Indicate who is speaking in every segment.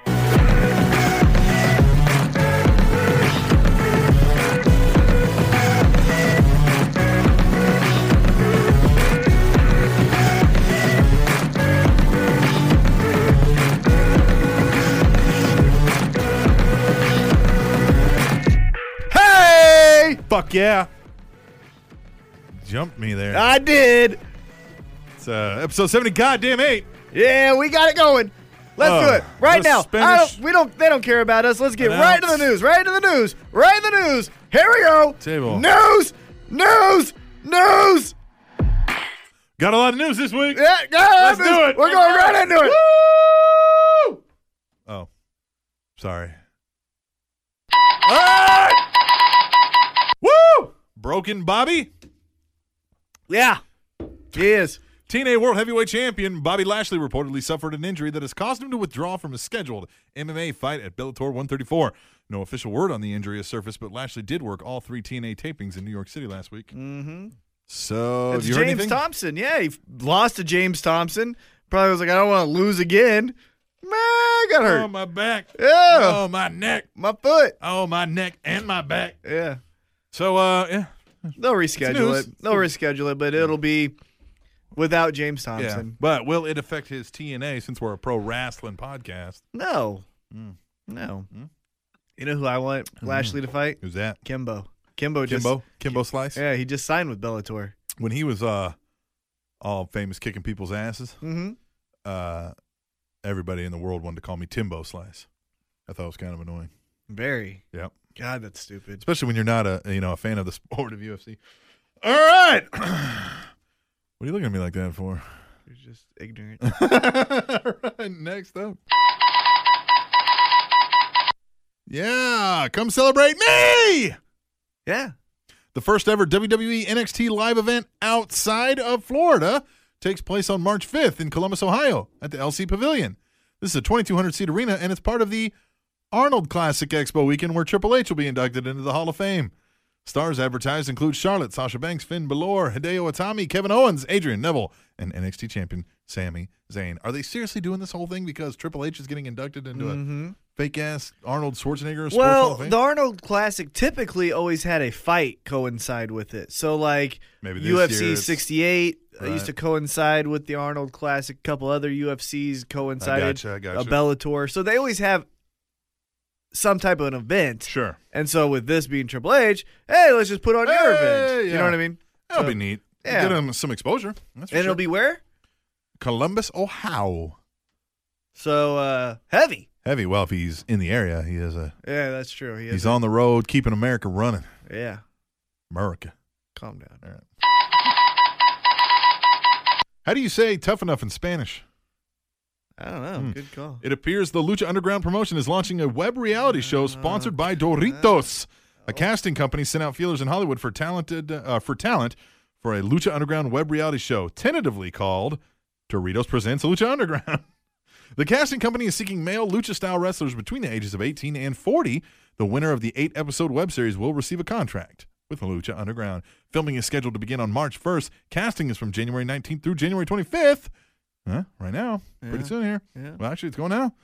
Speaker 1: Hey!
Speaker 2: Fuck yeah. Jumped me there.
Speaker 1: I did.
Speaker 2: It's uh, episode 70, goddamn eight.
Speaker 1: Yeah, we got it going. Let's
Speaker 2: Uh,
Speaker 1: do it right
Speaker 2: the
Speaker 1: now. I
Speaker 2: Spanish-
Speaker 1: don't, we don't. They don't care about us. Let's get right to the
Speaker 2: Announce.
Speaker 1: news. Right to the news. Right to the news. Here we go.
Speaker 2: Table.
Speaker 1: News. News. News.
Speaker 2: Got a lot of news this week.
Speaker 1: Yeah, yeah,
Speaker 2: Let's
Speaker 1: news.
Speaker 2: do it.
Speaker 1: We're going right into it.
Speaker 2: Oh, sorry. Woo! Broken Bobby.
Speaker 1: Yeah. He is.
Speaker 2: TNA World Heavyweight Champion Bobby Lashley reportedly suffered an injury that has caused him to withdraw from his scheduled MMA fight at Bellator 134. No official word on the injury has surfaced, but Lashley did work all three TNA tapings in New York City last week. Mm-hmm. So,
Speaker 1: It's
Speaker 2: have Oh, you heard
Speaker 1: James
Speaker 2: anything?
Speaker 1: Thompson. Yeah, he f- lost to James Thompson. Probably was like, I don't want to lose again. Man, I got hurt.
Speaker 2: Oh, my back.
Speaker 1: Yeah.
Speaker 2: Oh, my neck.
Speaker 1: my foot.
Speaker 2: Oh, my neck and my back.
Speaker 1: Yeah.
Speaker 2: So, uh, yeah,
Speaker 1: They'll reschedule
Speaker 2: news.
Speaker 1: it. They'll reschedule it, but it'll be without James Thompson.
Speaker 2: yeah. But will it affect his TNA since we're a pro wrestling podcast?
Speaker 1: No.
Speaker 2: Hmm.
Speaker 1: No. You know who I want Lashley to fight?
Speaker 2: Who's that?
Speaker 1: Kimbo. Kimbo just
Speaker 2: Hmm. Kimbo? Kimbo Slice?
Speaker 1: Yeah, he just signed with Bellator.
Speaker 2: When he was uh, all famous kicking people's asses,
Speaker 1: Mhm.
Speaker 2: uh, everybody in the world wanted to call me Timbo Slice. I thought it was kind of annoying.
Speaker 1: Very.
Speaker 2: Yeah.
Speaker 1: God, that's stupid.
Speaker 2: Especially when you're not a you know a fan of the sport of UFC. All right. what are you looking at me like that for?
Speaker 1: You're just ignorant.
Speaker 2: All right, next up. Yeah, come celebrate me!
Speaker 1: yeah.
Speaker 2: The first ever E WWE NXT live event outside of Florida takes place on March 5th in Columbus, Ohio at the LC Pavilion. This is a 2,200 seat arena and it's part of the Arnold Classic Expo weekend where Triple H will be inducted into the Hall of Fame. Stars advertised include Charlotte, Sasha Banks, Finn Balor, Hideo Itami, Kevin Owens, Adrian Neville, and NXT champion Sammy Zayn. Are they seriously doing this whole thing because Triple H is getting inducted into a fake ass Arnold Schwarzenegger Sports
Speaker 1: Mm-hmm.
Speaker 2: Hall
Speaker 1: Well,
Speaker 2: of Fame?
Speaker 1: the Arnold Classic typically always had a fight coincide with it. So like
Speaker 2: Maybe this year
Speaker 1: UFC
Speaker 2: it's-
Speaker 1: 68 uh,
Speaker 2: Right.
Speaker 1: used to coincide with the Arnold Classic. A couple other UFCs coincided.
Speaker 2: gotcha, I gotcha.
Speaker 1: A Bellator. So they always have some type of an event.
Speaker 2: sure.
Speaker 1: And so with this being Triple H, hey, let's just put on your
Speaker 2: Hey,
Speaker 1: event. You
Speaker 2: yeah.
Speaker 1: know what I mean?
Speaker 2: That'll
Speaker 1: So-
Speaker 2: be neat.
Speaker 1: yeah.
Speaker 2: Get him some exposure. That's for
Speaker 1: And
Speaker 2: sure.
Speaker 1: it'll be where?
Speaker 2: Columbus, Ohio.
Speaker 1: So uh heavy.
Speaker 2: Heavy. Well, if he's in the area, he is a.
Speaker 1: Yeah, that's true. He
Speaker 2: He's
Speaker 1: is.
Speaker 2: on the road, keeping America running.
Speaker 1: yeah.
Speaker 2: America.
Speaker 1: Calm down.
Speaker 2: How do you say tough enough in Spanish?
Speaker 1: I don't know.
Speaker 2: Hmm.
Speaker 1: Good call.
Speaker 2: It appears the Lucha Underground promotion is launching a web reality show sponsored by Doritos, a casting company sent out feelers in Hollywood for talented uh, for talent for a Lucha Underground web reality show, tentatively called Doritos Presents Lucha Underground. The casting company is seeking male lucha style wrestlers between the ages of 18 and 40. The winner of the eight episode web series will receive a contract with Lucha Underground. Filming is scheduled to begin on March 1st. Casting is from January 19th through January 25th. Huh, right now, pretty soon here.
Speaker 1: Yeah.
Speaker 2: Well, actually, it's going now.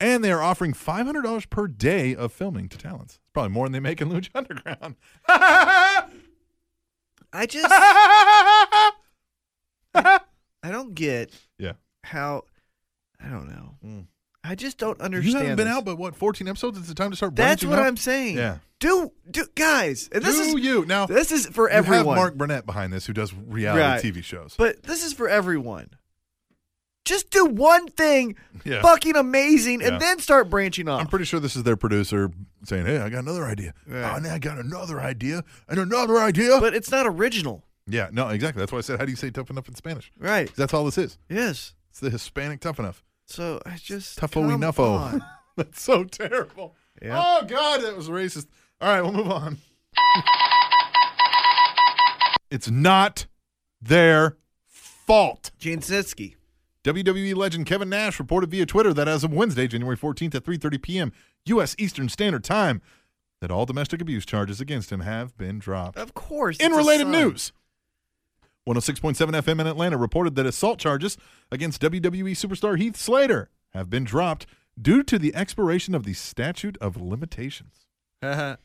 Speaker 2: And they are offering $500 per day of filming to talents. It's probably more than they make in Lucha Underground.
Speaker 1: I just I don't get
Speaker 2: yeah.
Speaker 1: how I don't know. I just don't
Speaker 2: Mm. You
Speaker 1: understand.
Speaker 2: haven't been
Speaker 1: this.
Speaker 2: out but what, 14 episodes? It's the time to start
Speaker 1: That's
Speaker 2: branching
Speaker 1: what
Speaker 2: out?
Speaker 1: I'm saying.
Speaker 2: Yeah.
Speaker 1: Do do guys. And this
Speaker 2: Do
Speaker 1: is
Speaker 2: you. Now,
Speaker 1: This is for
Speaker 2: You
Speaker 1: everyone.
Speaker 2: have Mark Burnett behind this, who does reality
Speaker 1: Right.
Speaker 2: TV shows.
Speaker 1: But this is for everyone. Just do one thing
Speaker 2: Yeah.
Speaker 1: fucking amazing
Speaker 2: Yeah.
Speaker 1: and then start branching off.
Speaker 2: I'm pretty sure this is their producer saying, "Hey, I got another idea.
Speaker 1: Yeah.
Speaker 2: Oh, and I got another idea, and another idea."
Speaker 1: but it's not original.
Speaker 2: yeah, no, exactly. That's why I said, "How do you say tough enough in Spanish?" 'Cause
Speaker 1: Right.
Speaker 2: That's all this is.
Speaker 1: Yes.
Speaker 2: It's the Hispanic tough enough.
Speaker 1: So I just
Speaker 2: Tougho
Speaker 1: come
Speaker 2: enougho.
Speaker 1: on.
Speaker 2: That's so terrible.
Speaker 1: Yeah.
Speaker 2: Oh God, that was racist. All right, we'll move on. It's not their fault.
Speaker 1: Gene Snitsky.
Speaker 2: WWE legend Kevin Nash reported via Twitter that as of Wednesday, January 14th at 3:30 p.m. U.S. Eastern Standard Time, that all domestic abuse charges against him have been dropped.
Speaker 1: Of course.
Speaker 2: In
Speaker 1: it's a
Speaker 2: related
Speaker 1: son.
Speaker 2: news, 106.7 FM in Atlanta reported that assault charges against WWE superstar Heath Slater have been dropped due to the expiration of the statute of limitations.
Speaker 1: All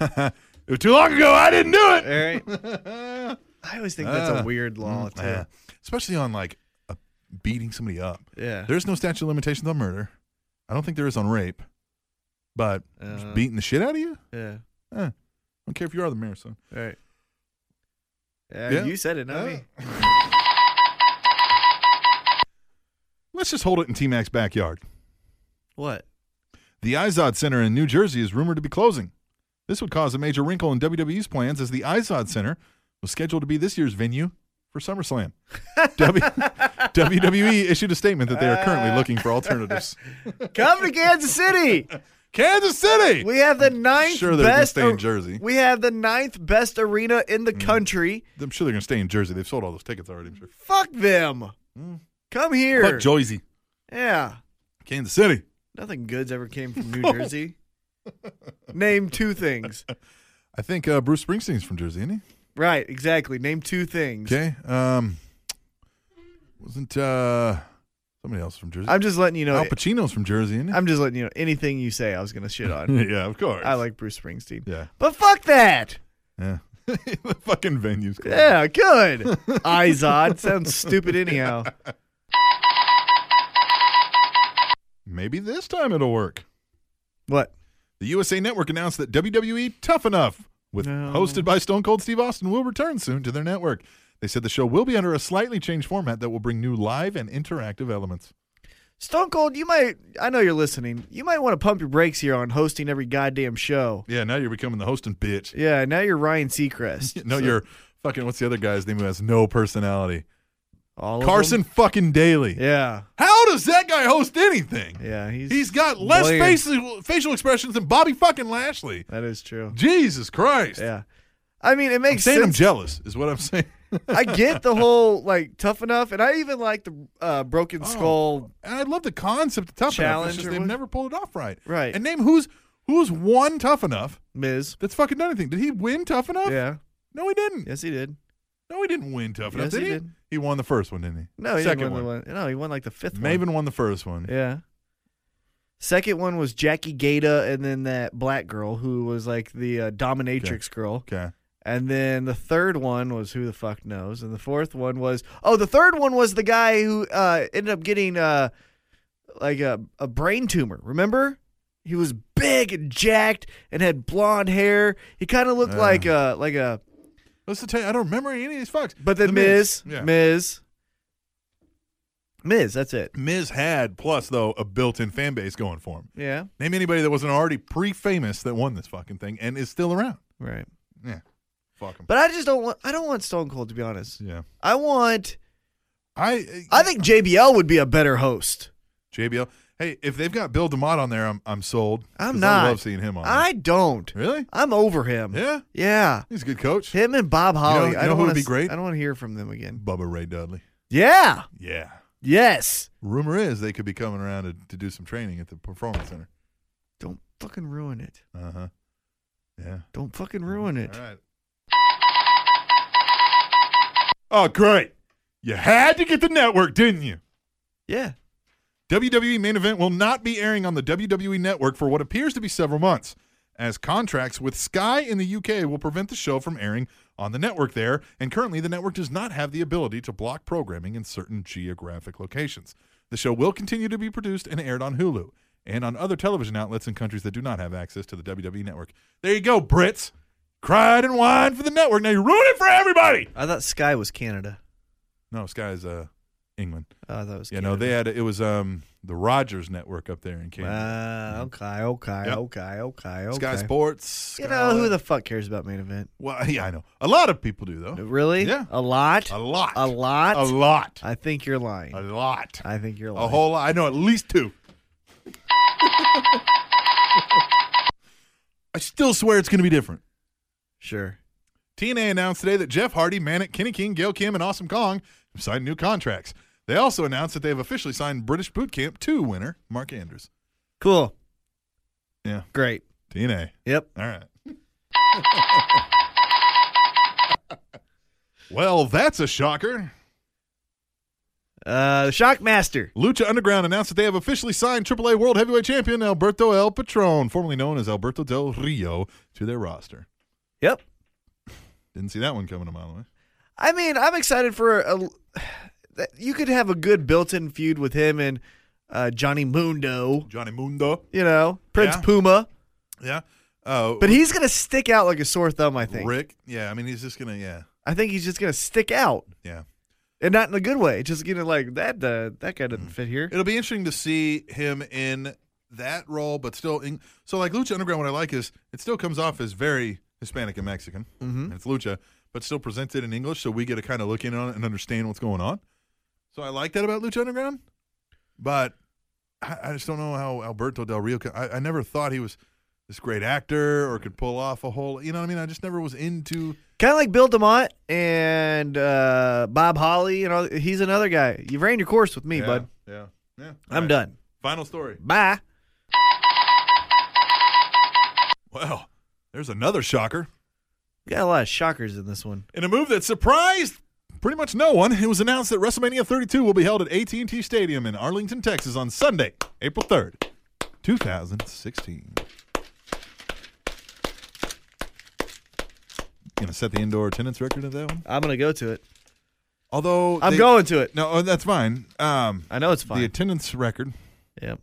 Speaker 2: it was too long ago. I didn't do it.
Speaker 1: right. I always think that's
Speaker 2: Ah.
Speaker 1: a weird law, too.
Speaker 2: Yeah. Especially on like uh, beating somebody up.
Speaker 1: Yeah.
Speaker 2: There's no statute of limitations on murder. I don't think there is on rape. But just
Speaker 1: Uh,
Speaker 2: beating the shit out of you?
Speaker 1: yeah.
Speaker 2: I don't care if you are the mayor, son.
Speaker 1: All right. Yeah,
Speaker 2: Yeah.
Speaker 1: you said it, not
Speaker 2: Yeah.
Speaker 1: me.
Speaker 2: Let's just hold it in T Mac's backyard.
Speaker 1: What?
Speaker 2: The Izod Center in New Jersey is rumored to be closing. This would cause a major wrinkle in WWE's plans as the Izod Center was scheduled to be this year's venue for SummerSlam. w- WWE issued a statement that they are currently looking for alternatives.
Speaker 1: Come to Kansas City.
Speaker 2: Kansas City!
Speaker 1: We have the ninth
Speaker 2: sure they're gonna
Speaker 1: best.
Speaker 2: stay in
Speaker 1: ar-
Speaker 2: Jersey. Mm.
Speaker 1: We have the ninth best arena in the country.
Speaker 2: I'm sure they're going to stay in Jersey. They've sold all those tickets already, I'm sure.
Speaker 1: Fuck them. Come here.
Speaker 2: Mm. Fuck Jersey.
Speaker 1: yeah.
Speaker 2: Kansas City.
Speaker 1: Nothing good's ever came from New Jersey. Name two things.
Speaker 2: I think uh, Bruce Springsteen's from Jersey, isn't he?
Speaker 1: Right, exactly. Name two things.
Speaker 2: Okay. Um, wasn't uh somebody else from Jersey?
Speaker 1: I'm just letting you know.
Speaker 2: Al Pacino's from Jersey, isn't he?
Speaker 1: I'm just letting you know anything you say I was gonna shit on.
Speaker 2: yeah, of course.
Speaker 1: I like Bruce Springsteen.
Speaker 2: Yeah,
Speaker 1: But fuck that.
Speaker 2: yeah. the fucking venues. closed.
Speaker 1: Yeah, good. Izod sounds stupid anyhow.
Speaker 2: Maybe this time it'll work.
Speaker 1: What?
Speaker 2: The USA Network announced that WWE Tough Enough, with
Speaker 1: No.
Speaker 2: hosted by Stone Cold Steve Austin, will return soon to their network. They said the show will be under a slightly changed format that will bring new live and interactive elements.
Speaker 1: Stone Cold, you might I know you're listening. You might want to pump your brakes here on hosting every goddamn show.
Speaker 2: Yeah, now you're becoming the hosting bitch.
Speaker 1: Yeah, now you're Ryan Seacrest.
Speaker 2: No, you're fucking. What's the other guy's name who has no personality?
Speaker 1: All of
Speaker 2: Carson fucking Daly.
Speaker 1: them? Yeah.
Speaker 2: How does that guy host anything?
Speaker 1: Yeah, he's
Speaker 2: He's got less
Speaker 1: Bland.
Speaker 2: facial, facial expressions than Bobby fucking Lashley.
Speaker 1: That is true.
Speaker 2: Jesus Christ.
Speaker 1: Yeah. I mean, it
Speaker 2: I'm
Speaker 1: makes
Speaker 2: saying I'm
Speaker 1: sense.
Speaker 2: jealous, is what I'm saying.
Speaker 1: I get the whole like tough enough, and I even like the uh, broken skull.
Speaker 2: And I love the concept of tough enough.
Speaker 1: Challenge
Speaker 2: It's just
Speaker 1: or
Speaker 2: they've
Speaker 1: what?
Speaker 2: never pulled it off right.
Speaker 1: Right.
Speaker 2: And name who's who's won tough enough
Speaker 1: Miz.
Speaker 2: that's fucking done anything. Did he win tough enough?
Speaker 1: Yeah.
Speaker 2: No, he didn't.
Speaker 1: Yes, he did.
Speaker 2: No, he didn't win tough enough.
Speaker 1: Yes,
Speaker 2: did
Speaker 1: he
Speaker 2: he?
Speaker 1: did.
Speaker 2: He won the first one, didn't he?
Speaker 1: No, he
Speaker 2: Second
Speaker 1: didn't win
Speaker 2: one.
Speaker 1: the one. No, he won like the fifth
Speaker 2: Maven
Speaker 1: one.
Speaker 2: won the first one.
Speaker 1: Yeah. Second one was Jackie Gata, and then that black girl who was like the uh, dominatrix girl.
Speaker 2: Okay.
Speaker 1: And then the third one was who the fuck knows. And the fourth one was oh, the third one was the guy who uh, ended up getting uh, like a, a brain tumor. Remember? He was big and jacked and had blonde hair. He kind of looked
Speaker 2: Uh.
Speaker 1: like a like a.
Speaker 2: Let's tell you, I don't remember any of these fucks.
Speaker 1: But then
Speaker 2: The
Speaker 1: Miz,
Speaker 2: Yeah.
Speaker 1: Miz, Miz. That's it.
Speaker 2: Miz had plus though a built-in fan base going for him.
Speaker 1: Yeah.
Speaker 2: Name anybody that wasn't already pre-famous that won this fucking thing and is still around.
Speaker 1: Right.
Speaker 2: Yeah, fuck him.
Speaker 1: But I just don't want. I don't want Stone Cold to be honest.
Speaker 2: Yeah,
Speaker 1: I want.
Speaker 2: I
Speaker 1: I think JBL would be a better host.
Speaker 2: JBL. Hey, if they've got Bill Demott on there, I'm I'm sold.
Speaker 1: I'm
Speaker 2: 'Cause
Speaker 1: not.
Speaker 2: I love seeing him on.
Speaker 1: I don't.
Speaker 2: there. really?
Speaker 1: I'm over him.
Speaker 2: Yeah,
Speaker 1: Yeah.
Speaker 2: he's a good coach.
Speaker 1: Him and Bob Holly.
Speaker 2: you
Speaker 1: I don't
Speaker 2: know who would
Speaker 1: want
Speaker 2: be great?
Speaker 1: I don't want to hear from them again.
Speaker 2: Bubba Ray Dudley.
Speaker 1: Yeah.
Speaker 2: Yeah.
Speaker 1: Yes.
Speaker 2: Rumor is they could be coming around to, to do some training at the performance center.
Speaker 1: Don't fucking ruin it.
Speaker 2: Uh huh. Yeah.
Speaker 1: Don't fucking ruin it.
Speaker 2: All right. Oh, great! You had to get the network, didn't you?
Speaker 1: Yeah.
Speaker 2: WWE E main event will not be airing on the WWE network for what appears to be several months, as contracts with Sky in the UK will prevent the show from airing on the network there, and currently the network does not have the ability to block programming in certain geographic locations. The show will continue to be produced and aired on Hulu and on other television outlets in countries that do not have access to the WWE network. There you go, Brits. Cried and whined for the network. Now you ruin it for everybody.
Speaker 1: I thought Sky was Canada.
Speaker 2: No, Sky's uh England.
Speaker 1: Oh, that was
Speaker 2: Yeah, no, they had it was um the Rogers network up there in Canada.
Speaker 1: Ah, okay, okay,
Speaker 2: Yep.
Speaker 1: okay, okay, okay.
Speaker 2: Sky Sports.
Speaker 1: You
Speaker 2: Sky
Speaker 1: know,
Speaker 2: all
Speaker 1: who
Speaker 2: that.
Speaker 1: the fuck cares about main event?
Speaker 2: Well, yeah, I know. A lot of people do though.
Speaker 1: Really?
Speaker 2: Yeah.
Speaker 1: A lot?
Speaker 2: A lot.
Speaker 1: A lot?
Speaker 2: A lot.
Speaker 1: I think you're lying.
Speaker 2: A lot.
Speaker 1: I think you're lying.
Speaker 2: A whole lot. I know at least two. I still swear it's going to be different.
Speaker 1: Sure.
Speaker 2: TNA announced today that Jeff Hardy, Manic, Kenny King, Gail Kim, and Awesome Kong have signed new contracts. They also announced that they have officially signed British Boot Camp 2 winner Mark Andrews.
Speaker 1: Cool.
Speaker 2: Yeah.
Speaker 1: Great.
Speaker 2: TNA.
Speaker 1: Yep.
Speaker 2: All right. well, that's a shocker.
Speaker 1: Uh, the Shockmaster.
Speaker 2: Lucha Underground announced that they have officially signed AAA World Heavyweight Champion Alberto El Patron, formerly known as Alberto Del Rio, to their roster.
Speaker 1: Yep.
Speaker 2: Didn't see that one coming a mile away.
Speaker 1: I mean, I'm excited for a. that- You could have a good built-in feud with him and uh, Johnny Mundo.
Speaker 2: Johnny Mundo.
Speaker 1: You know, Prince
Speaker 2: Yeah.
Speaker 1: Puma.
Speaker 2: Yeah. Oh,
Speaker 1: But he's gonna stick out like a sore thumb. I think.
Speaker 2: Rick. Yeah, I mean, he's just going to, yeah.
Speaker 1: I think he's just gonna stick out,
Speaker 2: Yeah.
Speaker 1: and not in a good way. Just gonna like that. Uh, that guy
Speaker 2: Mm.
Speaker 1: doesn't fit here.
Speaker 2: It'll be interesting to see him in that role, but still. In, so, like Lucha Underground, what I like is it still comes off as very Hispanic and Mexican.
Speaker 1: Hmm?
Speaker 2: Mm-hmm. It's Lucha, but still presented in English, so we get to kind of look in on it and understand what's going on. So, I like that about Lucha Underground, but I, I just don't know how Alberto Del Rio. Could, I, I never thought he was this great actor or could pull off a whole. You know what I mean? I just never was into.
Speaker 1: Kind of like Bill DeMott and uh, Bob Holly. You know, he's another guy. You've ran your course with me,
Speaker 2: yeah,
Speaker 1: bud.
Speaker 2: Yeah. Yeah.
Speaker 1: I'm
Speaker 2: All right.
Speaker 1: done.
Speaker 2: Final story.
Speaker 1: Bye.
Speaker 2: Well, there's another shocker.
Speaker 1: We got a lot of shockers in this one.
Speaker 2: In a move that surprised pretty much no one, it was announced that WrestleMania 32 will be held at AT&T Stadium in Arlington, Texas on Sunday, April 3rd, 2016. Gonna set the indoor attendance record of that one.
Speaker 1: I'm gonna go to it.
Speaker 2: Although
Speaker 1: I'm
Speaker 2: they-
Speaker 1: going to it.
Speaker 2: No, oh, that's fine. Um,
Speaker 1: I know it's
Speaker 2: The
Speaker 1: fine.
Speaker 2: attendance record.
Speaker 1: yep.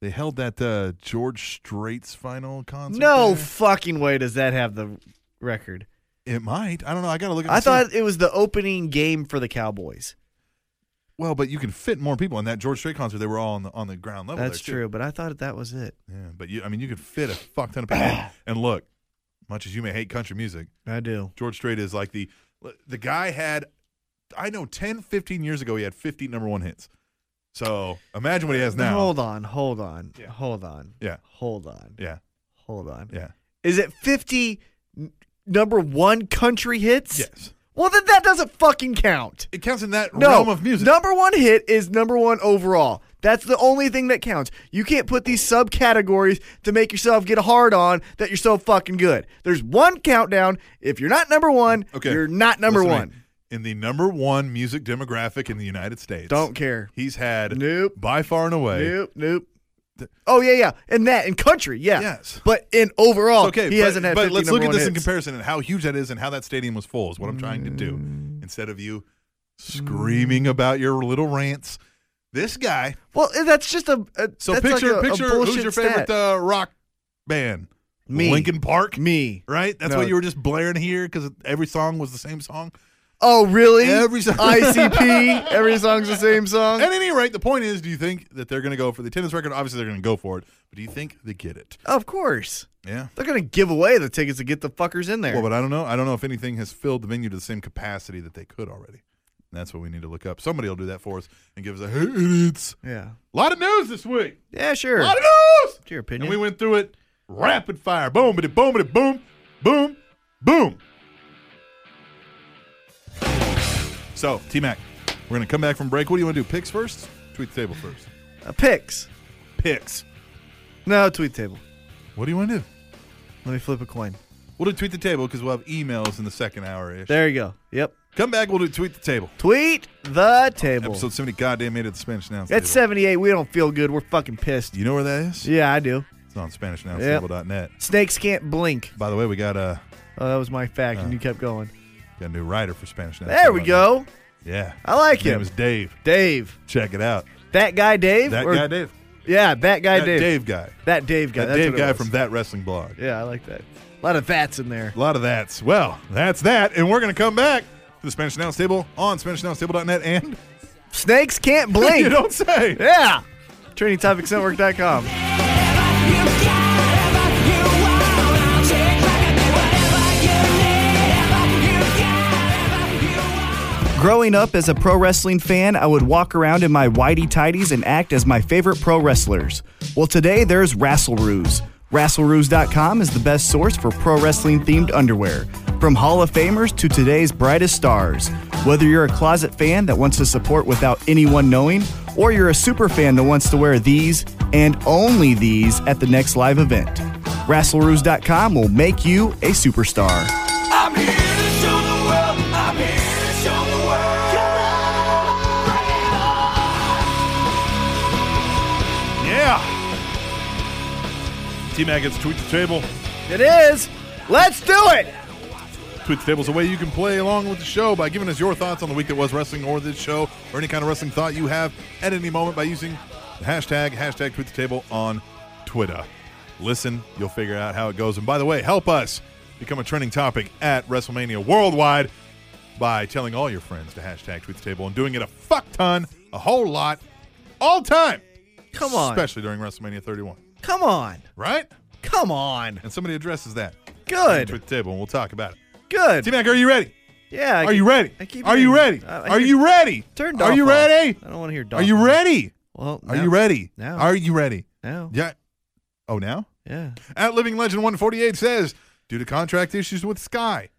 Speaker 2: They held that uh, George Strait's final concert.
Speaker 1: No
Speaker 2: there.
Speaker 1: fucking way does that have the record.
Speaker 2: it might. I don't know. I gotta look. At
Speaker 1: I
Speaker 2: the song.
Speaker 1: thought it was the opening game for the Cowboys.
Speaker 2: Well, but you can fit more people in that George Strait concert. They were all on the on the ground level.
Speaker 1: That's
Speaker 2: there, too.
Speaker 1: true, but I thought that was it.
Speaker 2: Yeah, but you, I mean, you could fit a fuck ton of people. in. and look, much as you may hate country music,
Speaker 1: I do.
Speaker 2: George Strait is like the the guy had, I know, 10, 15 years ago, he had 50 number one hits. So imagine what he has now.
Speaker 1: Hold on, hold on,
Speaker 2: Yeah.
Speaker 1: hold on,
Speaker 2: Yeah.
Speaker 1: hold on,
Speaker 2: Yeah,
Speaker 1: hold on.
Speaker 2: yeah,
Speaker 1: Is it 50 n- number one country hits?
Speaker 2: yes.
Speaker 1: Well, then that doesn't fucking count.
Speaker 2: It counts in that
Speaker 1: No,
Speaker 2: realm of music.
Speaker 1: number one hit is number one overall. That's the only thing that counts. You can't put these subcategories to make yourself get a hard on that you're so fucking good. There's one countdown. If you're not number one,
Speaker 2: Okay,
Speaker 1: you're not number
Speaker 2: Listen to
Speaker 1: one.
Speaker 2: me. in the number one music demographic in the United States.
Speaker 1: Don't care.
Speaker 2: He's had
Speaker 1: Nope.
Speaker 2: by far and away.
Speaker 1: Nope, nope. Oh yeah, yeah, and that in country, yeah,
Speaker 2: Yes.
Speaker 1: but in overall,
Speaker 2: okay,
Speaker 1: he
Speaker 2: but,
Speaker 1: hasn't had.
Speaker 2: But
Speaker 1: 50
Speaker 2: let's look
Speaker 1: number
Speaker 2: at
Speaker 1: one
Speaker 2: this in
Speaker 1: hits.
Speaker 2: comparison and how huge that is and how that stadium was full is what I'm trying to do.
Speaker 1: Mm.
Speaker 2: Instead of you screaming about your little rants, this guy.
Speaker 1: Well, eh, that's just a. a
Speaker 2: So
Speaker 1: that's
Speaker 2: picture
Speaker 1: like a, a
Speaker 2: picture who's
Speaker 1: bullshit
Speaker 2: your
Speaker 1: stat.
Speaker 2: favorite uh, rock band?
Speaker 1: Me.
Speaker 2: Lincoln Park.
Speaker 1: Me.
Speaker 2: Right, that's
Speaker 1: No.
Speaker 2: what you were just blaring here because every song was the same song.
Speaker 1: Oh really?
Speaker 2: Every song-
Speaker 1: ICP. Every song's the same song.
Speaker 2: At any rate, the point is, do you think that they're going to go for the attendance record? Obviously, they're going to go for it, but do you think they get it?
Speaker 1: Of course.
Speaker 2: Yeah.
Speaker 1: They're gonna give away the tickets to get the fuckers in there.
Speaker 2: Well, but I don't know. I don't know if anything has filled the venue to the same capacity that they could already. And that's what we need to look up. Somebody will do that for us and give us a hey, idiots.
Speaker 1: yeah.
Speaker 2: A lot of news this week.
Speaker 1: Yeah, sure.
Speaker 2: A lot
Speaker 1: It's
Speaker 2: of news.
Speaker 1: your
Speaker 2: And
Speaker 1: opinion.
Speaker 2: we went through it rapid fire. Boom, bitty, boom, bitty, boom, boom, boom. So, T Mac, we're going to come back from break. What do you want to do? Picks first? Tweet the table first.
Speaker 1: uh, picks.
Speaker 2: Picks.
Speaker 1: No, tweet table.
Speaker 2: What do you want to do?
Speaker 1: Let me flip a coin.
Speaker 2: We'll do tweet the table because we'll have emails in the second hour ish.
Speaker 1: There you go. Yep.
Speaker 2: Come back, we'll do tweet the table.
Speaker 1: Tweet the table.
Speaker 2: Episode 70 goddamn made it the Spanish announce
Speaker 1: At
Speaker 2: table.
Speaker 1: 78, we don't feel good. We're fucking pissed.
Speaker 2: You know where that is?
Speaker 1: Yeah, I do.
Speaker 2: It's on
Speaker 1: Yep.
Speaker 2: SpanishAnnounceTable.net.
Speaker 1: Snakes can't blink.
Speaker 2: By the way, we got a
Speaker 1: Oh, that was my fact, and
Speaker 2: Uh.
Speaker 1: you kept going.
Speaker 2: got a new writer for Spanish Announce.
Speaker 1: There we
Speaker 2: Table.net.
Speaker 1: go.
Speaker 2: Yeah,
Speaker 1: I like
Speaker 2: His name
Speaker 1: him.
Speaker 2: is Dave.
Speaker 1: Dave.
Speaker 2: Check it out.
Speaker 1: That guy Dave?
Speaker 2: That
Speaker 1: Or-
Speaker 2: guy, Dave.
Speaker 1: Yeah, that guy
Speaker 2: that
Speaker 1: Dave.
Speaker 2: Dave guy.
Speaker 1: That Dave guy.
Speaker 2: That
Speaker 1: That's
Speaker 2: Dave
Speaker 1: what it
Speaker 2: guy
Speaker 1: was.
Speaker 2: from that wrestling blog.
Speaker 1: Yeah, I like that. A lot of that's in there.
Speaker 2: A lot of that's. Well, that's that, and we're gonna come back to the Spanish Announce Table on SpanishAnnounceTable.net and
Speaker 1: Snakes can't blink.
Speaker 2: you don't say.
Speaker 1: yeah. TrainingTopicsNetwork.com. Growing up as a pro wrestling fan, I would walk around in my whitey tidies and act as my favorite pro wrestlers. Well, today there's Rassleroos. Rassleroos.com is the best source for pro wrestling themed underwear.
Speaker 3: From Hall of Famers to today's brightest stars. Whether you're a closet fan that wants to support without anyone knowing, or you're a super fan that wants to wear these and only these at the next live event, Rassleroos.com will make you a superstar.
Speaker 4: I'm here to show the world. I'm here to show the world. Come on, bring it on.
Speaker 2: Yeah. T Mac gets Tweet the Table.
Speaker 1: It is. Let's do it.
Speaker 2: Tweet the Table is a way you can play along with the show by giving us your thoughts on the week that was wrestling or this show or any kind of wrestling thought you have at any moment by using the hashtag, hashtag Tweet the Table on Twitter. Listen, you'll figure out how it goes. And by the way, help us become a trending topic at WrestleMania Worldwide by telling all your friends to hashtag Tweet the Table and doing it a fuck ton, a whole lot, all time.
Speaker 1: Come on.
Speaker 2: Especially during WrestleMania 31,
Speaker 1: Come on.
Speaker 2: right?
Speaker 1: Come on.
Speaker 2: And somebody addresses that.
Speaker 1: Good.
Speaker 2: Tweet the Table and we'll talk about it. T
Speaker 1: Good.
Speaker 2: Mac, are you ready?
Speaker 1: Yeah. I
Speaker 2: Are
Speaker 1: keep-
Speaker 2: you ready?
Speaker 1: I keep
Speaker 2: Are you
Speaker 1: hearing-
Speaker 2: ready?
Speaker 1: I- I
Speaker 2: Are
Speaker 1: keep-
Speaker 2: you ready?
Speaker 1: Turn
Speaker 2: Are
Speaker 1: Dolph
Speaker 2: you
Speaker 1: off.
Speaker 2: ready?
Speaker 1: I don't want to hear dog.
Speaker 2: Are you ready?
Speaker 1: Well,
Speaker 2: Are
Speaker 1: now-
Speaker 2: you ready?
Speaker 1: Now.
Speaker 2: Are you ready?
Speaker 1: Now.
Speaker 2: Yeah. Oh, now?
Speaker 1: Yeah.
Speaker 2: At Living Legend 148 says, due to contract issues with Sky,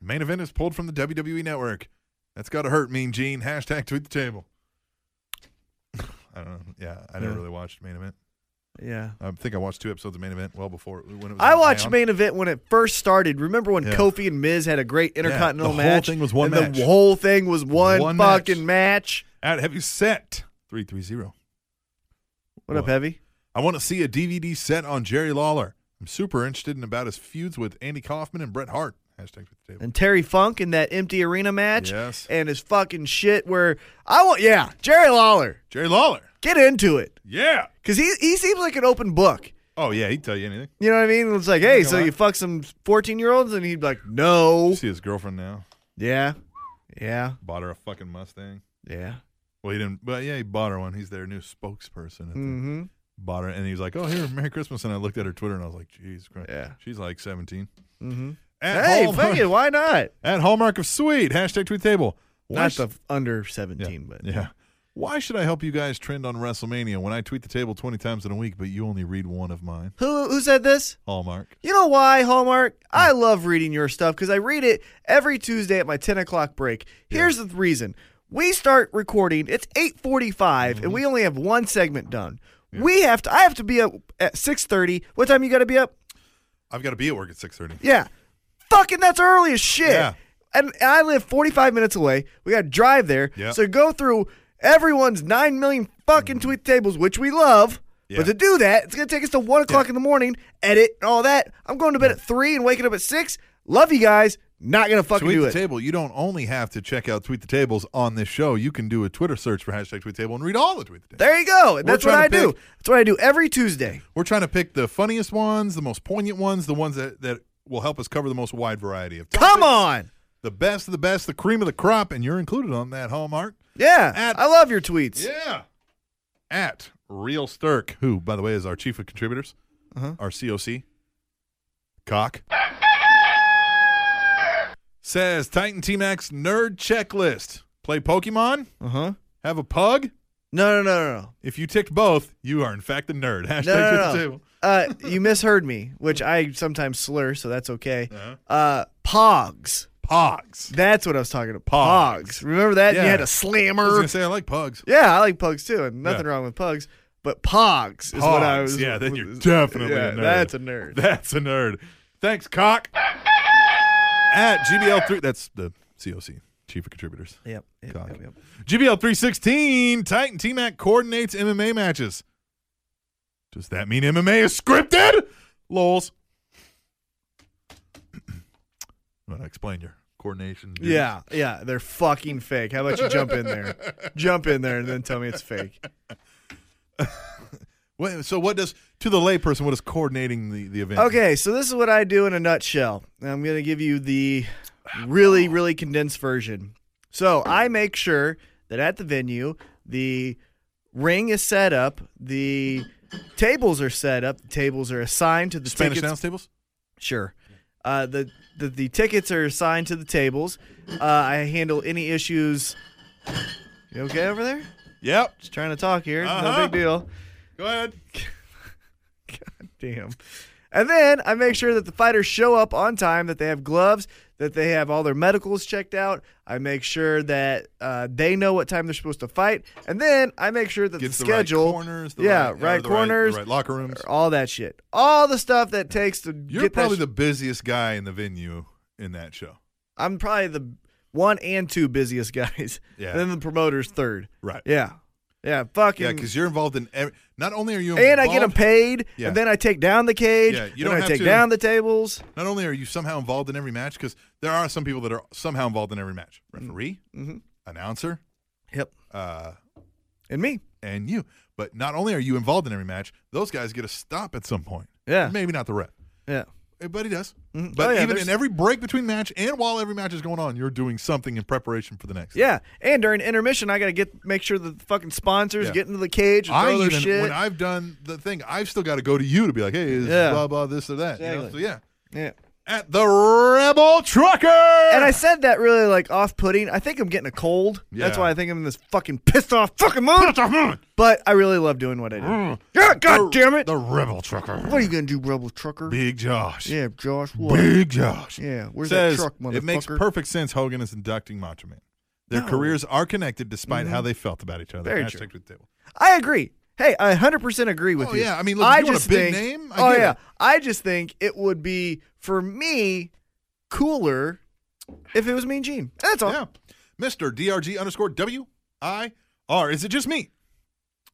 Speaker 2: main event is pulled from the WWE network. That's got to hurt, Mean Gene. Hashtag tweet the table. I don't know. Yeah, I never
Speaker 1: Yeah.
Speaker 2: really watched main event.
Speaker 1: Yeah.
Speaker 2: I think I watched two episodes of main event well before when it was.
Speaker 1: I
Speaker 2: on
Speaker 1: watched
Speaker 2: Ion.
Speaker 1: main event when it first started. Remember when
Speaker 2: Yeah.
Speaker 1: Kofi and Miz had a great intercontinental
Speaker 2: the whole
Speaker 1: match?
Speaker 2: thing was one
Speaker 1: and
Speaker 2: match.
Speaker 1: The whole thing was one,
Speaker 2: One match.
Speaker 1: fucking match.
Speaker 2: at Heavy Set 330.
Speaker 1: What, up,
Speaker 2: What?
Speaker 1: Heavy?
Speaker 2: I want to see a DVD set on Jerry Lawler. I'm super interested in about his feuds with Andy Kaufman and Bret Hart. Hashtag with the table.
Speaker 1: And Terry Funk in that empty arena match.
Speaker 2: Yes.
Speaker 1: And his fucking shit where I want, yeah, Jerry Lawler,
Speaker 2: Jerry Lawler.
Speaker 1: get into it.
Speaker 2: Yeah.
Speaker 1: Because he, he seems like an open book.
Speaker 2: Oh yeah, he'd tell you anything.
Speaker 1: You know what I mean? It's like, hey,
Speaker 2: gonna
Speaker 1: so
Speaker 2: lie.
Speaker 1: you fuck some 14 year olds? And he'd be like, no.
Speaker 2: See his girlfriend now.
Speaker 1: Yeah. Yeah.
Speaker 2: Bought her a fucking Mustang.
Speaker 1: Yeah.
Speaker 2: Well, he didn't. But yeah, he bought her one. He's their new spokesperson. at the-
Speaker 1: Mm-hmm.
Speaker 2: Bought her, and he was like, "Oh, here, Merry Christmas." And I looked at her Twitter, and I was like, "Jeez, Christ.
Speaker 1: Yeah.
Speaker 2: she's like 17."
Speaker 1: Mm-hmm.
Speaker 2: At
Speaker 1: Hey,
Speaker 2: Hallmark,
Speaker 1: fuck it. Why not?
Speaker 2: At Hallmark of Sweet. Hashtag tweet table. Why
Speaker 1: Not
Speaker 2: sh-
Speaker 1: the f- under
Speaker 2: yeah,
Speaker 1: 17, but.
Speaker 2: yeah. Why should I help you guys trend on WrestleMania when I tweet the table 20 times in a week, but you only read one of mine?
Speaker 1: Who, who said this?
Speaker 2: Hallmark.
Speaker 1: You know why, Hallmark? I love reading your stuff because I read it every Tuesday at my 10 o'clock break. Here's the reason. We start recording, it's 8.45, and we only have one segment done. We have to, I have to be up at 6.30. What time you got to be up?
Speaker 2: I've got to be at work at 6:30.
Speaker 1: Yeah. Fucking that's early as shit.
Speaker 2: Yeah.
Speaker 1: And and I live 45 minutes away. We got to drive there.
Speaker 2: Yeah. Mm-hmm.
Speaker 1: So go through everyone's 9 million fucking tweet tables, which we love.
Speaker 2: Yeah.
Speaker 1: But to do that, it's going to take us to 1 o'clock in the morning, edit and all that. I'm going to bed at 3 and waking up at 6. Love you guys. Not going to fucking
Speaker 2: Tweet
Speaker 1: do
Speaker 2: the
Speaker 1: it.
Speaker 2: table. You don't only have to check out tweet the tables on this show. You can do a Twitter search for hashtag tweet table and read all the tweet the tables.
Speaker 1: There you go. And
Speaker 2: We're
Speaker 1: that's what I
Speaker 2: trying to
Speaker 1: do.
Speaker 2: pick-
Speaker 1: That's what I do every Tuesday.
Speaker 2: We're trying to pick the funniest ones, the most poignant ones, the ones that that will help us cover the most wide variety of.
Speaker 1: Come
Speaker 2: topics.
Speaker 1: on.
Speaker 2: The best of the best, the cream of the crop, and you're included on that hallmark.
Speaker 1: Yeah.
Speaker 2: At-
Speaker 1: I love your tweets.
Speaker 2: Yeah. At Real Sturk, who, by the way, is our chief of contributors,
Speaker 1: Uh-huh.
Speaker 2: our COC, Cock, says Titan T Max nerd checklist. Play Pokemon,
Speaker 1: Uh-huh.
Speaker 2: have a pug.
Speaker 1: No, no, no, no, no.
Speaker 2: If you ticked both, you are in fact a nerd. Hashtag
Speaker 1: no, no,
Speaker 2: to the
Speaker 1: no.
Speaker 2: table.
Speaker 1: Uh, you misheard me, which I sometimes slur, so that's okay.
Speaker 2: Uh-huh.
Speaker 1: Uh, pogs.
Speaker 2: Pogs.
Speaker 1: That's what I was talking about.
Speaker 2: Pogs.
Speaker 1: Pogs. Remember that?
Speaker 2: Yeah.
Speaker 1: You had a
Speaker 2: I was
Speaker 1: slammer.
Speaker 2: gonna say I like pugs.
Speaker 1: yeah, I like pugs too, and nothing
Speaker 2: Yeah.
Speaker 1: wrong with pugs. But pogs is
Speaker 2: Pogs.
Speaker 1: what I was.
Speaker 2: yeah, then you're definitely
Speaker 1: Yeah,
Speaker 2: a nerd.
Speaker 1: That's a nerd.
Speaker 2: That's a nerd. Thanks, Cock. At GBL3, that's the COC, Chief of Contributors.
Speaker 1: Yep. yep,
Speaker 2: Cock.
Speaker 1: yep, yep.
Speaker 2: GBL 316, Titan T Mac coordinates MMA matches. Does that mean MMA is scripted? Lols. I'm to explain your coordination. duties.
Speaker 1: Yeah, yeah, they're fucking fake. How about you jump in there? jump in there and then tell me it's fake.
Speaker 2: What, so, what does, to the layperson, what is coordinating the, the event?
Speaker 1: Okay, so this is what I do in a nutshell. And I'm going to give you the really, really condensed version. So I make sure that at the venue, the ring is set up, the tables are set up, the tables are assigned to the
Speaker 2: Spanish
Speaker 1: tickets.
Speaker 2: announce tables?
Speaker 1: Sure. Uh, the, the the tickets are assigned to the tables. Uh, I handle any issues. You okay over there?
Speaker 2: Yep.
Speaker 1: Just trying to talk here.
Speaker 2: Uh-huh.
Speaker 1: No big deal.
Speaker 2: Go ahead.
Speaker 1: Damn. And then I make sure that the fighters show up on time, that they have gloves, that they have all their medicals checked out. I make sure that uh, they know what time they're supposed to fight. And then I make sure that
Speaker 2: Gets
Speaker 1: the
Speaker 2: the right
Speaker 1: schedule.
Speaker 2: corners, the
Speaker 1: yeah,
Speaker 2: right-
Speaker 1: right,
Speaker 2: yeah, the right-
Speaker 1: corners.
Speaker 2: the right locker rooms.
Speaker 1: All that shit. All the stuff that takes to
Speaker 2: You're
Speaker 1: get that
Speaker 2: probably
Speaker 1: sh-
Speaker 2: the busiest guy in the venue in that show.
Speaker 1: I'm probably the one and two busiest guys.
Speaker 2: Yeah.
Speaker 1: And then the promoter's third.
Speaker 2: Right.
Speaker 1: Yeah. Yeah. Fucking.
Speaker 2: Yeah, because you're involved in every. Not only are you involved,
Speaker 1: and I get them paid,
Speaker 2: Yeah.
Speaker 1: and then I take down the cage,
Speaker 2: Yeah, you
Speaker 1: and
Speaker 2: don't
Speaker 1: I
Speaker 2: have
Speaker 1: take
Speaker 2: to-
Speaker 1: down the tables.
Speaker 2: Not only are you somehow involved in every match, because there are some people that are somehow involved in every match.
Speaker 1: Mm-hmm.
Speaker 2: Referee, announcer,
Speaker 1: Yep.
Speaker 2: uh,
Speaker 1: And me.
Speaker 2: and you. But not only are you involved in every match, those guys get a stop at some point.
Speaker 1: Yeah.
Speaker 2: Maybe not the ref,
Speaker 1: Yeah.
Speaker 2: eh, but he does.
Speaker 1: Mhm.
Speaker 2: But
Speaker 1: Oh, yeah,
Speaker 2: even
Speaker 1: there's-
Speaker 2: in every break between match and while every match is going on, you're doing something in preparation for the next.
Speaker 1: Yeah. And during intermission, I got to get make sure that the fucking sponsors
Speaker 2: Yeah.
Speaker 1: get into the cage and
Speaker 2: I
Speaker 1: throw their
Speaker 2: even
Speaker 1: shit.
Speaker 2: when I've done the thing, I've still got to go to you to be like, hey, is
Speaker 1: Yeah.
Speaker 2: blah blah this or that. you know?
Speaker 1: Exactly.
Speaker 2: So yeah,
Speaker 1: yeah.
Speaker 2: at the Rebel Trucker. And
Speaker 1: And I said that really like off putting. I think I'm getting a cold. That's
Speaker 2: Yeah.
Speaker 1: why I think I'm in this fucking pissed off fucking mood. But I really love doing what I do.
Speaker 2: Mm.
Speaker 1: Yeah, god damn it.
Speaker 2: the Rebel Trucker,
Speaker 1: what are you gonna do, rebel trucker?
Speaker 2: Big Josh.
Speaker 1: Yeah, Josh. What?
Speaker 2: Big Josh.
Speaker 1: Yeah, where's
Speaker 2: says,
Speaker 1: that truck, motherfucker?
Speaker 2: It makes perfect sense Hogan is inducting Macho Man. Their
Speaker 1: No. Mm-hmm.
Speaker 2: careers are connected despite how they felt about each other.
Speaker 1: Very
Speaker 2: Hashtag
Speaker 1: true.
Speaker 2: to the table.
Speaker 1: I agree. Hey, I 100% agree with
Speaker 2: Oh,
Speaker 1: you.
Speaker 2: yeah. I mean, look, if you want a big name, I
Speaker 1: oh,
Speaker 2: get
Speaker 1: yeah.
Speaker 2: it.
Speaker 1: I just think it would be, for me, cooler if it was Mean Gene. That's all.
Speaker 2: Yeah. Mr. DRG underscore W I R. Is it just me?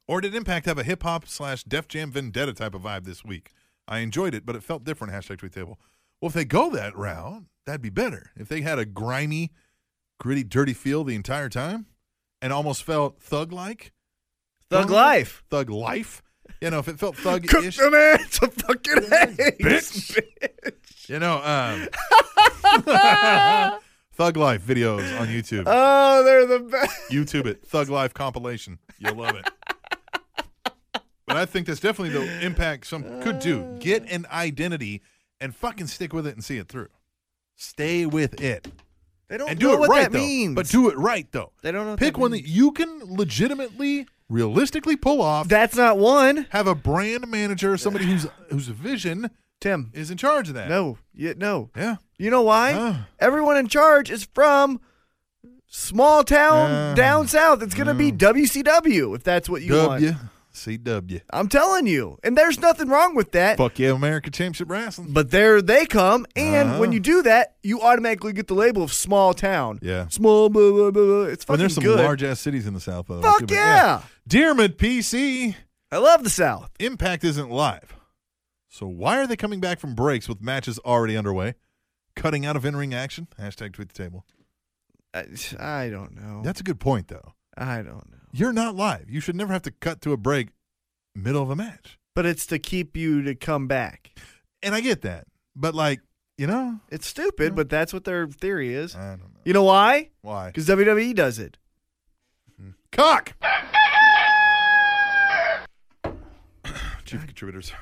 Speaker 2: Or did Impact have a hip hop slash Def Jam vendetta type of vibe this week? I enjoyed it, but it felt different. Hashtag tweet table. Well, if they go that route, that'd be better. If they had a grimy, gritty, dirty feel the entire time and almost felt thug like,
Speaker 1: Thug life.
Speaker 2: thug life, you know, if it felt thug
Speaker 1: Cook
Speaker 2: ish,
Speaker 1: them ass to fucking eggs.
Speaker 2: Bitch. you know, um, thug life videos on YouTube.
Speaker 1: Oh, they're the best.
Speaker 2: YouTube it. Thug Life compilation. You'll love it. but I think that's definitely the impact some could do. Get an identity and fucking stick with it and see it through. Stay with it
Speaker 1: They don't
Speaker 2: and
Speaker 1: know
Speaker 2: do it
Speaker 1: what
Speaker 2: right
Speaker 1: that
Speaker 2: though.
Speaker 1: means.
Speaker 2: But do it right though.
Speaker 1: They don't know what
Speaker 2: Pick
Speaker 1: that
Speaker 2: one
Speaker 1: means.
Speaker 2: that you can legitimately, realistically pull off.
Speaker 1: That's not one.
Speaker 2: have a brand manager, somebody whose whose vision
Speaker 1: Tim.
Speaker 2: is in charge of that.
Speaker 1: No. Yeah, no.
Speaker 2: Yeah.
Speaker 1: You know why?
Speaker 2: Ah.
Speaker 1: Everyone in charge is from small town
Speaker 2: Ah.
Speaker 1: down south. It's going to be WCW if that's what you want.
Speaker 2: Mm. W C W.
Speaker 1: I'm telling you. And there's nothing wrong with that.
Speaker 2: Fuck yeah, America Championship Wrestling.
Speaker 1: But there they come, and
Speaker 2: Uh-huh.
Speaker 1: when you do that, you automatically get the label of small town.
Speaker 2: Yeah.
Speaker 1: small. Blah, blah, blah, blah. It's fucking
Speaker 2: When there's some
Speaker 1: good.
Speaker 2: large ass cities in the South, though.
Speaker 1: Fuck
Speaker 2: too, but
Speaker 1: yeah.
Speaker 2: Dearmid PC,
Speaker 1: I love the South.
Speaker 2: Impact isn't live. So why are they coming back from breaks with matches already underway? Cutting out of in ring action? Hashtag tweet the table.
Speaker 1: I, I don't know.
Speaker 2: That's a good point, though.
Speaker 1: I don't know.
Speaker 2: You're not live. You should never have to cut to a break middle of a match.
Speaker 1: But it's to keep you to come back.
Speaker 2: And I get that. But, like, you know,
Speaker 1: It's stupid, but that's what their theory is.
Speaker 2: I don't know.
Speaker 1: You know why?
Speaker 2: Why?
Speaker 1: Because WWE E does it.
Speaker 2: Cock! Chief contributors,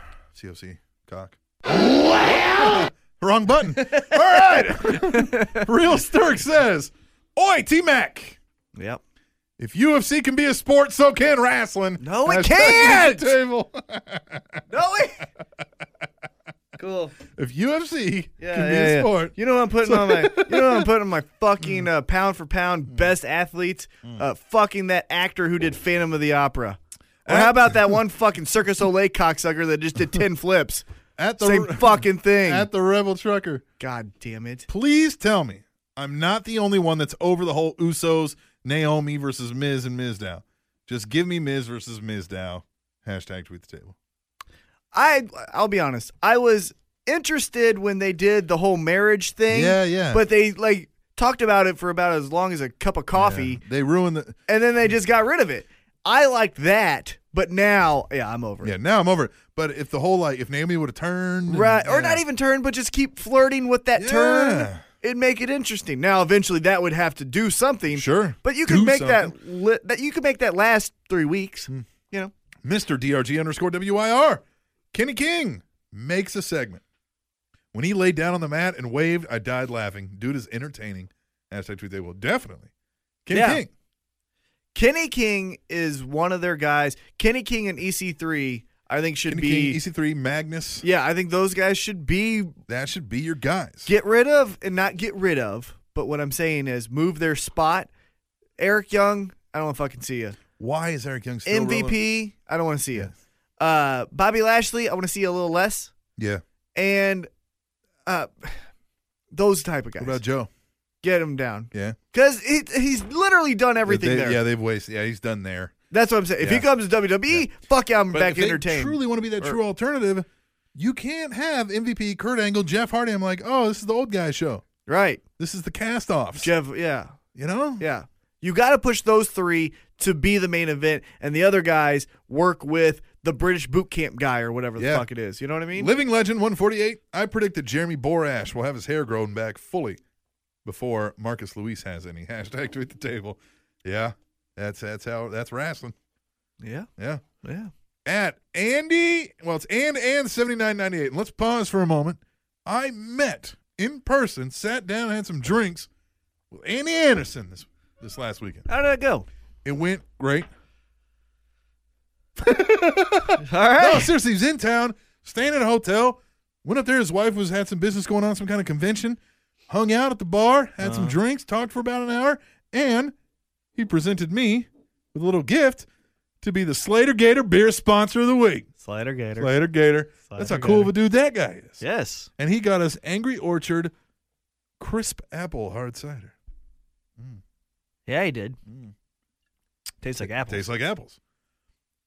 Speaker 2: COC, cock. Wrong button. All right. Real Sturk says, Oi, T Mac.
Speaker 1: Yep.
Speaker 2: If UFC can be a sport, so can wrestling.
Speaker 1: No, it
Speaker 2: Hashtag
Speaker 1: can't.
Speaker 2: the Table.
Speaker 1: No way. cool.
Speaker 2: if UFC
Speaker 1: Yeah,
Speaker 2: can be
Speaker 1: yeah,
Speaker 2: a
Speaker 1: yeah.
Speaker 2: sport, Mm.
Speaker 1: You know what I'm putting on my you know what I'm putting on my fucking uh, pound for pound best athletes uh, fucking that actor who did Phantom of the Opera. Or how about that one fucking Circus Olay cocksucker that just did 10 flips?
Speaker 2: at the
Speaker 1: Same fucking thing.
Speaker 2: at the Rebel Trucker.
Speaker 1: God damn it.
Speaker 2: Please tell me I'm not the only one that's over the whole Usos, Naomi versus Miz and Mizdow. Just give me Miz versus Mizdow. Hashtag tweet the table.
Speaker 1: I I'll be honest. I was interested when they did the whole marriage thing.
Speaker 2: Yeah, yeah.
Speaker 1: But they like talked about it for about as long as a cup of coffee.
Speaker 2: Yeah. They ruined the.
Speaker 1: and then they just got rid of it. I liked that, but now, yeah, I'm over it.
Speaker 2: Yeah, now I'm over it. But if the whole like, if Naomi would have turned, and-
Speaker 1: Right,
Speaker 2: yeah.
Speaker 1: or not even turn, but just keep flirting with that
Speaker 2: Yeah.
Speaker 1: turn. It'd make it interesting. Now, eventually, that would have to do something.
Speaker 2: Sure.
Speaker 1: but you
Speaker 2: Do
Speaker 1: could make that
Speaker 2: something. Hmm.
Speaker 1: li- that you could make that last three weeks. You know,
Speaker 2: Mr. DRG underscore WIR, Kenny King makes a segment. When he laid down on the mat and waved, I died laughing. Dude is entertaining. Hashtag tweet they will definitely. Kenny
Speaker 1: Yeah.
Speaker 2: King.
Speaker 1: Kenny King is one of their guys. Kenny King and EC3, E I think should
Speaker 2: Kenny
Speaker 1: be.
Speaker 2: King, E EC3, Magnus.
Speaker 1: yeah, I think those guys should be
Speaker 2: That should be your guys.
Speaker 1: get rid of and not get rid of. But what I'm saying is move their spot. Eric Young, I don't want to fucking see you.
Speaker 2: Why is Eric Young still relevant?
Speaker 1: MVP, I don't want to see you. Uh, Bobby Lashley, I want to see you a little less.
Speaker 2: Yeah.
Speaker 1: And uh, those type of guys.
Speaker 2: What about Joe?
Speaker 1: get him down.
Speaker 2: Yeah.
Speaker 1: Because he, he's literally done everything
Speaker 2: They-
Speaker 1: there.
Speaker 2: Yeah, they've wasted. Yeah, he's done there.
Speaker 1: That's what I'm saying. If he
Speaker 2: Yeah.
Speaker 1: comes to WWE, fuck yeah, I'm
Speaker 2: But
Speaker 1: back
Speaker 2: if they
Speaker 1: entertained.
Speaker 2: truly want to be that
Speaker 1: Or-
Speaker 2: true alternative, you can't have MVP, Kurt Angle, Jeff Hardy. I'm like, oh, this is the old guy show.
Speaker 1: right.
Speaker 2: This is the cast offs.
Speaker 1: Jeff, yeah.
Speaker 2: You know?
Speaker 1: Yeah. You got to push those three to be the main event, and the other guys work with the British boot camp guy or whatever the
Speaker 2: Yeah.
Speaker 1: fuck it is. You know what I mean?
Speaker 2: Living Legend 148. I predict that Jeremy Borash will have his hair grown back fully before Marcus Luis has any. Hashtag tweet the table. Yeah. That's that's how that's wrestling.
Speaker 1: yeah.
Speaker 2: Yeah.
Speaker 1: Yeah.
Speaker 2: At Andy, well, it's and and 7998. And let's pause for a moment. I met in person, sat down, had some drinks with Andy Anderson this this last weekend.
Speaker 1: How did that go?
Speaker 2: It went great.
Speaker 1: All right.
Speaker 2: No, seriously, he was in town, staying at a hotel. Went up there. His wife was had some business going on, some kind of convention. Hung out at the bar, had
Speaker 1: Uh-huh.
Speaker 2: some drinks, talked for about an hour, and he presented me with a little gift to be the Slater Gator beer sponsor of the week.
Speaker 1: Slider Gator.
Speaker 2: Slater Gator. That's how
Speaker 1: Slater
Speaker 2: cool of
Speaker 1: Gator.
Speaker 2: a dude that guy is.
Speaker 1: Yes.
Speaker 2: And he got us Angry Orchard crisp apple hard cider.
Speaker 1: Yeah, he did. Tastes like apple.
Speaker 2: Mm. Tastes like apples.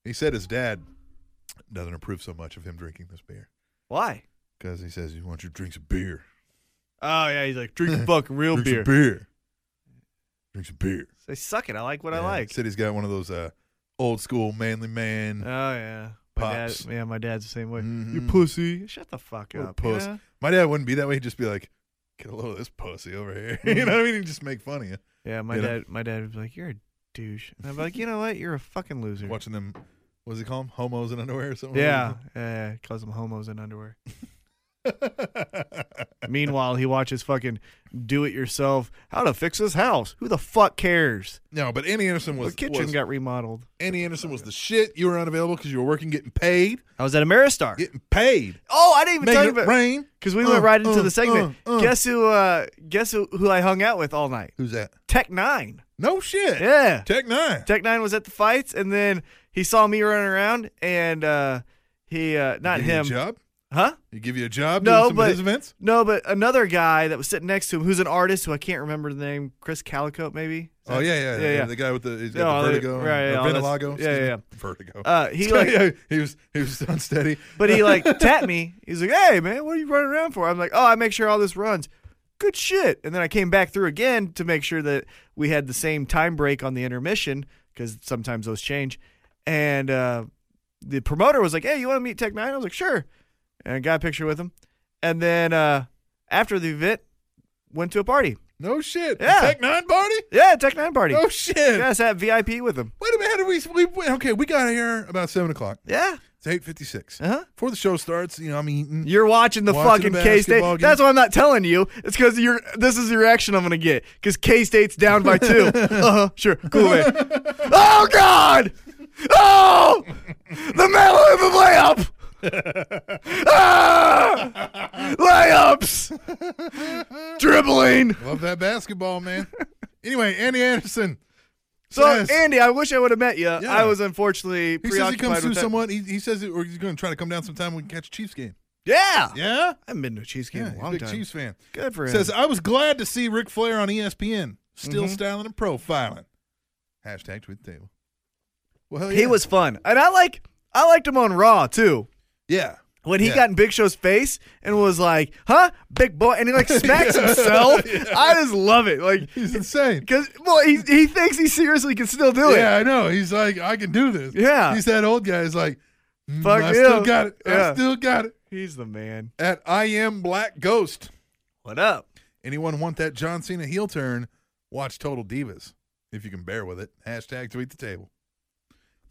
Speaker 2: He said his dad doesn't approve so much of him drinking this beer
Speaker 1: Why?
Speaker 2: because he says you want your drinks of beer.
Speaker 1: Oh yeah, he's like drink fucking real beer.
Speaker 2: Drink some beer. Drink some beer.
Speaker 1: Say suck it. I like what I
Speaker 2: Yeah,
Speaker 1: like.
Speaker 2: Said he's got one of those uh, old school manly man.
Speaker 1: Oh yeah. My dad,
Speaker 2: Pops.
Speaker 1: yeah, my dad's the same way. You
Speaker 2: Mhm.
Speaker 1: pussy. Shut the fuck
Speaker 2: little
Speaker 1: up.
Speaker 2: puss.
Speaker 1: Yeah.
Speaker 2: My dad wouldn't be that way. He'd just be like, "Get a load of this pussy over here."
Speaker 1: Mm-hmm.
Speaker 2: you know what I mean? He'd just make fun of you.
Speaker 1: Yeah, my
Speaker 2: You know?
Speaker 1: dad my dad was like, You're a douche. And I'm like, you know what? You're a fucking loser.
Speaker 2: Watching them, what does he call them? Homos in underwear or something?
Speaker 1: Yeah. Yeah, calls them homos in underwear. Meanwhile, he watches fucking do it yourself. How to fix this house. Who the fuck cares?
Speaker 2: no, but Annie Anderson
Speaker 1: The
Speaker 2: was,
Speaker 1: kitchen
Speaker 2: was
Speaker 1: got remodeled.
Speaker 2: Annie Anderson was the shit. You were unavailable because you were working, getting paid,
Speaker 1: I was at Ameristar.
Speaker 2: getting paid,
Speaker 1: Oh, I didn't even tell you
Speaker 2: making it
Speaker 1: about
Speaker 2: rain.
Speaker 1: Because we
Speaker 2: Uh,
Speaker 1: went right into
Speaker 2: uh,
Speaker 1: the segment.
Speaker 2: uh, uh.
Speaker 1: Guess who? Uh, guess who, who I hung out with all night?
Speaker 2: Who's that?
Speaker 1: Tech Nine.
Speaker 2: No shit.
Speaker 1: Yeah.
Speaker 2: Tech Nine.
Speaker 1: Tech Nine was at the fights, and then he saw me running around, and uh, he uh, not
Speaker 2: Give you a
Speaker 1: him,
Speaker 2: job?
Speaker 1: huh?
Speaker 2: You give you a job? doing
Speaker 1: No,
Speaker 2: some
Speaker 1: but
Speaker 2: of his events.
Speaker 1: no, but another guy that was sitting next to him, who's an artist who I can't remember the name, Chris Calicote, maybe. Is
Speaker 2: Oh
Speaker 1: that-
Speaker 2: yeah, yeah, yeah,
Speaker 1: yeah, yeah.
Speaker 2: The guy with the, he's
Speaker 1: Yeah,
Speaker 2: got
Speaker 1: all
Speaker 2: the
Speaker 1: the-
Speaker 2: vertigo, and-
Speaker 1: right, yeah,
Speaker 2: or
Speaker 1: all that's-
Speaker 2: vitiligo.
Speaker 1: yeah,
Speaker 2: excuse
Speaker 1: yeah,
Speaker 2: me. vertigo.
Speaker 1: Uh, he
Speaker 2: So,
Speaker 1: like,
Speaker 2: yeah, he was he was unsteady.
Speaker 1: but he like tapped me. He's like, "Hey man, what are you running around for?" I'm like, "Oh, I make sure all this runs." Good shit. And then I came back through again to make sure that we had the same time break on the intermission because sometimes those change. And uh, the promoter was like, "Hey, you want to meet Tech Nine? I was like, "Sure." And I got a picture with him. And then uh, after the event, went to a party.
Speaker 2: No shit. The
Speaker 1: Yeah.
Speaker 2: Tech Nine party.
Speaker 1: Yeah, Tech Nine party.
Speaker 2: No Oh, shit.
Speaker 1: Yes, had VIP with him.
Speaker 2: Wait a minute. How did we, we? we- Okay, we got here about seven o'clock.
Speaker 1: Yeah.
Speaker 2: It's eight fifty six.
Speaker 1: Uh-huh.
Speaker 2: Before the show starts, you know I'm eating.
Speaker 1: You're watching the fucking
Speaker 2: Watching the
Speaker 1: K State.
Speaker 2: basketball game.
Speaker 1: That's why I'm not telling you. It's because you're. This is the reaction I'm gonna get. Because K State's down by two. uh huh. Sure. Cool. Man. oh God. Oh, the middle of the layup. ah! Layups. Dribbling.
Speaker 2: Love that basketball, man. anyway, Andy Anderson.
Speaker 1: So
Speaker 2: says-
Speaker 1: Andy, I wish I would have met you.
Speaker 2: Yeah.
Speaker 1: I was unfortunately
Speaker 2: he says he
Speaker 1: preoccupied
Speaker 2: comes through
Speaker 1: with that.
Speaker 2: someone. He, he says it, or he's going to try to come down sometime. We can catch a Chiefs game.
Speaker 1: Yeah.
Speaker 2: Yeah.
Speaker 1: I haven't been to a Cheese Ah, game
Speaker 2: Yeah,
Speaker 1: in a
Speaker 2: he's a
Speaker 1: long
Speaker 2: big
Speaker 1: time.
Speaker 2: Chiefs fan.
Speaker 1: Good for him. Mm-hmm.
Speaker 2: Says, I was glad to see Ric Flair on E ESPN, still styling and profiling. Hashtag tweet the table. Well, hell "Oh, yeah.
Speaker 1: he was fun, and I like. I liked him on Raw too.
Speaker 2: Yeah.
Speaker 1: when he
Speaker 2: Yeah.
Speaker 1: got in Big Show's face and was like, "Huh, big boy," and he like smacks himself. I just love it, like
Speaker 2: He's insane.
Speaker 1: because well, he he thinks he seriously can still do
Speaker 2: Yeah, I know. He's like, I can do this.
Speaker 1: Yeah.
Speaker 2: He's that old guy. He's like, "Mm,
Speaker 1: Fuck
Speaker 2: I still
Speaker 1: you."
Speaker 2: got it.
Speaker 1: Yeah.
Speaker 2: I still got it.
Speaker 1: it. He's the man.
Speaker 2: At I am Black Ghost.
Speaker 1: What up?
Speaker 2: Anyone want that John Cena heel turn? Watch Total Divas if you can bear with it. Hashtag tweet the table.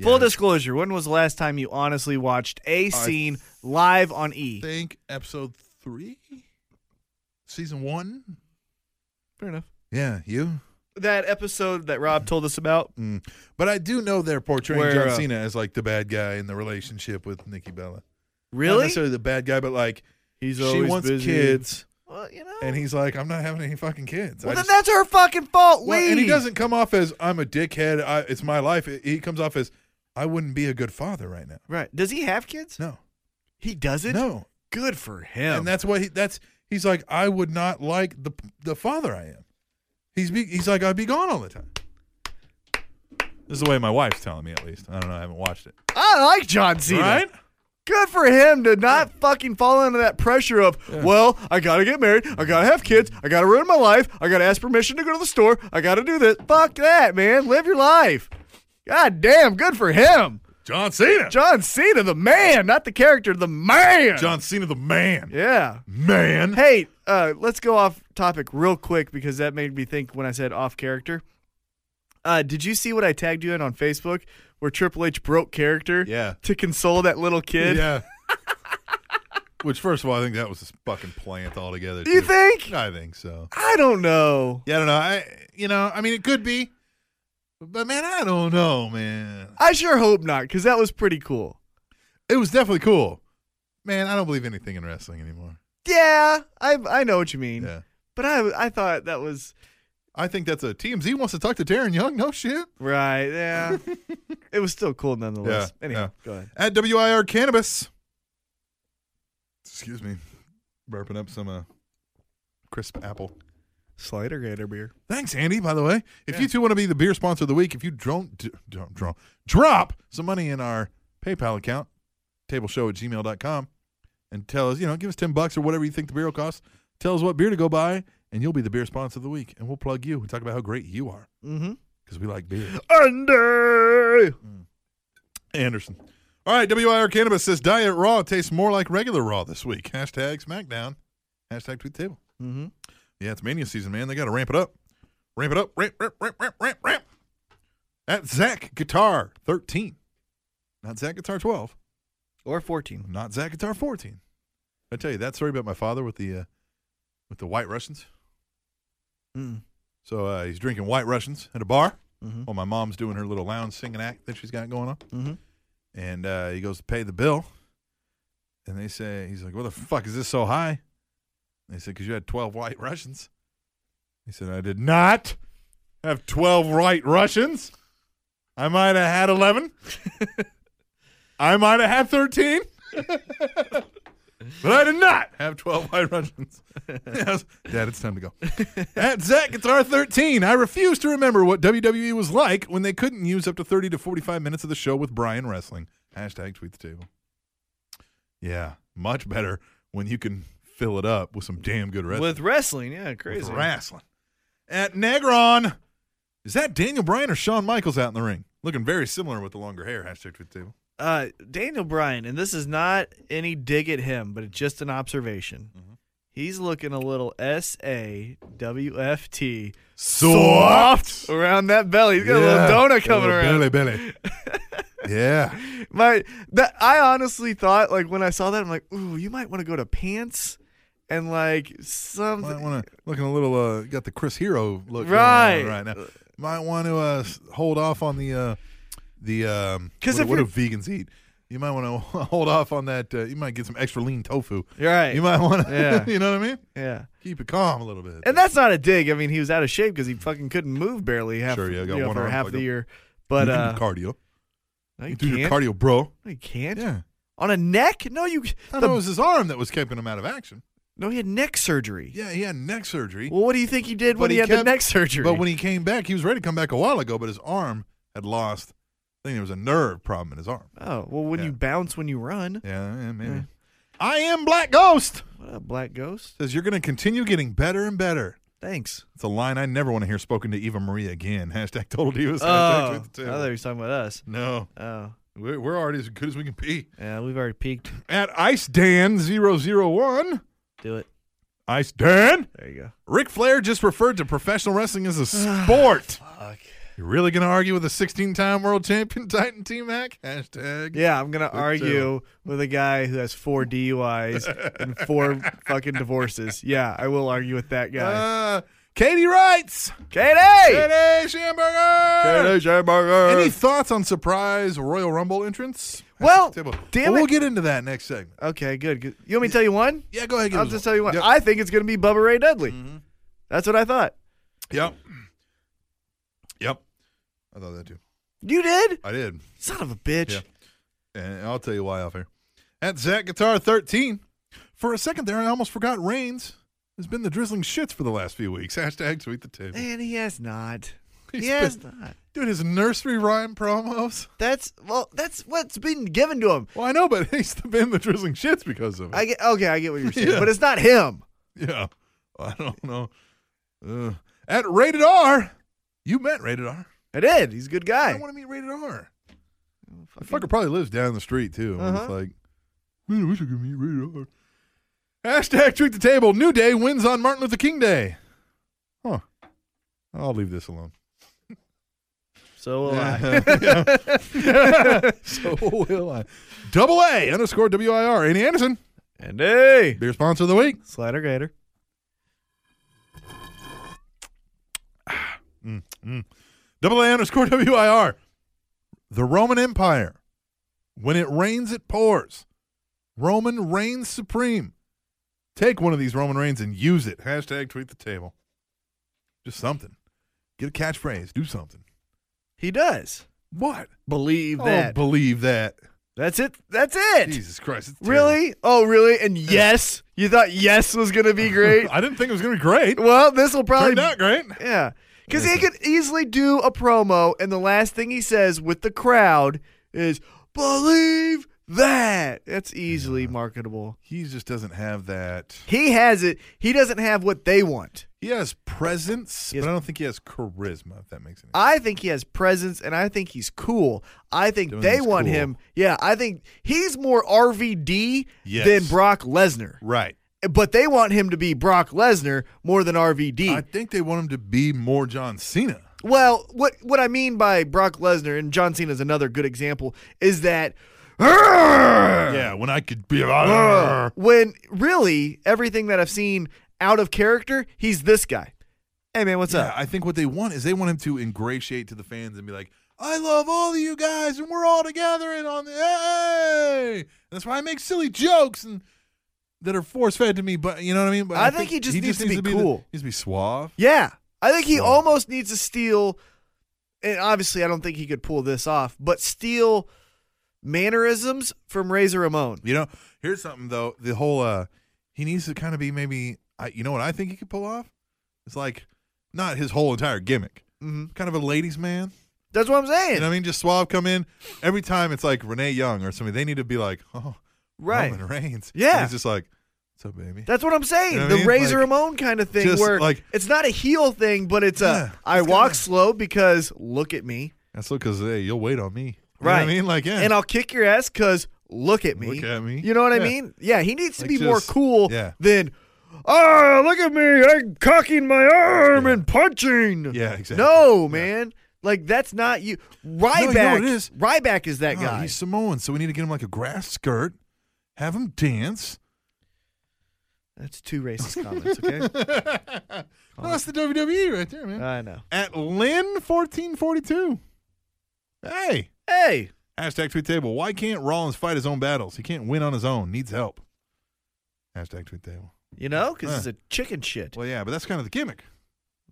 Speaker 1: Full
Speaker 2: Yeah.
Speaker 1: disclosure: When was the last time you honestly watched a scene live on E?
Speaker 2: think episode three, season one.
Speaker 1: Fair enough.
Speaker 2: Yeah, you.
Speaker 1: that episode that Rob told us about?
Speaker 2: But I do know they're portraying
Speaker 1: Where,
Speaker 2: John
Speaker 1: uh,
Speaker 2: Cena as like the bad guy in the relationship with Nikki Bella. Not
Speaker 1: Really?
Speaker 2: necessarily the bad guy, but like
Speaker 1: He's
Speaker 2: she wants kids,
Speaker 1: Well, you know.
Speaker 2: and he's like, I'm not having any fucking kids.
Speaker 1: well,
Speaker 2: I
Speaker 1: then
Speaker 2: just-
Speaker 1: that's her fucking fault.
Speaker 2: Well,
Speaker 1: Leave.
Speaker 2: and he doesn't come off as I'm a dickhead. I, it's my life. He comes off as I wouldn't be a good father right now.
Speaker 1: Right? Does he have kids?
Speaker 2: No,
Speaker 1: He doesn't.
Speaker 2: no,
Speaker 1: Good for him.
Speaker 2: and that's what he. That's he's like I would not like the the father I am. He's be, he's like I'd be gone all the time. This is the way my wife's telling me at least. I don't know. I haven't watched it.
Speaker 1: I like John Cena.
Speaker 2: Right?
Speaker 1: Good for him to not fucking fall under that pressure of, well, I gotta get married, I gotta have kids, I gotta ruin my life, I gotta ask permission to go to the store, I gotta do this. Fuck that, man. Live your life. God damn, good for him.
Speaker 2: John Cena. John,
Speaker 1: John Cena, the man, not the character, the man.
Speaker 2: Cena, the man.
Speaker 1: Yeah.
Speaker 2: Man.
Speaker 1: Hey, uh, let's go off topic real quick because that made me think when I said off character. Uh, did you see what I tagged you in on Facebook where Triple H broke character
Speaker 2: Yeah.
Speaker 1: to console that little kid?
Speaker 2: Yeah. Which, first of all, I think that was a fucking plant altogether.
Speaker 1: Do you
Speaker 2: too.
Speaker 1: think?
Speaker 2: I think so.
Speaker 1: I don't know.
Speaker 2: Yeah, I don't know. I you know, I mean it could be. But man, I don't know, man.
Speaker 1: I sure hope not, because that was pretty cool.
Speaker 2: It was definitely cool. Man, I don't believe anything in wrestling anymore.
Speaker 1: Yeah, I I know what you mean.
Speaker 2: Yeah.
Speaker 1: But I I thought that was
Speaker 2: I think that's a TMZ wants to talk to Darren Young. No shit.
Speaker 1: right. Yeah, it was still cool nonetheless.
Speaker 2: Yeah,
Speaker 1: Anyhow,
Speaker 2: yeah.
Speaker 1: go ahead.
Speaker 2: At WIR Cannabis. Excuse me. Burping up some uh, crisp apple.
Speaker 1: Slider Gator beer.
Speaker 2: Thanks, Andy. By the way, if you two want to be the beer sponsor of the week, if you don't, d- don't draw, drop some money in our PayPal account, tableshow at gmail.com, and tell us, you know, give us 10 bucks or whatever you think the beer will cost. Tell us what beer to go buy, and you'll be the beer sponsor of the week. And we'll plug you and talk about how great you are
Speaker 1: Mm-hmm.
Speaker 2: because we like beer.
Speaker 1: Under.
Speaker 2: Anderson. All right, WIR Cannabis says Diet Raw tastes more like regular Raw this week. Hashtag SmackDown. Hashtag Tweet the Table.
Speaker 1: Mm-hmm.
Speaker 2: Yeah, it's mania season, man. They got to ramp it up. Ramp it up. Ramp, ramp, ramp, ramp, ramp, ramp. At Zach Guitar 13. Not Zach Guitar 12.
Speaker 1: Or fourteen.
Speaker 2: Not Zach Guitar 14. I tell you, that story about my father with the uh, with the White Russians.
Speaker 1: Mm.
Speaker 2: So uh, he's drinking White Russians at a bar
Speaker 1: Mhm.
Speaker 2: while my mom's doing her little lounge singing act that she's got going on.
Speaker 1: Mhm.
Speaker 2: And uh, he goes to pay the bill. And they say, he's like, what the fuck is this so high? They said, because you had 12 white Russians. He said, I did not have 12 white Russians. I might have had 11. I might have had 13. but I did not have 12 white Russians. Yes. Dad, it's time to go. At Zach Guitar 13, I refuse to remember what WWE was like when they couldn't use up to 30 to 45 minutes of the show with Brian wrestling. Hashtag tweet the table. Yeah, much better when you can fill it up with some damn good wrestling.
Speaker 1: With wrestling, yeah,
Speaker 2: With
Speaker 1: crazy.
Speaker 2: wrestling. At Negron, is that Daniel Bryan or Shawn Michaels out in the ring? Looking very similar with the longer hair. Hashtag tweet the table.
Speaker 1: uh, Daniel Bryan, and this is not any dig at him, but it's just an observation.
Speaker 2: Mm-hmm.
Speaker 1: He's looking a little S A W F T
Speaker 2: Soft.
Speaker 1: around that belly. He's got a little donut coming around.
Speaker 2: Billy, Billy. yeah.
Speaker 1: My that I honestly thought like when I saw that I'm like, ooh, you might want to go to pants and like
Speaker 2: Might
Speaker 1: something.
Speaker 2: want to looking a little. Uh, got the Chris Hero look going on
Speaker 1: Right.
Speaker 2: right now. Might want to uh, s- hold off on the uh, the um.
Speaker 1: 'Cause
Speaker 2: what,
Speaker 1: if
Speaker 2: what do
Speaker 1: you're-
Speaker 2: vegans eat? You might want to hold off on that. Uh, you might get some extra lean tofu.
Speaker 1: You're right.
Speaker 2: You might want to.
Speaker 1: Yeah.
Speaker 2: you know what I mean?
Speaker 1: yeah.
Speaker 2: Keep it calm a little bit.
Speaker 1: And that's not a dig. I mean, he was out of shape because he fucking couldn't move barely half,
Speaker 2: Sure, yeah, I got
Speaker 1: you know,
Speaker 2: one
Speaker 1: for
Speaker 2: arm,
Speaker 1: half
Speaker 2: like
Speaker 1: the
Speaker 2: a-
Speaker 1: year.
Speaker 2: You
Speaker 1: But
Speaker 2: can do
Speaker 1: uh,
Speaker 2: cardio.
Speaker 1: no,
Speaker 2: You
Speaker 1: you
Speaker 2: do your
Speaker 1: can't.
Speaker 2: cardio, bro.
Speaker 1: No, you can't.
Speaker 2: Yeah.
Speaker 1: On a neck? No, you.
Speaker 2: I
Speaker 1: the-
Speaker 2: thought it was his arm that was keeping him out of action.
Speaker 1: no, he had neck surgery.
Speaker 2: Yeah, he had neck surgery.
Speaker 1: Well, what do you think he did when
Speaker 2: But
Speaker 1: he,
Speaker 2: he
Speaker 1: had
Speaker 2: kept-
Speaker 1: the neck surgery?
Speaker 2: But when he came back, he was ready to come back a while ago, but his arm had lost. I think there was a nerve problem in his arm.
Speaker 1: oh, well, when
Speaker 2: Yeah.
Speaker 1: you bounce when you run.
Speaker 2: Yeah, yeah maybe.
Speaker 1: Yeah.
Speaker 2: I am Black Ghost.
Speaker 1: What up, Black Ghost?
Speaker 2: Says you're going to continue getting better and better.
Speaker 1: Thanks.
Speaker 2: It's a line I never want to hear spoken to Eva Marie again. Hashtag total divas.
Speaker 1: Oh,
Speaker 2: hashtag
Speaker 1: I
Speaker 2: tweet
Speaker 1: thought
Speaker 2: the
Speaker 1: you
Speaker 2: two.
Speaker 1: were talking about us.
Speaker 2: No,
Speaker 1: Oh,
Speaker 2: we're, we're already as good as we can be.
Speaker 1: yeah, we've already peaked.
Speaker 2: At Ice Dan 001.
Speaker 1: Do it.
Speaker 2: Ice Dan.
Speaker 1: There you go.
Speaker 2: Ric Flair just referred to professional wrestling as a sport. You're really going to argue with a 16 time world champion Titan T Mac? Hashtag.
Speaker 1: Yeah, I'm gonna
Speaker 2: too.
Speaker 1: argue with a guy who has four DUIs and four fucking divorces. Yeah, I will argue with that guy.
Speaker 2: Uh, Katie writes.
Speaker 1: Katie!
Speaker 2: Katie Schamberger.
Speaker 1: Schamberger.
Speaker 2: Any thoughts on surprise Royal Rumble entrance? At
Speaker 1: Well,
Speaker 2: the table?
Speaker 1: damn
Speaker 2: Well, We'll
Speaker 1: it.
Speaker 2: get into that next segment.
Speaker 1: okay, good, good. You want me to tell you one?
Speaker 2: Yeah, Mm-hmm. go ahead.
Speaker 1: I'll just tell you one.
Speaker 2: Yep.
Speaker 1: I think it's going to be Bubba Ray Dudley. That's what I thought.
Speaker 2: Yep. Yep. I thought that too.
Speaker 1: You did?
Speaker 2: I did.
Speaker 1: Son of a bitch.
Speaker 2: Yeah. And I'll tell you why off here. At Zach Guitar 13, for a second there, I almost forgot Reigns has been the drizzling shits for the last few weeks. Hashtag tweet the table.
Speaker 1: And he has not.
Speaker 2: He's
Speaker 1: he has
Speaker 2: been
Speaker 1: not.
Speaker 2: doing his nursery rhyme promos.
Speaker 1: That's well. That's what's been given to him.
Speaker 2: Well, I know, but he's been the drizzling shits because of it.
Speaker 1: I get okay. I get what you're saying,
Speaker 2: Yeah.
Speaker 1: but it's not him.
Speaker 2: yeah. I don't know. Uh, at Rated R, you met Rated R.
Speaker 1: I did. He's a good
Speaker 2: I
Speaker 1: guy.
Speaker 2: want to meet Rated R. The fucker probably lives down the street too. I'm just
Speaker 1: Uh-huh.
Speaker 2: like, man, I wish I could meet Rated R. Hashtag tweet the table. New day wins on Martin Luther King Day. Huh. I'll leave this alone.
Speaker 1: So will I.
Speaker 2: So will I. Double A underscore W I R. Annie Anderson,
Speaker 1: And hey,
Speaker 2: beer sponsor of the week.
Speaker 1: Slider Gator.
Speaker 2: Double A underscore W I R. The Roman Empire. When it rains, it pours. Roman reigns supreme. Take one of these Roman reigns and use it. Hashtag tweet the table. Just something. Get a catchphrase. Do something.
Speaker 1: He does
Speaker 2: What?
Speaker 1: believe
Speaker 2: Oh,
Speaker 1: that.
Speaker 2: believe that.
Speaker 1: that's it. That's it.
Speaker 2: Jesus Christ. it's terrible.
Speaker 1: Really? Oh, really? And yes, you thought yes was gonna be great.
Speaker 2: I didn't think it was going to be great.
Speaker 1: well, this will probably
Speaker 2: Turned out great.
Speaker 1: yeah, because he could easily do a promo, and the last thing he says with the crowd is "believe that." That's easily marketable.
Speaker 2: He just doesn't have that.
Speaker 1: He has it. He doesn't have what they want.
Speaker 2: He has presence,
Speaker 1: He has-
Speaker 2: but I don't think he has charisma, if that makes any sense.
Speaker 1: I think he has presence and I think he's cool. I think
Speaker 2: Doing
Speaker 1: they
Speaker 2: this
Speaker 1: want
Speaker 2: cool.
Speaker 1: him. Yeah, I think he's more RVD
Speaker 2: Yes.
Speaker 1: than Brock Lesnar.
Speaker 2: Right.
Speaker 1: But they want him to be Brock Lesnar more than RVD.
Speaker 2: I think they want him to be more John Cena.
Speaker 1: Well, what what I mean by Brock Lesnar and John Cena is another good example is that "Arrgh!"
Speaker 2: Yeah, when I could be
Speaker 1: when really everything that I've seen out of character, he's this guy. Hey man, what's
Speaker 2: Yeah,
Speaker 1: up?
Speaker 2: I think what they want is they want him to ingratiate to the fans and be like, "I love all of you guys, and we're all together and on the hey." And that's why I make silly jokes and that are force fed to me. But you know what I mean. But
Speaker 1: I think he just needs to be
Speaker 2: the-
Speaker 1: cool.
Speaker 2: he needs to be suave.
Speaker 1: Yeah. I think he
Speaker 2: Wow.
Speaker 1: almost needs to steal and obviously I don't think he could pull this off, but steal mannerisms from Razor Ramon.
Speaker 2: You know, here's something though. The whole uh he needs to kind of be maybe. I, you know what I think he could pull off? It's like not his whole entire gimmick.
Speaker 1: Mhm.
Speaker 2: Kind of a ladies' man.
Speaker 1: That's what I'm saying.
Speaker 2: You know what I mean? Just suave come in. Every time it's like Renee Young or somebody. They need to be like, oh,
Speaker 1: right.
Speaker 2: Roman Reigns.
Speaker 1: Yeah.
Speaker 2: And he's just like, what's up, baby?
Speaker 1: That's what I'm saying.
Speaker 2: You know what
Speaker 1: the
Speaker 2: I mean?
Speaker 1: Razor
Speaker 2: Like,
Speaker 1: Ramon kind of thing
Speaker 2: just
Speaker 1: where
Speaker 2: like-
Speaker 1: it's not a heel thing, but it's
Speaker 2: Yeah,
Speaker 1: a I
Speaker 2: it's
Speaker 1: walk
Speaker 2: kinda-
Speaker 1: slow because look at me.
Speaker 2: That's because, hey, you'll wait on me. You know what
Speaker 1: Right.
Speaker 2: I mean? Like, yeah.
Speaker 1: And I'll kick your ass because look at me.
Speaker 2: Look at me.
Speaker 1: You know what I
Speaker 2: Yeah.
Speaker 1: mean? Yeah, he needs to
Speaker 2: Like
Speaker 1: be more
Speaker 2: just-
Speaker 1: cool
Speaker 2: yeah.
Speaker 1: than, oh, look at me. I'm cocking my arm
Speaker 2: Yeah.
Speaker 1: and punching.
Speaker 2: yeah, exactly.
Speaker 1: No,
Speaker 2: Yeah.
Speaker 1: man. Like that's not you.
Speaker 2: you know
Speaker 1: Ryback
Speaker 2: what it is?
Speaker 1: Ryback is that
Speaker 2: No,
Speaker 1: guy.
Speaker 2: Oh, He's Samoan, so we need to get him like a grass skirt, have him dance.
Speaker 1: That's two racist comments, okay?
Speaker 2: No, that's the WWE right there, man.
Speaker 1: I know.
Speaker 2: At Lynn1442. Hey.
Speaker 1: Hey,
Speaker 2: Hashtag tweet table. Why can't Rollins fight his own battles? He can't win on his own. Needs help. Hashtag tweet table.
Speaker 1: you know, because
Speaker 2: Huh.
Speaker 1: he's a chicken shit.
Speaker 2: Well, yeah, but that's kind of the gimmick.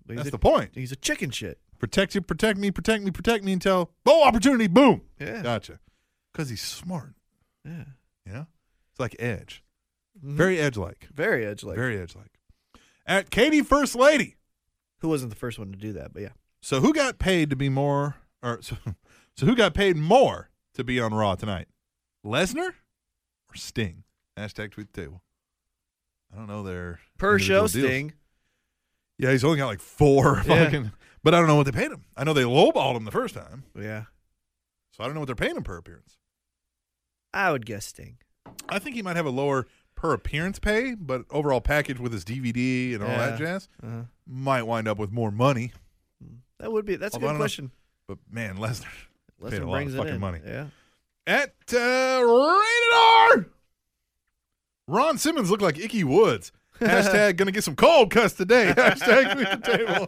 Speaker 1: He's
Speaker 2: That's
Speaker 1: a-
Speaker 2: the point.
Speaker 1: He's a chicken shit.
Speaker 2: Protect you, protect me, protect me, protect me until oh opportunity, boom.
Speaker 1: Yeah.
Speaker 2: Gotcha. Because he's smart.
Speaker 1: Yeah.
Speaker 2: You know? It's like edge.
Speaker 1: Mhm.
Speaker 2: Very edge like.
Speaker 1: Very edge like.
Speaker 2: Very edge like. At Katie First Lady.
Speaker 1: Who wasn't the first one to do that? But yeah.
Speaker 2: So who got paid to be more or so, so who got paid more to be on Raw tonight? Lesnar or Sting? Hashtag tweet the table. I don't know their
Speaker 1: Per show
Speaker 2: individual deals.
Speaker 1: sting.
Speaker 2: Yeah, he's only got like four
Speaker 1: Yeah.
Speaker 2: fucking but I don't know what they paid him. I know they lowballed him the first time,
Speaker 1: Yeah.
Speaker 2: so I don't know what they're paying him per appearance.
Speaker 1: I would guess sting.
Speaker 2: I think he might have a lower per appearance pay, but overall package with his DVD and all
Speaker 1: Yeah.
Speaker 2: that jazz
Speaker 1: Uh-huh.
Speaker 2: might wind up with more money.
Speaker 1: That would be. That's
Speaker 2: Although
Speaker 1: a
Speaker 2: I don't
Speaker 1: good
Speaker 2: know.
Speaker 1: question.
Speaker 2: But man, Lesnar
Speaker 1: Lesnar
Speaker 2: Paid a lot of
Speaker 1: brings it
Speaker 2: fucking
Speaker 1: in.
Speaker 2: money.
Speaker 1: Yeah.
Speaker 2: at uh, rated R. Ron Simmons looked like Icky Woods. Hashtag gonna get some cold cuts today. Hashtag tweet the table.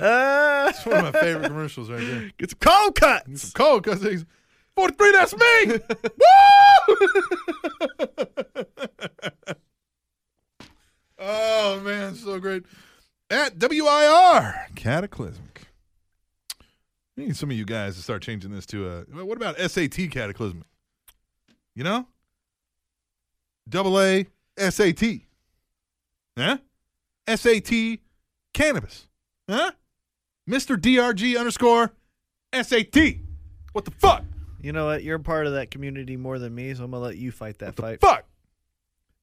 Speaker 1: Uh,
Speaker 2: it's one of my favorite commercials right there.
Speaker 1: it's cold
Speaker 2: Get
Speaker 1: cuts.
Speaker 2: some cold cuts. He's, 43, that's me. Woo! oh, man, so great. At WIR, Cataclysmic. I need some of you guys to start changing this to a. well, What about SAT Cataclysmic? You know? Double A SAT. Huh? SAT Cannabis. Huh? Mr. DRG underscore SAT. What the fuck?
Speaker 1: You know what? You're part of that community more than me, so I'm gonna let you fight that fight.
Speaker 2: Fuck.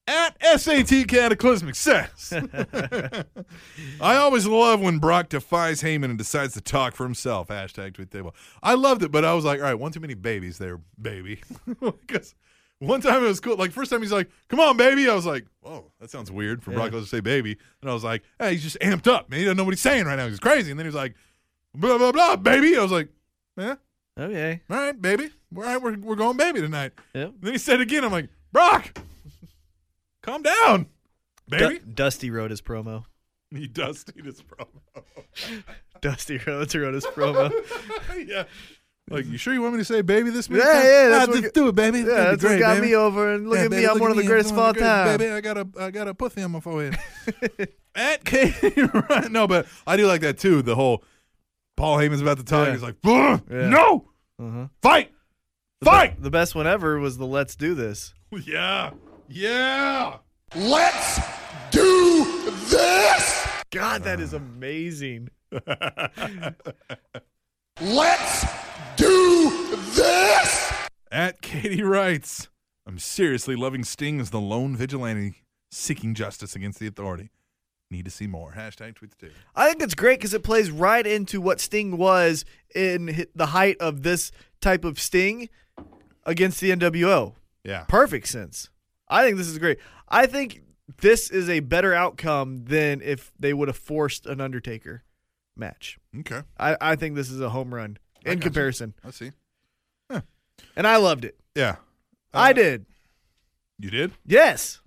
Speaker 2: At SAT Cataclysmic says. I always love when Brock defies Heyman and decides to talk for himself. Hashtag tweet table. I loved it, but I was like, all right, one too many babies there, baby. Because one time it was cool. Like, first time he's like, come on, baby. I was like, whoa, that sounds weird for Brock Lesnar to say baby. And I was like, hey, he's just amped up, man. He doesn't know what he's saying right now. He's crazy. And then he was like, blah, blah, blah, baby. I was like, eh,
Speaker 1: Okay.
Speaker 2: all right, baby. All right, we're, we're going baby tonight.
Speaker 1: Yep.
Speaker 2: Then he said again, I'm like, Brock, calm down, baby.
Speaker 1: Du- Dusty wrote his promo.
Speaker 2: he does need his promo.
Speaker 1: Dusty Rhodes wrote his promo.
Speaker 2: yeah. Like, you sure you want me to say baby this week?
Speaker 1: Yeah, yeah, that's what-
Speaker 2: just do it, baby. It's
Speaker 1: yeah,
Speaker 2: gonna be
Speaker 1: that's what
Speaker 2: great,
Speaker 1: got
Speaker 2: baby.
Speaker 1: me over. And look
Speaker 2: Yeah,
Speaker 1: at
Speaker 2: baby,
Speaker 1: me, I'm
Speaker 2: look
Speaker 1: one
Speaker 2: at
Speaker 1: of the
Speaker 2: me,
Speaker 1: greatest
Speaker 2: I'm
Speaker 1: of all
Speaker 2: one the
Speaker 1: time.
Speaker 2: greatest, Baby, I got a, I got a pussy on my forehead. At K, right? No, but I do like that too. The whole Paul Heyman's about to talk.
Speaker 1: Yeah.
Speaker 2: He's like, "Ugh,
Speaker 1: Yeah.
Speaker 2: no,
Speaker 1: Uh-huh.
Speaker 2: fight,
Speaker 1: The,
Speaker 2: fight.
Speaker 1: be- the best one ever was the Let's Do This.
Speaker 2: Yeah. Yeah.
Speaker 5: Let's do this!
Speaker 1: God, that
Speaker 2: Ah.
Speaker 1: is amazing.
Speaker 5: Let's do this!
Speaker 2: At Katie writes, I'm seriously loving Sting as the lone vigilante seeking justice against the authority. Need to see more. Hashtag tweet the table.
Speaker 1: I think it's great because it plays right into what Sting was in hi- the height of this type of Sting against the NWO.
Speaker 2: Yeah.
Speaker 1: Perfect sense. I think this is great. I think this is a better outcome than if they would have forced an Undertaker match.
Speaker 2: Okay.
Speaker 1: I, I think this is a home run
Speaker 2: I
Speaker 1: in
Speaker 2: gotcha.
Speaker 1: comparison.
Speaker 2: I see.
Speaker 1: And I loved it.
Speaker 2: Yeah.
Speaker 1: I did.
Speaker 2: Uh, You did?
Speaker 1: Yes.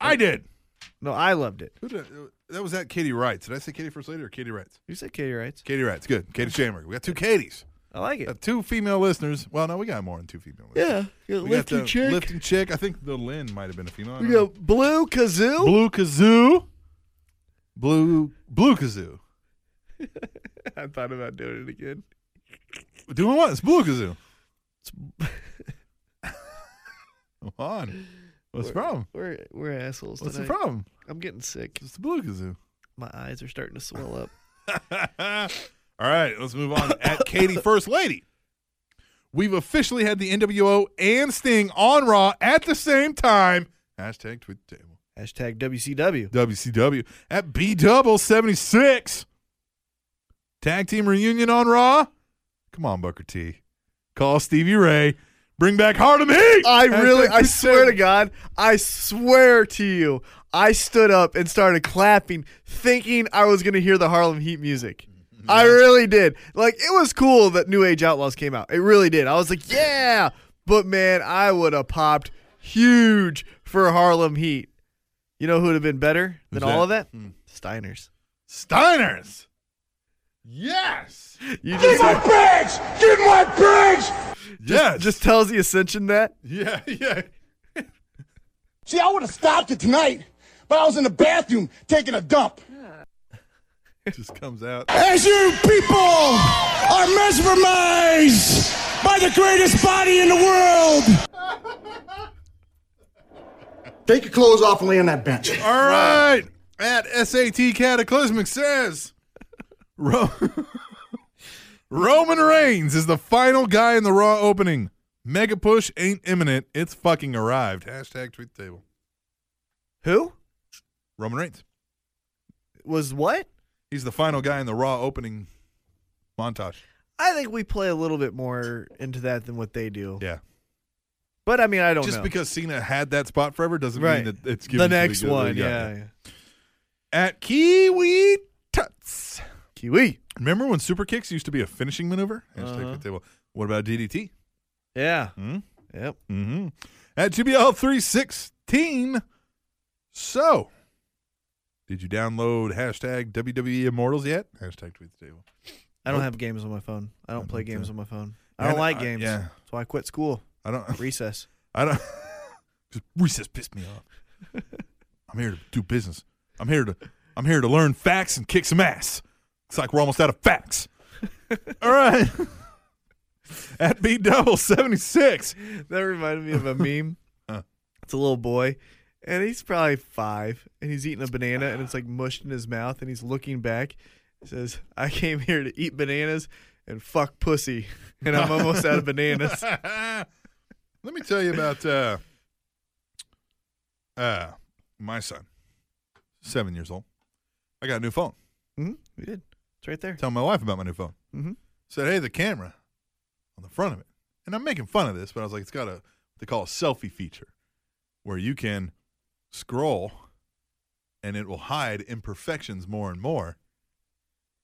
Speaker 2: I did.
Speaker 1: No, I loved it.
Speaker 2: Who did that was at Katie Wrights. Did I say Katie first lady or Katie Wrights?
Speaker 1: You said Katie Wrights.
Speaker 2: Katie Wrights. Good. Katie Shammer. We got two Katies.
Speaker 1: I like
Speaker 2: We
Speaker 1: it.
Speaker 2: got Uh, two female listeners. Well, no, we got more than two female listeners.
Speaker 1: Yeah.
Speaker 2: We
Speaker 1: Lift
Speaker 2: got
Speaker 1: your
Speaker 2: the
Speaker 1: chick.
Speaker 2: Lifting chick. I think the Lynn might have been a female. I
Speaker 1: we
Speaker 2: don't know.
Speaker 1: got Blue Kazoo.
Speaker 2: Blue Kazoo. Blue Blue Kazoo.
Speaker 1: I thought about doing it again.
Speaker 2: Doing what? It's Blue Kazoo. Come on. What's the problem?
Speaker 1: We're we're assholes.
Speaker 2: What's the
Speaker 1: tonight.
Speaker 2: problem?
Speaker 1: I'm getting sick.
Speaker 2: It's the Blue Kazoo.
Speaker 1: My eyes are starting to swell up.
Speaker 2: All right, let's move on. At Katie First Lady. We've officially had the NWO and Sting on Raw at the same time. Hashtag tweet the table.
Speaker 1: Hashtag WCW.
Speaker 2: WCW at B double 76. Tag team reunion on Raw. Come on, Booker T. Call Stevie Ray. Bring back Hardem Heat.
Speaker 1: I really,
Speaker 2: Hashtag
Speaker 1: I
Speaker 2: Chris
Speaker 1: swear to
Speaker 2: Sabin.
Speaker 1: God, I swear to you, I stood up and started clapping, thinking I was going to hear the Harlem Heat music. I really did. Like, it was cool that New Age Outlaws came out. It really did. I was like, yeah. But man, I would have popped huge for Harlem Heat. You know who would have been better than
Speaker 2: Who's
Speaker 1: all of
Speaker 2: that? Hmm.
Speaker 1: that? Steiners.
Speaker 2: Steiners. Yes.
Speaker 1: You just,
Speaker 5: Briggs! Get my Briggs!
Speaker 2: Yes.
Speaker 1: just tells the Ascension that.
Speaker 2: yeah, yeah.
Speaker 5: See, I would have stopped it tonight, but I was in the bathroom taking a dump.
Speaker 2: Just comes out.
Speaker 5: As you people are mesmerized by the greatest body in the world. Take your clothes off and lay on that bench.
Speaker 2: All right. At SAT Cataclysmic says Ro- Roman Reigns is the final guy in the Raw opening. Mega push ain't imminent. It's fucking arrived. Hashtag tweet the table.
Speaker 1: Who?
Speaker 2: Roman Reigns.
Speaker 1: Was what?
Speaker 2: He's the final guy in the Raw opening montage.
Speaker 1: I think we play a little bit more into that than what they do.
Speaker 2: Yeah.
Speaker 1: But I mean, I don't
Speaker 2: Just
Speaker 1: know.
Speaker 2: because Cena had that spot forever doesn't
Speaker 1: Right.
Speaker 2: mean that it's given
Speaker 1: the
Speaker 2: to
Speaker 1: next
Speaker 2: guy that
Speaker 1: one,
Speaker 2: got
Speaker 1: yeah,
Speaker 2: it.
Speaker 1: yeah.
Speaker 2: At Kiwi Tuts.
Speaker 1: Kiwi.
Speaker 2: Remember when super kicks used to be a finishing maneuver? Hashtag
Speaker 1: Uh-huh.
Speaker 2: tweet the table. What about DDT?
Speaker 1: Yeah.
Speaker 2: Hmm?
Speaker 1: Yep.
Speaker 2: Mm-hmm. At GBL 316, So, did you download hashtag WWE Immortals yet? Hashtag tweet the table.
Speaker 1: I don't have games on my phone. I don't play games on my phone. I
Speaker 2: Yeah,
Speaker 1: don't
Speaker 2: I-
Speaker 1: like
Speaker 2: I-
Speaker 1: games.
Speaker 2: yeah.
Speaker 1: That's why I quit school.
Speaker 2: I don't.
Speaker 1: Recess.
Speaker 2: I don't. Just recess pissed me off. I'm here to do business. I'm here to. I'm here to learn facts and kick some ass. Looks like we're almost out of facts. All right. At B double seventy six.
Speaker 1: That reminded me of a meme.
Speaker 2: Huh.
Speaker 1: It's a little boy, and he's probably five, and he's eating a banana, and it's like mushed in his mouth, and he's looking back. He says, "I came here to eat bananas and fuck pussy, and I'm almost out of bananas."
Speaker 2: Let me tell you about uh, uh, my son, seven years old. I got a new phone.
Speaker 1: hmm We did. It's right there.
Speaker 2: Telling my wife about my new phone.
Speaker 1: Mhm.
Speaker 2: Said, hey, the camera on the front of it. And I'm making fun of this, but I was like, it's got a what they call a selfie feature, where you can scroll, and it will hide imperfections more and more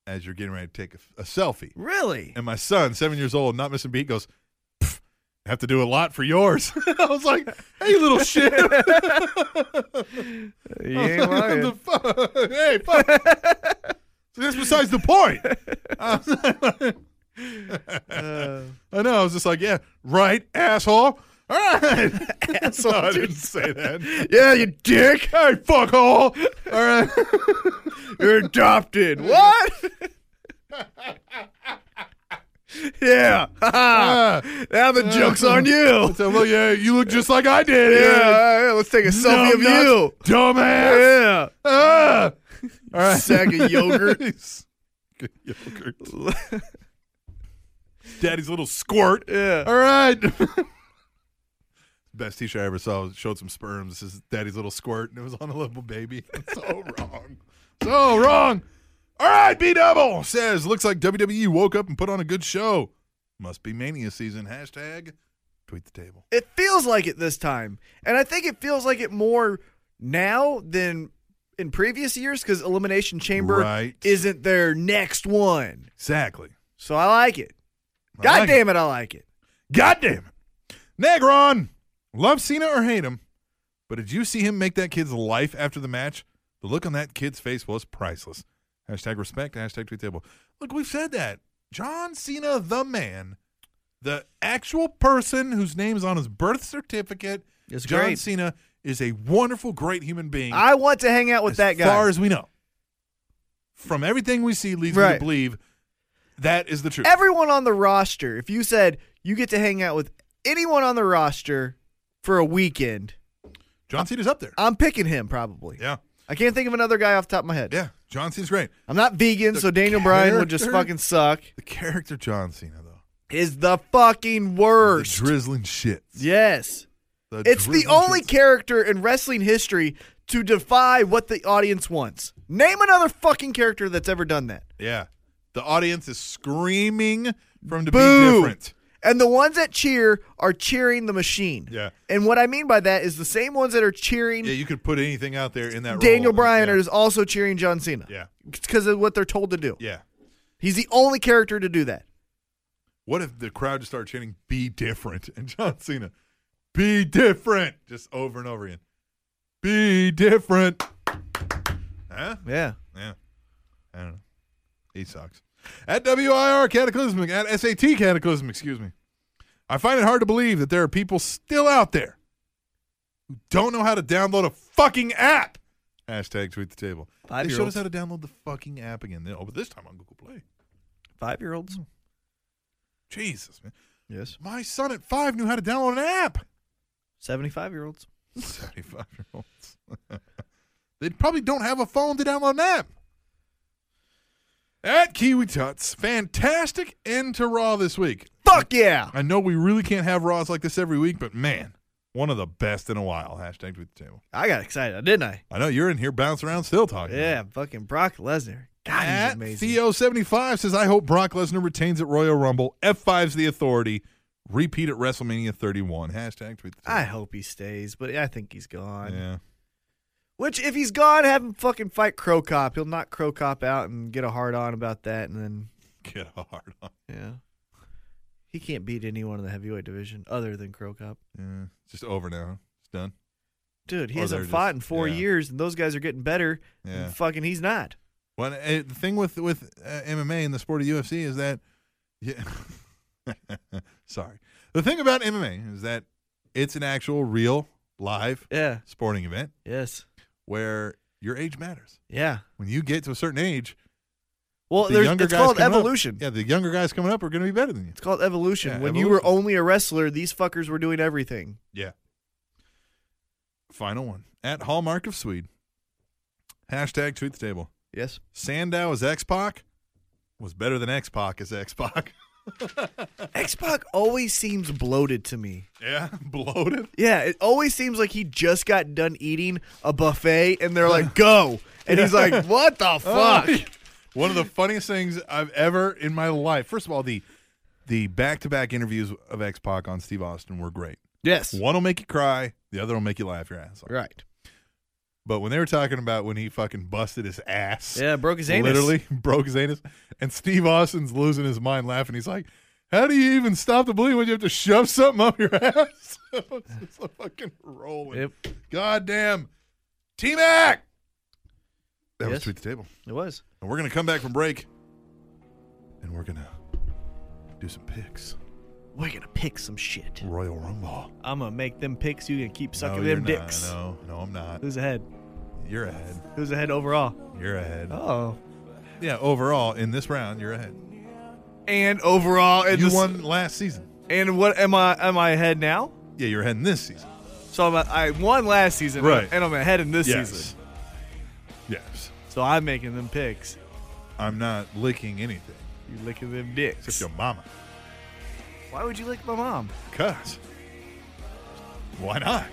Speaker 2: as you're getting ready to take a, a selfie.
Speaker 1: Really?
Speaker 2: And my son, seven years old, not missing a beat, goes, "Pff, I have to do a lot for yours. I was like, hey, little shit.
Speaker 1: You ain't lying.
Speaker 2: The fu- hey, fuck. so that's besides the point. I was-
Speaker 1: Uh,
Speaker 2: I know. I was just like, yeah, right, asshole. All right. asshole. I didn't say that.
Speaker 1: yeah, you dick.
Speaker 2: Hey, fuckhole. All right.
Speaker 1: You're adopted. What? yeah. Ha-ha.
Speaker 2: Ah.
Speaker 1: now the joke's on you.
Speaker 2: So, well, yeah, you look just like I did.
Speaker 1: Yeah,
Speaker 2: Yeah.
Speaker 1: all right, let's take a selfie of
Speaker 2: Numbnuts,
Speaker 1: you.
Speaker 2: Dumbass.
Speaker 1: Yeah.
Speaker 2: Ah! All right.
Speaker 1: Sack of yogurt.
Speaker 2: Sack of yogurt. Daddy's little squirt.
Speaker 1: Yeah.
Speaker 2: All right. Best t-shirt I ever saw showed some sperms. This is Daddy's little squirt, and it was on a little baby. so wrong. So wrong. All right, B Double says, looks like WWE woke up and put on a good show. Must be mania season. Hashtag tweet the table.
Speaker 1: It feels like it this time. And I think it feels like it more now than in previous years because Elimination Chamber
Speaker 2: Right.
Speaker 1: isn't their next one.
Speaker 2: Exactly.
Speaker 1: So I like it.
Speaker 2: I
Speaker 1: God
Speaker 2: like it.
Speaker 1: damn it, I like it.
Speaker 2: God damn it. Negron, love Cena or hate him, but did you see him make that kid's life after the match? The look on that kid's face was priceless. Hashtag respect, hashtag tweet table. Look, we've said that. John Cena, the man, the actual person whose name's on his birth certificate,
Speaker 1: It's
Speaker 2: John
Speaker 1: great.
Speaker 2: Cena, is a wonderful, great human being.
Speaker 1: I want to hang out with
Speaker 2: as
Speaker 1: that guy.
Speaker 2: far as we know. From everything we see leads me to
Speaker 1: Right.
Speaker 2: believe that is the truth.
Speaker 1: everyone on the roster, if you said you get to hang out with anyone on the roster for a weekend,
Speaker 2: John Cena's up there.
Speaker 1: I'm picking him probably.
Speaker 2: Yeah.
Speaker 1: I can't think of another guy off the top of my head.
Speaker 2: Yeah. John Cena's great.
Speaker 1: I'm not vegan,
Speaker 2: The
Speaker 1: so Daniel Bryan would just
Speaker 2: character-
Speaker 1: fucking suck.
Speaker 2: The character John Cena, though,
Speaker 1: Is the fucking
Speaker 2: the
Speaker 1: worst.
Speaker 2: drizzling shit.
Speaker 1: yes.
Speaker 2: The
Speaker 1: It's the
Speaker 2: drizzling
Speaker 1: only
Speaker 2: shits.
Speaker 1: character in wrestling history to defy what the audience wants. Name another fucking character that's ever done that.
Speaker 2: Yeah, the audience is screaming from to
Speaker 1: Boo!
Speaker 2: be different.
Speaker 1: And the ones that cheer are cheering the machine.
Speaker 2: Yeah.
Speaker 1: And what I mean by that is the same ones that are cheering
Speaker 2: Yeah, you could put anything out there in that.
Speaker 1: Daniel
Speaker 2: role.
Speaker 1: Bryan
Speaker 2: yeah.
Speaker 1: is also cheering John Cena.
Speaker 2: Yeah,
Speaker 1: because of what they're told to do.
Speaker 2: yeah.
Speaker 1: He's the only character to do that.
Speaker 2: What if the crowd just started chanting "Be different" and John Cena, "Be different," just over and over again. Be different. Huh?
Speaker 1: Yeah.
Speaker 2: Yeah. I don't know. He sucks. At WIR Cataclysmic, at SAT Cataclysmic, excuse me. I find it hard to believe that there are people still out there who don't know how to download a fucking app. Hashtag tweet the table. They showed us
Speaker 1: Five-year-olds.
Speaker 2: how to download the fucking app again. Oh, but this time on Google Play.
Speaker 1: Five year olds.
Speaker 2: Jesus, man.
Speaker 1: Hmm. Yes.
Speaker 2: My son at five knew how to download an app.
Speaker 1: 75 year olds.
Speaker 2: 75 year olds. they probably don't have a phone to download an app. At Kiwi Tuts, fantastic end to Raw this week.
Speaker 1: Fuck yeah.
Speaker 2: I know we really can't have Raws like this every week, but man, one of the best in a while. Hashtag tweet the table.
Speaker 1: I got excited, didn't I?
Speaker 2: I know you're in here bouncing around still talking.
Speaker 1: Yeah. Fucking Brock Lesnar. God, he's
Speaker 2: At
Speaker 1: amazing.
Speaker 2: Theo75 says, I hope Brock Lesnar retains at Royal Rumble. F5's the authority. Repeat at WrestleMania 31. Hashtag tweet the table.
Speaker 1: I hope he stays, but I think he's gone.
Speaker 2: yeah.
Speaker 1: Which, if he's gone, have him fucking fight Crow Cop. He'll knock Crow Cop out and get a hard on about that, and then
Speaker 2: Get a hard on.
Speaker 1: yeah, he can't beat anyone in the heavyweight division other than Crow Cop.
Speaker 2: Yeah. Just over now. It's done.
Speaker 1: dude, he
Speaker 2: Or they're
Speaker 1: hasn't
Speaker 2: just-
Speaker 1: fought in four
Speaker 2: yeah.
Speaker 1: years, and those guys are getting better. and
Speaker 2: Yeah.
Speaker 1: fucking, he's not.
Speaker 2: Well, uh, the thing with with uh, MMA and the sport of UFC is that, yeah, sorry. The thing about MMA is that it's an actual, real, live
Speaker 1: Yeah.
Speaker 2: sporting event
Speaker 1: Yes.
Speaker 2: where your age matters.
Speaker 1: Yeah.
Speaker 2: When you get to a certain age,
Speaker 1: Well,
Speaker 2: the
Speaker 1: there's,
Speaker 2: younger
Speaker 1: it's
Speaker 2: guys
Speaker 1: called
Speaker 2: coming up-
Speaker 1: evolution.
Speaker 2: yeah, the younger guys coming up are going to be better than you.
Speaker 1: It's called evolution.
Speaker 2: Yeah,
Speaker 1: when you were
Speaker 2: evolution.
Speaker 1: only a wrestler, these fuckers were doing everything.
Speaker 2: Yeah. Final one at Hallmark of Swede. Hashtag tweet the table.
Speaker 1: Yes.
Speaker 2: Sandow as X Pac was better than X Pac as X Pac.
Speaker 1: X Pac always seems bloated to me.
Speaker 2: yeah, bloated.
Speaker 1: Yeah, it always seems like he just got done eating a buffet and they're like, go. And he's like, what
Speaker 2: Oh.
Speaker 1: the fuck?
Speaker 2: One of the funniest things I've ever in my life. First of all, the the back to back interviews of X Pac on Steve Austin were great.
Speaker 1: yes.
Speaker 2: One will make you cry, the other will make you laugh your ass off.
Speaker 1: Right.
Speaker 2: But when they were talking about when he fucking busted his ass,
Speaker 1: Yeah, broke his anus.
Speaker 2: literally broke his anus, and Steve Austin's losing his mind laughing. He's like, "How do you even stop the bleeding when you have to shove something up your ass?" it's just a fucking rolling.
Speaker 1: Yep.
Speaker 2: Goddamn, T Mac. That was
Speaker 1: Yes.
Speaker 2: tweet the table.
Speaker 1: It was.
Speaker 2: And we're going to come back from break and we're going to do some picks.
Speaker 1: We're going to pick some shit.
Speaker 2: Royal Rumble.
Speaker 1: I'm going to make them picks. You going to keep sucking
Speaker 2: you're
Speaker 1: them
Speaker 2: not.
Speaker 1: dicks.
Speaker 2: No, no, I'm not.
Speaker 1: Who's ahead?
Speaker 2: You're ahead.
Speaker 1: Who's ahead overall?
Speaker 2: You're ahead.
Speaker 1: Oh.
Speaker 2: Yeah, overall, in this round, you're ahead.
Speaker 1: And overall, and
Speaker 2: you
Speaker 1: this-
Speaker 2: won last season.
Speaker 1: And what am I? Am I ahead now?
Speaker 2: Yeah, you're ahead in this season.
Speaker 1: So I'm a, I won last season,
Speaker 2: Right.
Speaker 1: And I'm ahead in this
Speaker 2: yes.
Speaker 1: season.
Speaker 2: Yes.
Speaker 1: So I'm making them picks.
Speaker 2: I'm not licking anything
Speaker 1: You licking them
Speaker 2: except
Speaker 1: dicks.
Speaker 2: your mama.
Speaker 1: Why would you lick my mom?
Speaker 2: Cuz. Why not?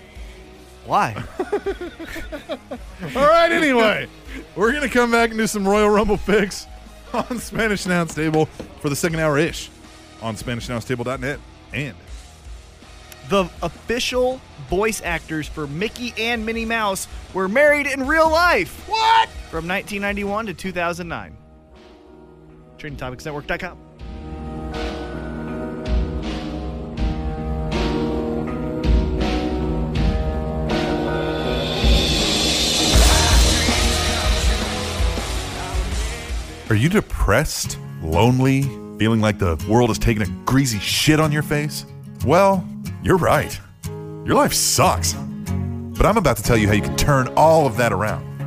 Speaker 1: Why?
Speaker 2: All right, anyway, we're going to come back and do some Royal Rumble picks on Spanish Announce Table for the second hour ish on SpanishAnnounceTable.net. And
Speaker 1: the official voice actors for Mickey and Minnie Mouse were married in real life. What? From 1991 to 2009. TrainingTopicsNetwork.com.
Speaker 2: are you depressed, lonely, feeling like the world is taking a greasy shit on your face? Well, you're right. Your life sucks. But I'm about to tell you how you can turn all of that around.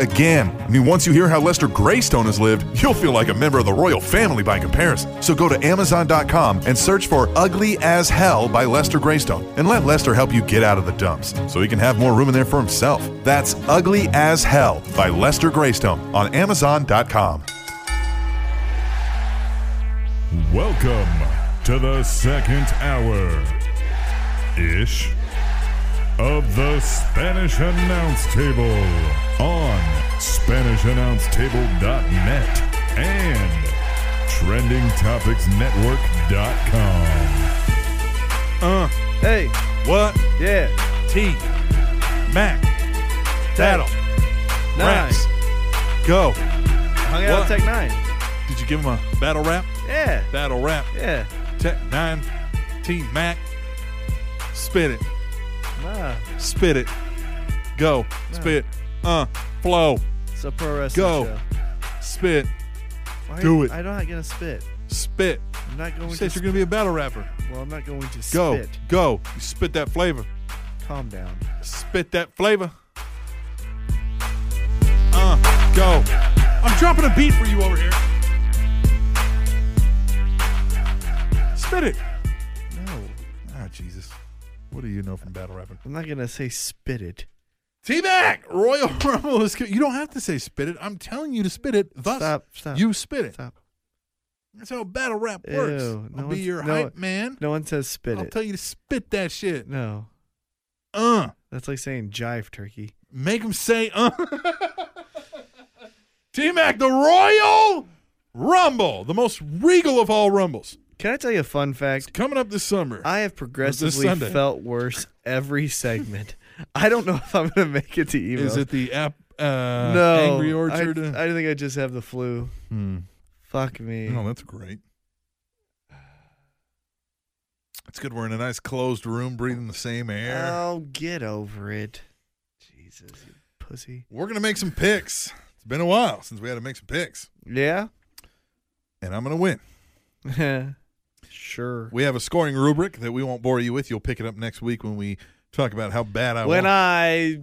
Speaker 2: again. I mean, once you hear how Lester Greystone has lived, you'll feel like a member of the royal family by comparison. So go to Amazon.com and search for Ugly as Hell by Lester Greystone and let Lester help you get out of the dumps so he can have more room in there for himself. That's Ugly as Hell by Lester Greystone on Amazon.com.
Speaker 6: Welcome to the second hour ish of the Spanish Announce Table on SpanishAnnounceTable.net and TrendingTopicsNetwork.com.
Speaker 1: Hey,
Speaker 2: Uh, What?
Speaker 1: yeah.
Speaker 2: T. Mac. That'll.
Speaker 1: Nice.
Speaker 2: Go.
Speaker 1: Hung out
Speaker 2: What?
Speaker 1: with Tech Nine.
Speaker 2: Did you give him a battle rap?
Speaker 1: Yeah,
Speaker 2: Battle rap.
Speaker 1: yeah.
Speaker 2: Tech 9, T Mac. Spit it.
Speaker 1: Nah,
Speaker 2: Spit it. Go. Spit. Uh. Flow.
Speaker 1: it's a pro wrestling
Speaker 2: Go.
Speaker 1: show.
Speaker 2: Spit.
Speaker 1: Why
Speaker 2: Do
Speaker 1: are you-
Speaker 2: it.
Speaker 1: I'm not gonna spit.
Speaker 2: Spit.
Speaker 1: I'm not going
Speaker 2: You
Speaker 1: to.
Speaker 2: said you're going to be a battle rapper.
Speaker 1: sp- well, I'm not going to
Speaker 2: Go.
Speaker 1: spit.
Speaker 2: Go. You spit that flavor.
Speaker 1: Calm down.
Speaker 2: Spit that flavor. Uh. Go. I'm dropping a beat for you over here. Spit it.
Speaker 1: No, Ah,
Speaker 2: Oh, Jesus. What do you know from battle rapping?
Speaker 1: I'm not gonna say spit it.
Speaker 2: T Mac, Royal Rumble is. co- You don't have to say spit it. I'm telling you to spit it. Thus,
Speaker 1: Stop, stop,
Speaker 2: you spit it.
Speaker 1: Stop.
Speaker 2: That's how battle rap
Speaker 1: Ew,
Speaker 2: works.
Speaker 1: no
Speaker 2: I'll be
Speaker 1: one's-
Speaker 2: your
Speaker 1: no-
Speaker 2: hype man.
Speaker 1: No one says spit
Speaker 2: I'll
Speaker 1: it.
Speaker 2: tell you to spit that shit.
Speaker 1: no,
Speaker 2: Uh,
Speaker 1: that's That's like saying jive turkey.
Speaker 2: Make him say, uh. T Mac, the Royal Rumble, the most regal of all Rumbles,
Speaker 1: Can I tell you a fun fact?
Speaker 2: coming up this summer.
Speaker 1: I have progressively
Speaker 2: Sunday.
Speaker 1: felt worse every segment. I don't know if I'm going to make it to email.
Speaker 2: Is it the app, uh,
Speaker 1: no,
Speaker 2: Angry Orchard? Uh,
Speaker 1: I, I think I just have the flu.
Speaker 2: Hmm.
Speaker 1: Fuck me.
Speaker 2: Oh, that's great. It's good we're in a nice closed room, breathing the same air.
Speaker 1: Oh, get over it. Jesus, you pussy.
Speaker 2: we're gonna make some picks. It's been a while since we had to make some picks,
Speaker 1: Yeah?
Speaker 2: and I'm gonna win.
Speaker 1: sure.
Speaker 2: We have a scoring rubric that we won't bore you with. You'll pick it up next week when we talk about how bad I
Speaker 1: when
Speaker 2: won.
Speaker 1: I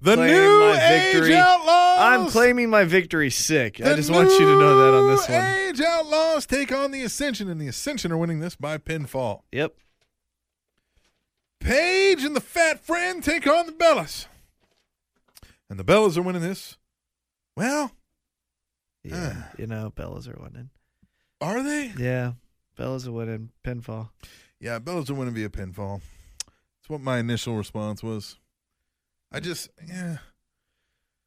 Speaker 2: the
Speaker 1: claim
Speaker 2: new
Speaker 1: my victory,
Speaker 2: age outlaws.
Speaker 1: I'm claiming my victory sick. I
Speaker 2: The
Speaker 1: just want you to know that on this
Speaker 2: New
Speaker 1: one.
Speaker 2: Age outlaws take on the Ascension, and the Ascension are winning this by pinfall.
Speaker 1: Yep.
Speaker 2: Paige and the Fat Friend take on the Bellas. And the Bellas are winning this. Well,
Speaker 1: Yeah. you know, Bella's are winning.
Speaker 2: are they?
Speaker 1: Yeah. Bella's are winning. Pinfall.
Speaker 2: Yeah, Bellas are winning via pinfall. That's what my initial response was. I just, yeah.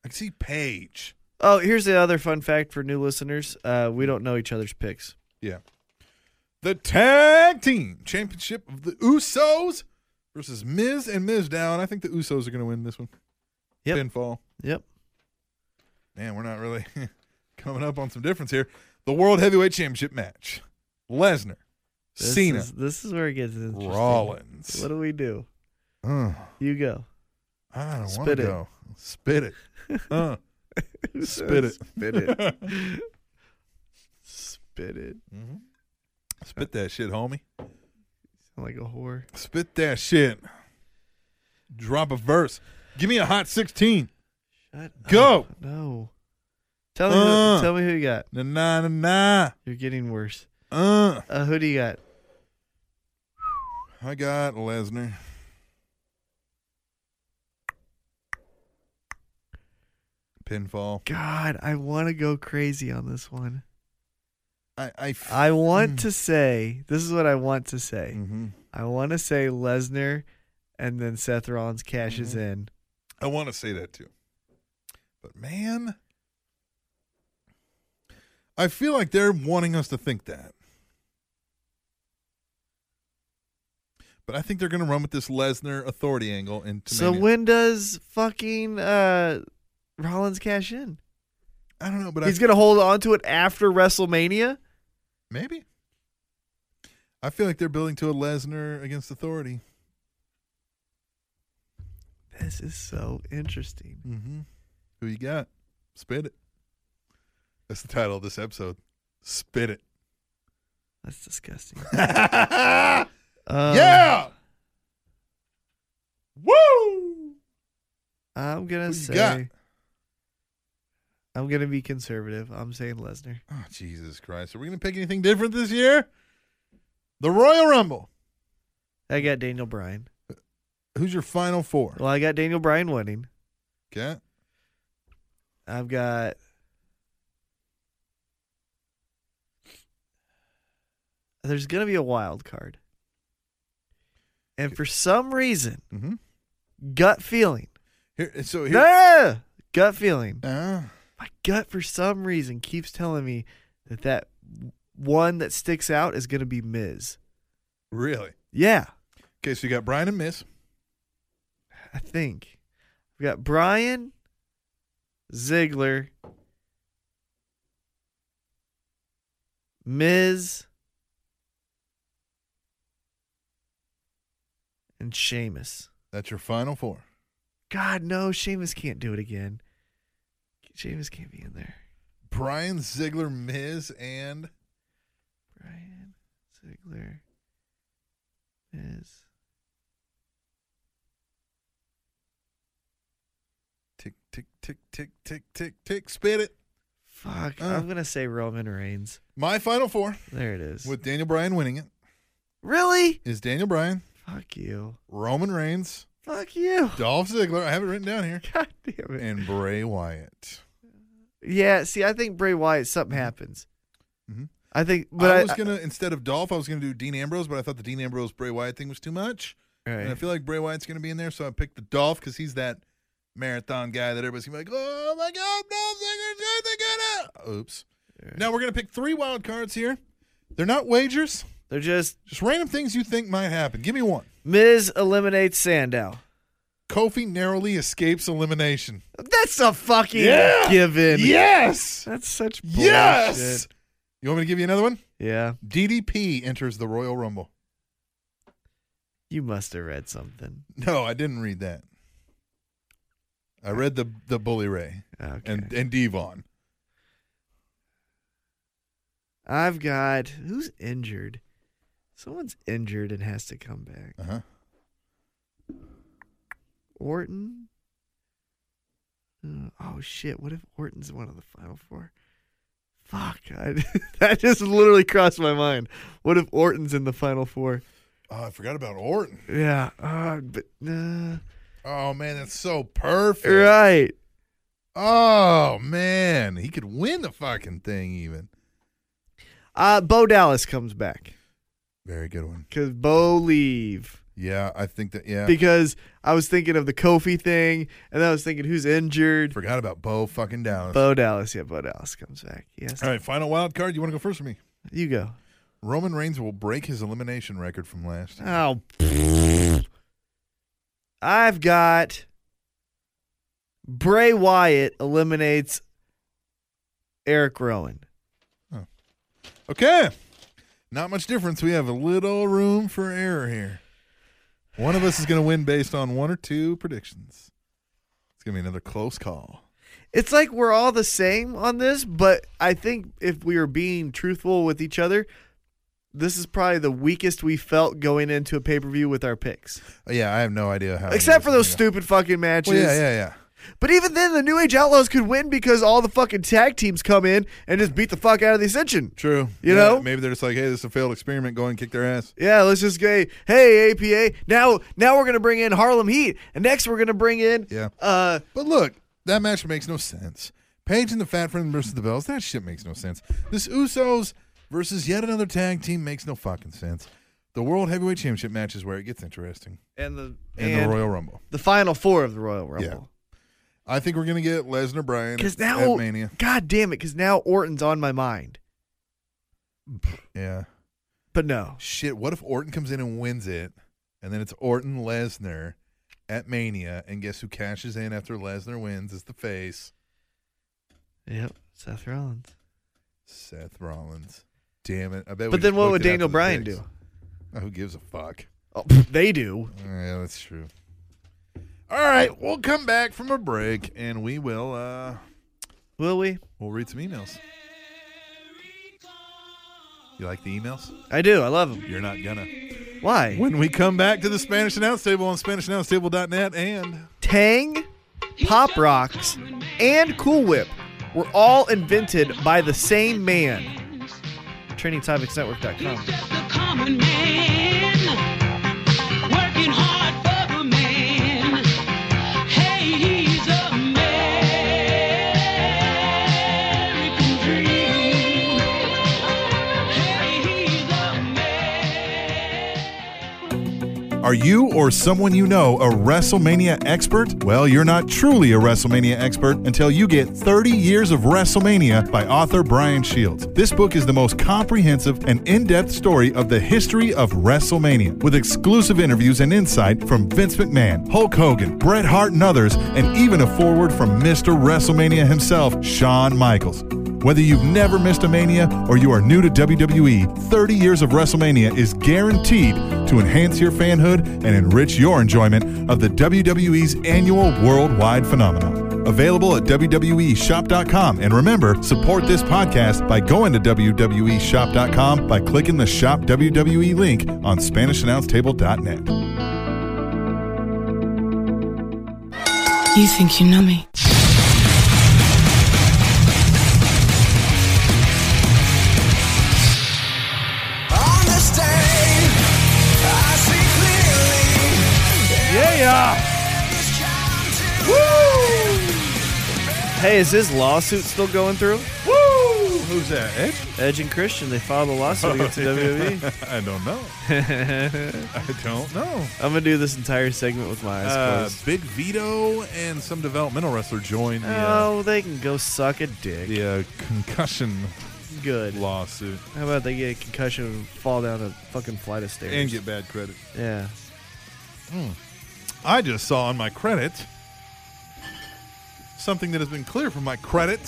Speaker 2: I can see Paige.
Speaker 1: Oh, here's the other fun fact for new listeners. Uh, we don't know each other's picks.
Speaker 2: Yeah. The Tag Team Championship of the Usos versus Miz and Miz Down. I think the Usos are going to win this one.
Speaker 1: Yep.
Speaker 2: Pinfall.
Speaker 1: Yep.
Speaker 2: Man, we're not really coming up on some difference here. The World Heavyweight Championship match. Lesnar,
Speaker 1: This
Speaker 2: Cena,
Speaker 1: Is, this is where it gets interesting.
Speaker 2: Rollins.
Speaker 1: What do we do?
Speaker 2: Uh,
Speaker 1: You go.
Speaker 2: I don't want to
Speaker 1: Spit it.
Speaker 2: go. Spit it. Uh, spit it.
Speaker 1: Spit it. Spit it.
Speaker 2: Spit that shit, homie.
Speaker 1: Sound like a whore.
Speaker 2: Spit that shit. Drop a verse. Give me a hot 16.
Speaker 1: Shut
Speaker 2: Go.
Speaker 1: up. No. Tell me,
Speaker 2: Uh.
Speaker 1: who, tell me who you got.
Speaker 2: Na na na na.
Speaker 1: You're getting worse.
Speaker 2: Uh,
Speaker 1: Uh, who do you got?
Speaker 2: I got Lesnar. Pinfall.
Speaker 1: God, I want to go crazy on this one.
Speaker 2: I I f-
Speaker 1: I
Speaker 2: Hmm.
Speaker 1: want to say this is what I want to say.
Speaker 2: Mhm.
Speaker 1: I want to say Lesnar, and then Seth Rollins cashes in.
Speaker 2: I want to say that too. But man, I feel like they're wanting us to think that. But I think they're going to run with this Lesnar authority angle into
Speaker 1: So
Speaker 2: Mania.
Speaker 1: when does fucking uh, Rollins cash in?
Speaker 2: I don't know, but
Speaker 1: He's
Speaker 2: I,
Speaker 1: gonna hold on to it after WrestleMania.
Speaker 2: maybe I feel like they're building to a Lesnar against authority.
Speaker 1: This is so interesting.
Speaker 2: Mm-hmm. Who you got? Spit it. That's the title of this episode. Spit it.
Speaker 1: That's disgusting.
Speaker 2: yeah.
Speaker 1: Um,
Speaker 2: Woo!
Speaker 1: Um, I'm gonna
Speaker 2: Who you
Speaker 1: say.
Speaker 2: got?
Speaker 1: I'm gonna be conservative. I'm saying Lesnar.
Speaker 2: Oh, Jesus Christ. Are we going to pick anything different this year? The Royal Rumble.
Speaker 1: I got Daniel Bryan.
Speaker 2: Who's your final four?
Speaker 1: Well, I got Daniel Bryan winning.
Speaker 2: Okay.
Speaker 1: I've got. There's going to be a wild card. And for some reason,
Speaker 2: Mm-hmm.
Speaker 1: gut feeling.
Speaker 2: Here,
Speaker 1: No,
Speaker 2: so Oh, here.
Speaker 1: no, no, no. gut feeling.
Speaker 2: Ah,
Speaker 1: My gut, for some reason, keeps telling me that that one that sticks out is going to be Miz.
Speaker 2: really?
Speaker 1: Yeah,
Speaker 2: Okay, so you got Brian and Miss.
Speaker 1: I think. We got Brian, Ziggler, Miz, and Sheamus.
Speaker 2: That's your final four.
Speaker 1: God, no, Sheamus can't do it again. Sheamus can't be in there.
Speaker 2: Brian, Ziggler, Miz, and
Speaker 1: Brian, Ziggler, Miz.
Speaker 2: tick, tick, tick, tick, tick, tick, tick. Spit it.
Speaker 1: Fuck,
Speaker 2: Uh.
Speaker 1: I'm going to say Roman Reigns.
Speaker 2: My final four,
Speaker 1: There it is.
Speaker 2: with Daniel Bryan winning it,
Speaker 1: really?
Speaker 2: is Daniel Bryan,
Speaker 1: Fuck you.
Speaker 2: Roman Reigns,
Speaker 1: Fuck you.
Speaker 2: Dolph Ziggler. I have it written down here.
Speaker 1: God damn it.
Speaker 2: And Bray Wyatt.
Speaker 1: Yeah, see, I think Bray Wyatt
Speaker 2: Mm-hmm.
Speaker 1: something happens.
Speaker 2: Mhm.
Speaker 1: I think, but I,
Speaker 2: I was gonna instead of Dolph, I was gonna do Dean Ambrose, but I thought the Dean Ambrose Bray Wyatt thing was too much. And I feel like Bray Wyatt's going to be in there, so I picked the Dolph because he's that marathon guy that everybody's going to be like, oh my God, Dolph Ziggler, Dolph Ziggler. Oops. Now we're going to pick three wild cards here. They're not wagers,
Speaker 1: They're just
Speaker 2: just random things you think might happen. Give me one.
Speaker 1: Miz eliminates Sandow.
Speaker 2: Kofi narrowly escapes elimination.
Speaker 1: That's a fucking
Speaker 2: Yeah.
Speaker 1: given.
Speaker 2: Yes.
Speaker 1: That's such bullshit.
Speaker 2: Yes. You want me to give you another one?
Speaker 1: Yeah.
Speaker 2: DDP enters the Royal Rumble.
Speaker 1: You must have read something.
Speaker 2: No, I didn't read that. I read the the Bully Ray
Speaker 1: Okay.
Speaker 2: and and Devon.
Speaker 1: I've got who's injured? Someone's injured and has to come back.
Speaker 2: Uh huh.
Speaker 1: Orton. Uh, oh shit! What if Orton's one of the final four? Fuck! I, that just literally crossed my mind. What if Orton's in the final four?
Speaker 2: Oh, I forgot about Orton.
Speaker 1: Yeah. Uh, but uh,
Speaker 2: Oh man, that's so perfect.
Speaker 1: right.
Speaker 2: Oh man, he could win the fucking thing even.
Speaker 1: Uh, Bo Dallas comes back
Speaker 2: Very good one.
Speaker 1: because Bo leave.
Speaker 2: Yeah, I think that. Yeah,
Speaker 1: Because I was thinking of the Kofi thing, and then I was thinking who's injured.
Speaker 2: forgot about Bo fucking Dallas.
Speaker 1: Bo Dallas, yeah, Bo Dallas comes back. Yes,
Speaker 2: All right, final wild card. You want to go first for me?
Speaker 1: you go.
Speaker 2: Roman Reigns will break his elimination record from last. year.
Speaker 1: Oh, I've got Bray Wyatt eliminates Eric Rowan.
Speaker 2: Okay, not much difference. We have a little room for error here. One of us is going to win based on one or two predictions. It's going to be another close call.
Speaker 1: It's like we're all the same on this, but I think if we are being truthful with each other, this is probably the weakest we felt going into a pay per view with our picks,
Speaker 2: Oh, yeah, I have no idea how.
Speaker 1: except for those
Speaker 2: Yeah.
Speaker 1: stupid fucking matches.
Speaker 2: Well, yeah, yeah, yeah.
Speaker 1: But even then, the New Age Outlaws could win because all the fucking tag teams come in and just beat the fuck out of the Ascension.
Speaker 2: True.
Speaker 1: You
Speaker 2: Yeah,
Speaker 1: know?
Speaker 2: maybe they're just like, hey, this is a failed experiment. Go and kick their ass.
Speaker 1: Yeah, let's just go. Hey, APA. Now, now we're gonna bring in Harlem Heat, and next we're gonna bring in.
Speaker 2: Yeah.
Speaker 1: Uh,
Speaker 2: But look, that match makes no sense. Paige and the Fat Friend versus the Bells, that shit makes no sense. This Usos versus yet another tag team makes no fucking sense. The World Heavyweight Championship match is where it gets interesting.
Speaker 1: and the
Speaker 2: And, the Royal Rumble.
Speaker 1: the final four of the Royal
Speaker 2: Yeah.
Speaker 1: Rumble.
Speaker 2: I think we're going to get Lesnar Bryan
Speaker 1: Because
Speaker 2: at
Speaker 1: now,
Speaker 2: Mania.
Speaker 1: God damn it! Because now Orton's on my mind.
Speaker 2: Yeah.
Speaker 1: But no,
Speaker 2: Shit, what if Orton comes in and wins it, and then it's Orton Lesnar at Mania, and guess who cashes in after Lesnar wins is the face?
Speaker 1: yep, Seth Rollins.
Speaker 2: Seth Rollins. Damn it. I bet we
Speaker 1: But then
Speaker 2: just
Speaker 1: what
Speaker 2: looked
Speaker 1: would
Speaker 2: it up
Speaker 1: Daniel
Speaker 2: to the
Speaker 1: Bryan
Speaker 2: picks.
Speaker 1: do?
Speaker 2: Oh, who gives a fuck?
Speaker 1: Oh, pff, they do.
Speaker 2: Yeah, that's true. All right, we'll come back from a break and we will uh
Speaker 1: Will we?
Speaker 2: we'll read some emails. You like the emails?
Speaker 1: I do. I love him.
Speaker 2: You're not gonna.
Speaker 1: Why?
Speaker 2: When we come back to the Spanish Announce Table on SpanishAnnounceTable.net and
Speaker 1: Tang, Pop Rocks, and Cool Whip were all invented by the same man. TrainingTopicsNetwork.com.
Speaker 7: Just a common man, working hard for the man. Hey, he's a American dream. Hey, he's a
Speaker 2: Are you or someone you know a WrestleMania expert? Well, you're not truly a WrestleMania expert until you get 30 Years of WrestleMania by author Brian Shields. This book is the most comprehensive and in depth story of the history of WrestleMania, with exclusive interviews and insight from Vince McMahon, Hulk Hogan, Bret Hart, and others, and even a foreword from Mr. WrestleMania himself, Shawn Michaels. Whether you've never missed a Mania or you are new to WWE, 30 years of WrestleMania is guaranteed to enhance your fanhood and enrich your enjoyment of the WWE's annual worldwide phenomenon. Available at E WWEshop.com. And remember, support this podcast by going to E WWEshop.com by clicking the Shop WWE link on SpanishAnnounceTable.net.
Speaker 8: You think you know me?
Speaker 4: On this day, I see clearly. Yeah, yeah. Woo!
Speaker 1: Hey, is his lawsuit still going through?
Speaker 4: Woo!
Speaker 2: Who's that? Edge?
Speaker 1: Edge and Christian, they filed a lawsuit against
Speaker 2: Oh,
Speaker 1: the E. WWE.
Speaker 2: I don't know. I don't know.
Speaker 1: I'm gonna do this entire segment with my eyes
Speaker 2: Uh,
Speaker 1: closed.
Speaker 2: Big Vito and some developmental wrestler joined the, uh,
Speaker 1: Oh, they can go suck a dick.
Speaker 2: the uh, concussion
Speaker 1: Good.
Speaker 2: lawsuit
Speaker 1: How about they get a concussion and fall down a fucking flight of stairs?
Speaker 2: and get bad credit.
Speaker 1: yeah.
Speaker 2: I just saw on my credit something that has been clear from my credit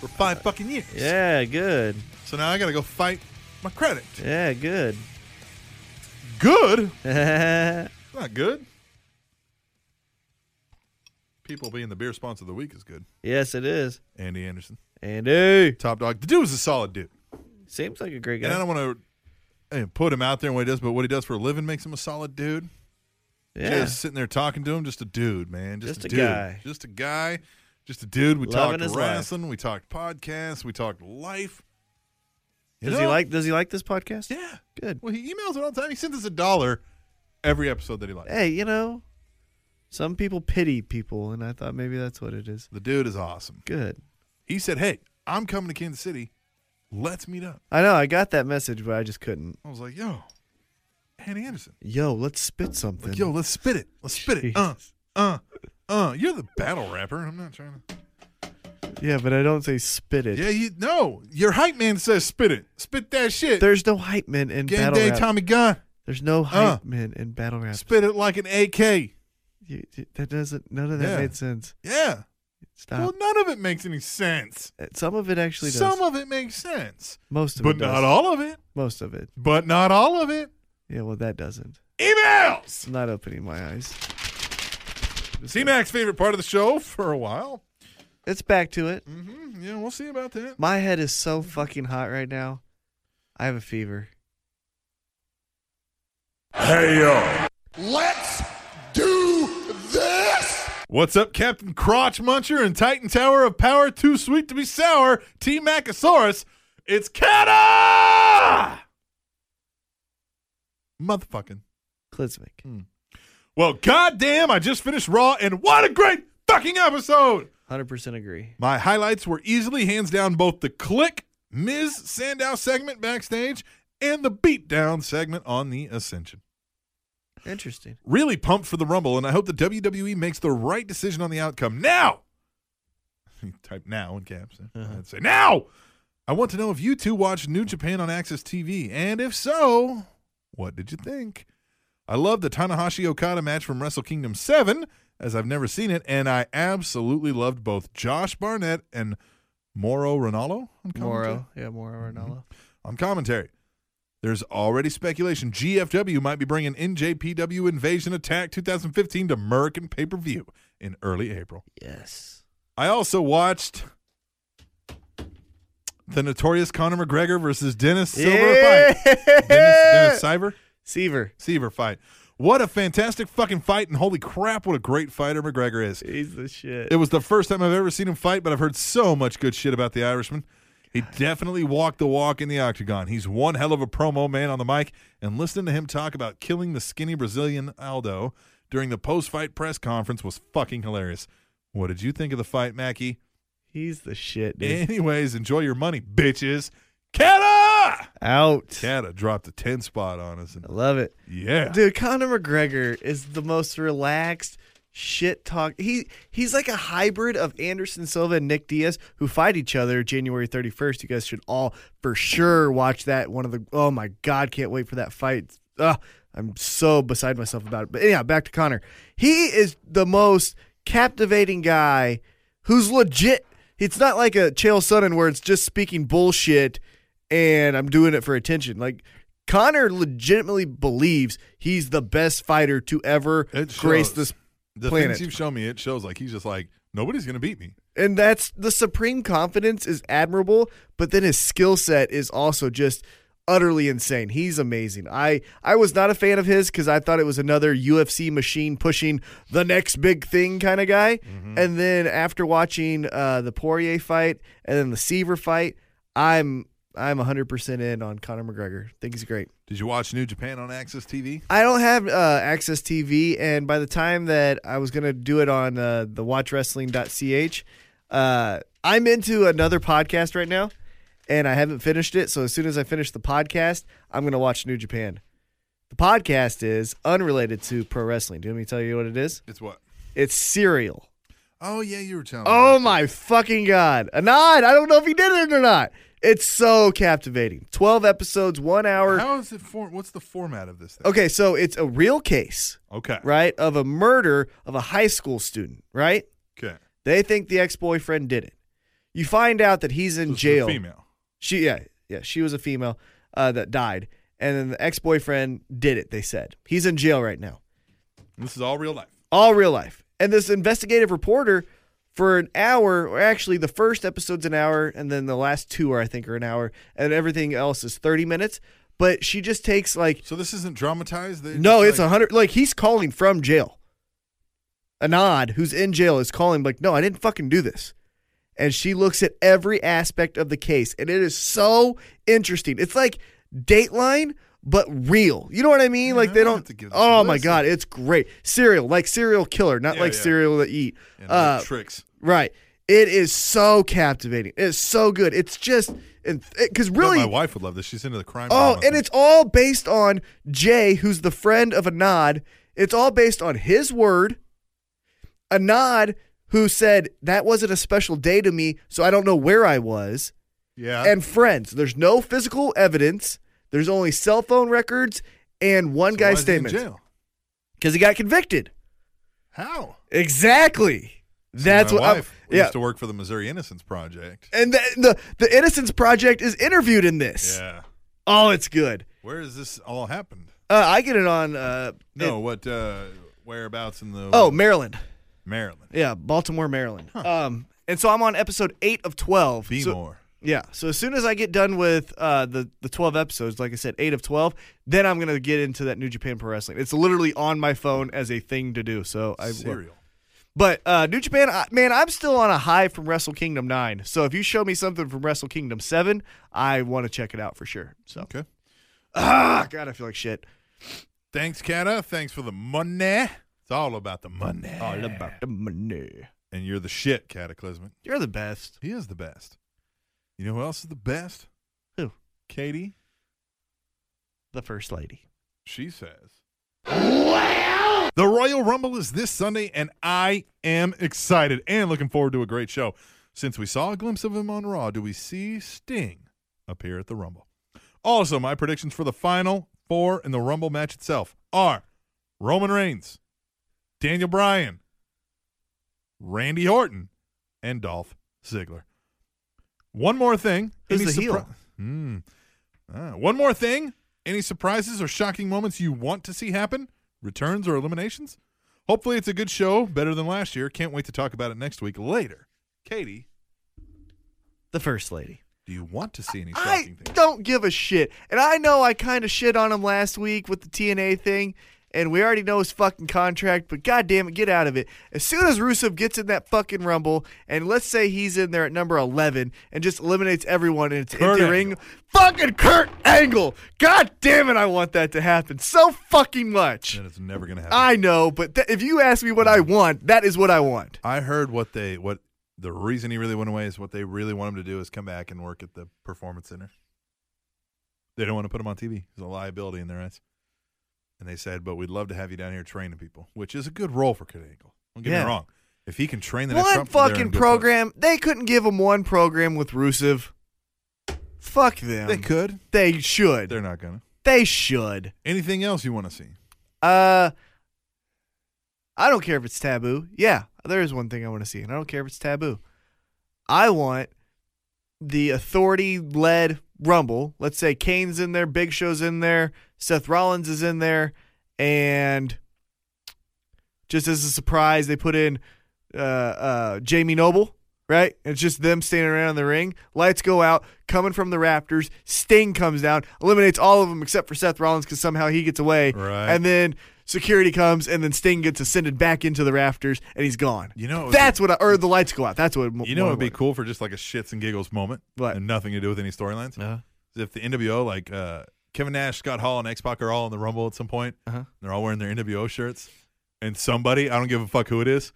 Speaker 2: for five fucking years.
Speaker 1: Yeah, good.
Speaker 2: So now I got to go fight my credit.
Speaker 1: Yeah, good.
Speaker 2: Good?
Speaker 1: yeah,
Speaker 2: Not good. People being the beer sponsor of the week is good.
Speaker 1: yes, it is.
Speaker 2: Andy Anderson,
Speaker 1: Andy
Speaker 2: top dog. The dude was a solid dude,
Speaker 1: seems like a great
Speaker 2: and I
Speaker 1: guy.
Speaker 2: don't want to put him out there and what he does, but what he does for a living makes him a solid dude.
Speaker 1: Yeah,
Speaker 2: Just sitting there talking to him, just a dude, man, just,
Speaker 1: Just
Speaker 2: a,
Speaker 1: a
Speaker 2: dude,
Speaker 1: guy.
Speaker 2: just a guy, just a dude. We
Speaker 1: Loving his
Speaker 2: talked
Speaker 1: life.
Speaker 2: wrestling, we talked podcasts, we talked life. You
Speaker 1: does he
Speaker 2: know?
Speaker 1: like? Does he like this podcast?
Speaker 2: Yeah,
Speaker 1: Good.
Speaker 2: Well, he emails it all the time. He sends us a dollar every episode that he likes.
Speaker 1: Hey, you know, some people pity people, and I thought maybe that's what it is.
Speaker 2: The dude is awesome.
Speaker 1: Good.
Speaker 2: He said, "Hey, I'm coming to Kansas City. Let's meet up."
Speaker 1: I know I got that message, but I just couldn't.
Speaker 2: I was like, "Yo, Andy Anderson."
Speaker 1: Yo, let's spit something.
Speaker 2: Like, yo, let's spit it. Let's spit it. Uh, uh, uh. You're the battle rapper. I'm not trying to.
Speaker 1: yeah, but I don't say spit it.
Speaker 2: Yeah, you. No, your hype man says spit it. Spit that shit.
Speaker 1: There's no hype men in
Speaker 2: Game
Speaker 1: battle
Speaker 2: day,
Speaker 1: rap.
Speaker 2: Tommy Gunn.
Speaker 1: There's no hype
Speaker 2: Uh.
Speaker 1: men in battle rap.
Speaker 2: Spit it like an AK.
Speaker 1: You, you- that doesn't. None of that
Speaker 2: Yeah.
Speaker 1: made sense.
Speaker 2: Yeah.
Speaker 1: Stop.
Speaker 2: Well, none of it makes any sense.
Speaker 1: Uh, Some of it actually does.
Speaker 2: Some of it makes sense,
Speaker 1: Most of
Speaker 2: but
Speaker 1: it does.
Speaker 2: not all of it.
Speaker 1: Most of it.
Speaker 2: But not all of it.
Speaker 1: Yeah, well, that doesn't.
Speaker 2: Emails.
Speaker 1: It's not opening my eyes.
Speaker 2: C Mac's favorite part of the show for a while.
Speaker 1: It's back to it.
Speaker 2: hmm Yeah, we'll see about that.
Speaker 1: My head is so fucking hot right now. I have a fever.
Speaker 6: Hey yo!
Speaker 5: Let's do this!
Speaker 2: What's up, Captain Crotch Muncher and Titan Tower of Power, too sweet to be sour, T Macosaurus? It's Kata! Motherfucking.
Speaker 1: Clismic.
Speaker 2: Well, goddamn, I just finished Raw, and what a great fucking episode!
Speaker 1: 100% agree.
Speaker 2: My highlights were easily hands down both the click Ms. Sandow segment backstage and the beatdown segment on the Ascension.
Speaker 1: Interesting.
Speaker 2: really pumped for the Rumble, and I hope the WWE E makes the right decision on the outcome now. Type now in caps. eh? I'd say now. I want to know if you two watched New Japan on Access TV, and if so, what did you think? I love the Tanahashi Okada match from Wrestle Kingdom 7, as I've never seen it, and I absolutely loved both Josh Barnett and Moro Ronaldo. on commentary?
Speaker 1: Moro. Yeah, Moro Ronaldo.
Speaker 2: on commentary. There's already speculation GFW might be bringing NJPW Invasion Attack 2015 to American pay per view in early April.
Speaker 1: Yes.
Speaker 2: I also watched the notorious Conor McGregor versus Dennis Silver fight. Dennis, Dennis Cyber?
Speaker 1: Seaver.
Speaker 2: Seaver fight. What a fantastic fucking fight, and holy crap, what a great fighter McGregor is.
Speaker 1: He's the shit.
Speaker 2: It was the first time I've ever seen him fight, but I've heard so much good shit about the Irishman. He definitely walked the walk in the octagon. He's one hell of a promo man on the mic, and listening to him talk about killing the skinny Brazilian Aldo during the post fight press conference was fucking hilarious. What did you think of the fight, Mackie?
Speaker 1: He's the shit, dude.
Speaker 2: Anyways, enjoy your money, bitches. Kata!
Speaker 1: Out.
Speaker 2: Kata dropped a 10 spot on us. And
Speaker 1: I love it.
Speaker 2: yeah.
Speaker 1: Dude, Conor McGregor is the most relaxed shit talk. He he's like a hybrid of Anderson Silva and Nick Diaz who fight each other January 31st. You guys should all for sure watch that. One of the Oh my god, can't wait for that fight. Ugh, I'm so beside myself about it. But anyhow, back to Conor. He is the most captivating guy who's legit. It's not like a Chael Sonnen where it's just speaking bullshit and I'm doing it for attention. Like Connor legitimately believes he's the best fighter to ever
Speaker 2: It shows.
Speaker 1: grace this,
Speaker 2: The
Speaker 1: planet.
Speaker 2: things you've shown me, it shows like he's just like, nobody's going to beat me.
Speaker 1: and that's the supreme confidence is admirable. But then his skill set is also just utterly insane. He's amazing. I I was not a fan of his because I thought it was another UFC machine pushing the next big thing kind of guy. And then after watching uh, the Poirier fight and then the Seaver fight, I'm I'm 100% in on Conor McGregor. Think he's great.
Speaker 2: Did you watch New Japan on Access TV?
Speaker 1: I don't have uh, Access TV, and by the time that I was going to do it on uh, the watchwrestling.ch, uh, I'm into another podcast right now, and I haven't finished it. So as soon as I finish the podcast, I'm gonna watch New Japan. The podcast is unrelated to pro wrestling. Do you want me to tell you what it is?
Speaker 2: It's what?
Speaker 1: It's cereal.
Speaker 2: Oh yeah, you were telling.
Speaker 1: Oh
Speaker 2: me.
Speaker 1: my fucking god! Anand, I don't know if he did it or not. It's so captivating. Twelve episodes, one hour.
Speaker 2: How is it for? What's the format of this thing?
Speaker 1: Okay, so it's a real case,
Speaker 2: Okay.
Speaker 1: right, of a murder of a high school student, right?
Speaker 2: Okay.
Speaker 1: They think the ex-boyfriend did it. You find out that he's in
Speaker 2: This is a
Speaker 1: jail.
Speaker 2: Female.
Speaker 1: She yeah yeah she was a female uh, that died, and then the ex-boyfriend did it. They said he's in jail right now,
Speaker 2: This is all real life.
Speaker 1: all real life. And this investigative reporter for an hour, or actually the first episode's an hour, and then the last two are I think are an hour, and everything else is thirty minutes. But she just takes like
Speaker 2: So this isn't dramatized. They
Speaker 1: no,
Speaker 2: just
Speaker 1: it's a
Speaker 2: like,
Speaker 1: hundred. Like he's calling from jail. Anand, who's in jail, is calling like, "No, I didn't fucking do this," and she looks at every aspect of the case, and it is so interesting. It's like Dateline, but real. You know what I mean?
Speaker 2: Man,
Speaker 1: like
Speaker 2: I
Speaker 1: they
Speaker 2: might have
Speaker 1: don't.
Speaker 2: to give this a
Speaker 1: Oh my
Speaker 2: listen.
Speaker 1: god, it's great. Cereal, like cereal killer, not
Speaker 2: Yeah,
Speaker 1: like
Speaker 2: yeah.
Speaker 1: cereal to eat.
Speaker 2: and
Speaker 1: Uh,
Speaker 2: little tricks.
Speaker 1: right. It is so captivating. It is so good. It's just because
Speaker 2: I bet
Speaker 1: really
Speaker 2: my wife would love this. She's into the crime.
Speaker 1: Oh,
Speaker 2: drama
Speaker 1: and
Speaker 2: thing.
Speaker 1: it's all based on Jay, who's the friend of Anad. It's all based on his word. Anad, who said, That wasn't a special day to me, so I don't know where I was.
Speaker 2: yeah.
Speaker 1: And friends. There's no physical evidence, there's only cell phone records and one
Speaker 2: So why
Speaker 1: guy's
Speaker 2: is he in
Speaker 1: statement.
Speaker 2: jail?
Speaker 1: Because he got convicted.
Speaker 2: How?
Speaker 1: Exactly. That's
Speaker 2: my
Speaker 1: what I'm-
Speaker 2: wife
Speaker 1: yeah.
Speaker 2: used to work for the Missouri Innocence Project.
Speaker 1: And the, the the Innocence Project is interviewed in this.
Speaker 2: Yeah.
Speaker 1: Oh, it's good.
Speaker 2: Where has this all happened?
Speaker 1: Uh, I get it on uh,
Speaker 2: No,
Speaker 1: it-
Speaker 2: what uh whereabouts in the
Speaker 1: oh, Maryland.
Speaker 2: Maryland.
Speaker 1: Yeah, Baltimore, Maryland. Um, and so I'm on episode eight of twelve.
Speaker 2: Be
Speaker 1: So-
Speaker 2: more.
Speaker 1: yeah. So as soon as I get done with uh, the the twelve episodes, like I said, eight of twelve, then I'm gonna get into that New Japan Pro Wrestling. It's literally on my phone as a thing to do. So I will.
Speaker 2: Serial.
Speaker 1: But uh, New Japan, I, man, I'm still on a high from Wrestle Kingdom nine. So if you show me something from Wrestle Kingdom seven, I want to check it out for sure. So
Speaker 2: Okay.
Speaker 1: ah, God, I feel like shit.
Speaker 2: Thanks, Kata. Thanks for the money. It's all about the money.
Speaker 1: All about the money.
Speaker 2: And you're the shit, Cataclysmic.
Speaker 1: You're the best.
Speaker 2: He is the best. You know who else is the best?
Speaker 1: Who?
Speaker 2: Katie.
Speaker 1: The first lady.
Speaker 2: She says. The Royal Rumble is this Sunday, and I am excited and looking forward to a great show. Since we saw a glimpse of him on Raw, do we see Sting appear at the Rumble? Also, my predictions for the final four in the Rumble match itself are Roman Reigns, Daniel Bryan, Randy Orton, and Dolph Ziggler. One more thing.
Speaker 1: Who's
Speaker 2: Any
Speaker 1: the heel?
Speaker 2: surpri- Hmm. Ah, one more thing. Any surprises or shocking moments you want to see happen? Returns or eliminations? Hopefully, it's a good show, better than last year. Can't wait to talk about it next week. Later, Katie,
Speaker 1: The first lady.
Speaker 2: do you want to see any
Speaker 1: I
Speaker 2: shocking things?
Speaker 1: don't give a shit. And I know I kind of shit on him last week with the TNA thing, and we already know his fucking contract, but goddamn it, get out of it. As soon as Rusev gets in that fucking rumble, and let's say he's in there at number 11 and just eliminates everyone and it's
Speaker 2: Kurt
Speaker 1: empty ring. Fucking Kurt Angle! God damn it, I want that to happen so fucking much.
Speaker 2: That is never going to happen.
Speaker 1: I know, but th- if you ask me what I want, that is what I want.
Speaker 2: I heard what they what the reason he really went away is what they really want him to do is come back and work at the performance center. They don't want to put him on TV. It's a liability in their eyes. And they said, "But we'd love to have you down here training people," which is a good role for Kurt Angle. Don't get
Speaker 1: Yeah.
Speaker 2: me wrong. If he can train the next
Speaker 1: One
Speaker 2: Trump, they're in
Speaker 1: fucking
Speaker 2: good place.
Speaker 1: program. They couldn't give him one program with Rusev. Fuck them.
Speaker 2: they could.
Speaker 1: They should.
Speaker 2: They're not gonna.
Speaker 1: they should.
Speaker 2: Anything else you want to see?
Speaker 1: Uh, I don't care if it's taboo. Yeah, there is one thing I want to see, and I don't care if it's taboo. I want the authority-led Rumble. Let's say Kane's in there, Big Show's in there, Seth Rollins is in there, and just as a surprise, they put in uh, uh, Jamie Noble. Right? It's just them standing around in the ring. Lights go out, coming from the Raptors. Sting comes down, eliminates all of them except for Seth Rollins because somehow he gets away.
Speaker 2: Right.
Speaker 1: And then security comes, and then Sting gets ascended back into the rafters, and he's gone.
Speaker 2: You know, it would be-
Speaker 1: that's what I, or the lights go out. That's what.
Speaker 2: You know, it'd be cool for just like a shits and giggles moment,
Speaker 1: What?
Speaker 2: and nothing to do with any storylines.
Speaker 1: Uh-huh.
Speaker 2: Is If the NWO, like uh, Kevin Nash, Scott Hall, and X Pac are all in the Rumble at some point,
Speaker 1: Uh-huh.
Speaker 2: they're all wearing their NWO shirts, and somebody I don't give a fuck who it is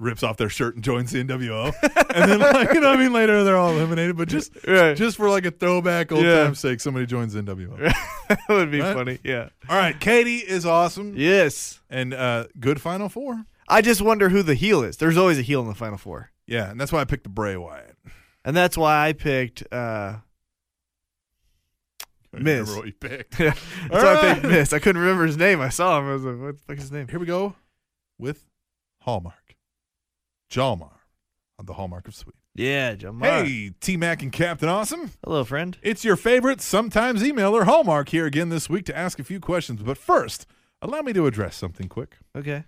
Speaker 2: rips off their shirt and joins the NWO. and then, like, you know, what I mean, later they're all eliminated. But just
Speaker 1: Right.
Speaker 2: just for like a throwback old
Speaker 1: Yeah.
Speaker 2: time's sake, somebody joins the NWO.
Speaker 1: that would be
Speaker 2: Right?
Speaker 1: funny. Yeah.
Speaker 2: All right, Katie is awesome
Speaker 1: Yes.
Speaker 2: and uh, good Final Four.
Speaker 1: I just wonder who the heel is. There's always a heel in the final four.
Speaker 2: Yeah, and that's why I picked the Bray Wyatt.
Speaker 1: And that's why I picked uh
Speaker 2: I
Speaker 1: Miz.
Speaker 2: remember what you picked.
Speaker 1: that's why
Speaker 2: All
Speaker 1: I
Speaker 2: right.
Speaker 1: picked Miss. I couldn't remember his name. I saw him. I was like, what the fuck is his name?
Speaker 2: Here we go with Hallmark, Jalmar on the Hallmark of Sweet.
Speaker 1: Yeah, Jamar.
Speaker 2: Hey, T Mac and Captain Awesome.
Speaker 1: Hello, friend.
Speaker 2: It's your favorite, sometimes emailer, Hallmark, here again this week to ask a few questions. But first, allow me to address something quick.
Speaker 1: Okay.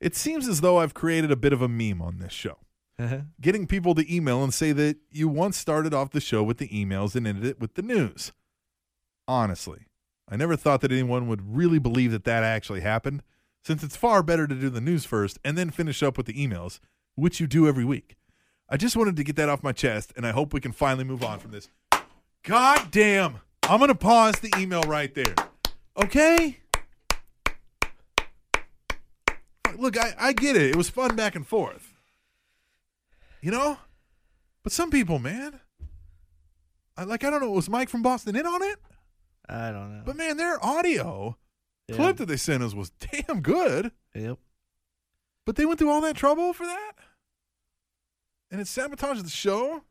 Speaker 2: It seems as though I've created a bit of a meme on this show,
Speaker 1: Uh-huh.
Speaker 2: getting people to email and say that you once started off the show with the emails and ended it with the news. Honestly, I never thought that anyone would really believe that that actually happened, since it's far better to do the news first and then finish up with the emails, which you do every week. I just wanted to get that off my chest, and I hope we can finally move on from this. God damn! I'm gonna pause the email right there. Okay. Look, I, I get it. It was fun back and forth. You know? But some people, man. I, like, I don't know. Was Mike from Boston in on it?
Speaker 1: I don't know.
Speaker 2: But, man, their audio
Speaker 1: Yeah.
Speaker 2: clip that they sent us was damn good.
Speaker 1: Yep.
Speaker 2: But they went through all that trouble for that? And it sabotaged the show?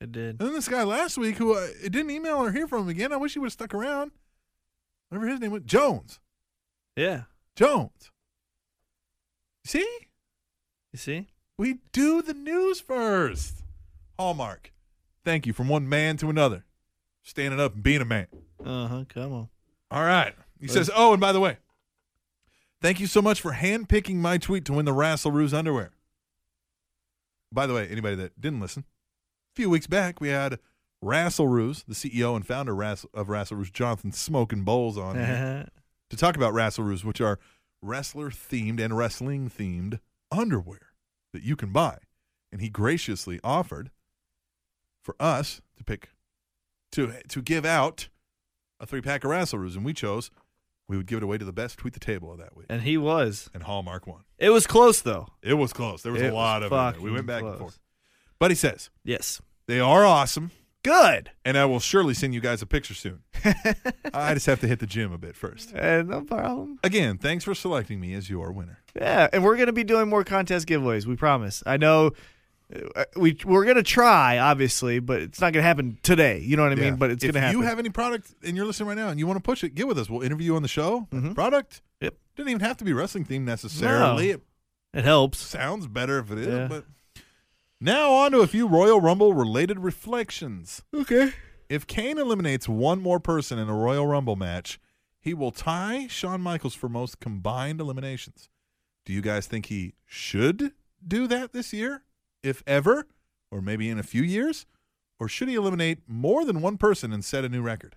Speaker 1: It did.
Speaker 2: And then this guy last week, who I I didn't email or hear from again, I wish he would have stuck around. Whatever his name was, Jones.
Speaker 1: Yeah.
Speaker 2: Jones. See,
Speaker 1: You see?
Speaker 2: we do the news first. Hallmark. Thank you from one man to another, standing up and being a man.
Speaker 1: Uh huh. Come on.
Speaker 2: All right. He says, "Oh, and by the way, thank you so much for handpicking my tweet to win the Rassel Ruse underwear." By the way, anybody that didn't listen, a few weeks back we had Rassel Ruse, the CEO and founder Rass- of Rassel Ruse, Jonathan Smoking Bowles on here to talk about Rassel Ruse, which are wrestler themed and wrestling themed underwear that you can buy, and he graciously offered for us to pick to to give out a three pack of Rassel Ruse, and we chose we would give it away to the best tweet the table of that week,
Speaker 1: and he was.
Speaker 2: and Hallmark won.
Speaker 1: It was close though.
Speaker 2: It was close. There was
Speaker 1: It
Speaker 2: a lot of it. in there. We
Speaker 1: fucking
Speaker 2: went back
Speaker 1: close.
Speaker 2: and forth, but he says
Speaker 1: Yes.
Speaker 2: they are awesome,
Speaker 1: Good.
Speaker 2: and I will surely send you guys a picture soon. I just have to hit the gym a bit first.
Speaker 1: And no problem.
Speaker 2: Again, thanks for selecting me as your winner.
Speaker 1: Yeah, and we're gonna be doing more contest giveaways. We promise. I know. uh, We we're gonna try, obviously, but it's not gonna happen today. You know what I mean?
Speaker 2: Yeah.
Speaker 1: But it's
Speaker 2: if
Speaker 1: gonna happen.
Speaker 2: you have any product and you're listening right now and you want to push it, get with us. We'll interview you on the show. Product.
Speaker 1: Mm-hmm. Yep.
Speaker 2: Doesn't even have to be wrestling themed necessarily.
Speaker 1: No.
Speaker 2: It
Speaker 1: it helps.
Speaker 2: sounds better if it is.
Speaker 1: Yeah.
Speaker 2: But now on to a few Royal Rumble related reflections.
Speaker 1: Okay.
Speaker 2: If Kane eliminates one more person in a Royal Rumble match, he will tie Shawn Michaels for most combined eliminations. Do you guys think he should do that this year, if ever, or maybe in a few years? Or should he eliminate more than one person and set a new record?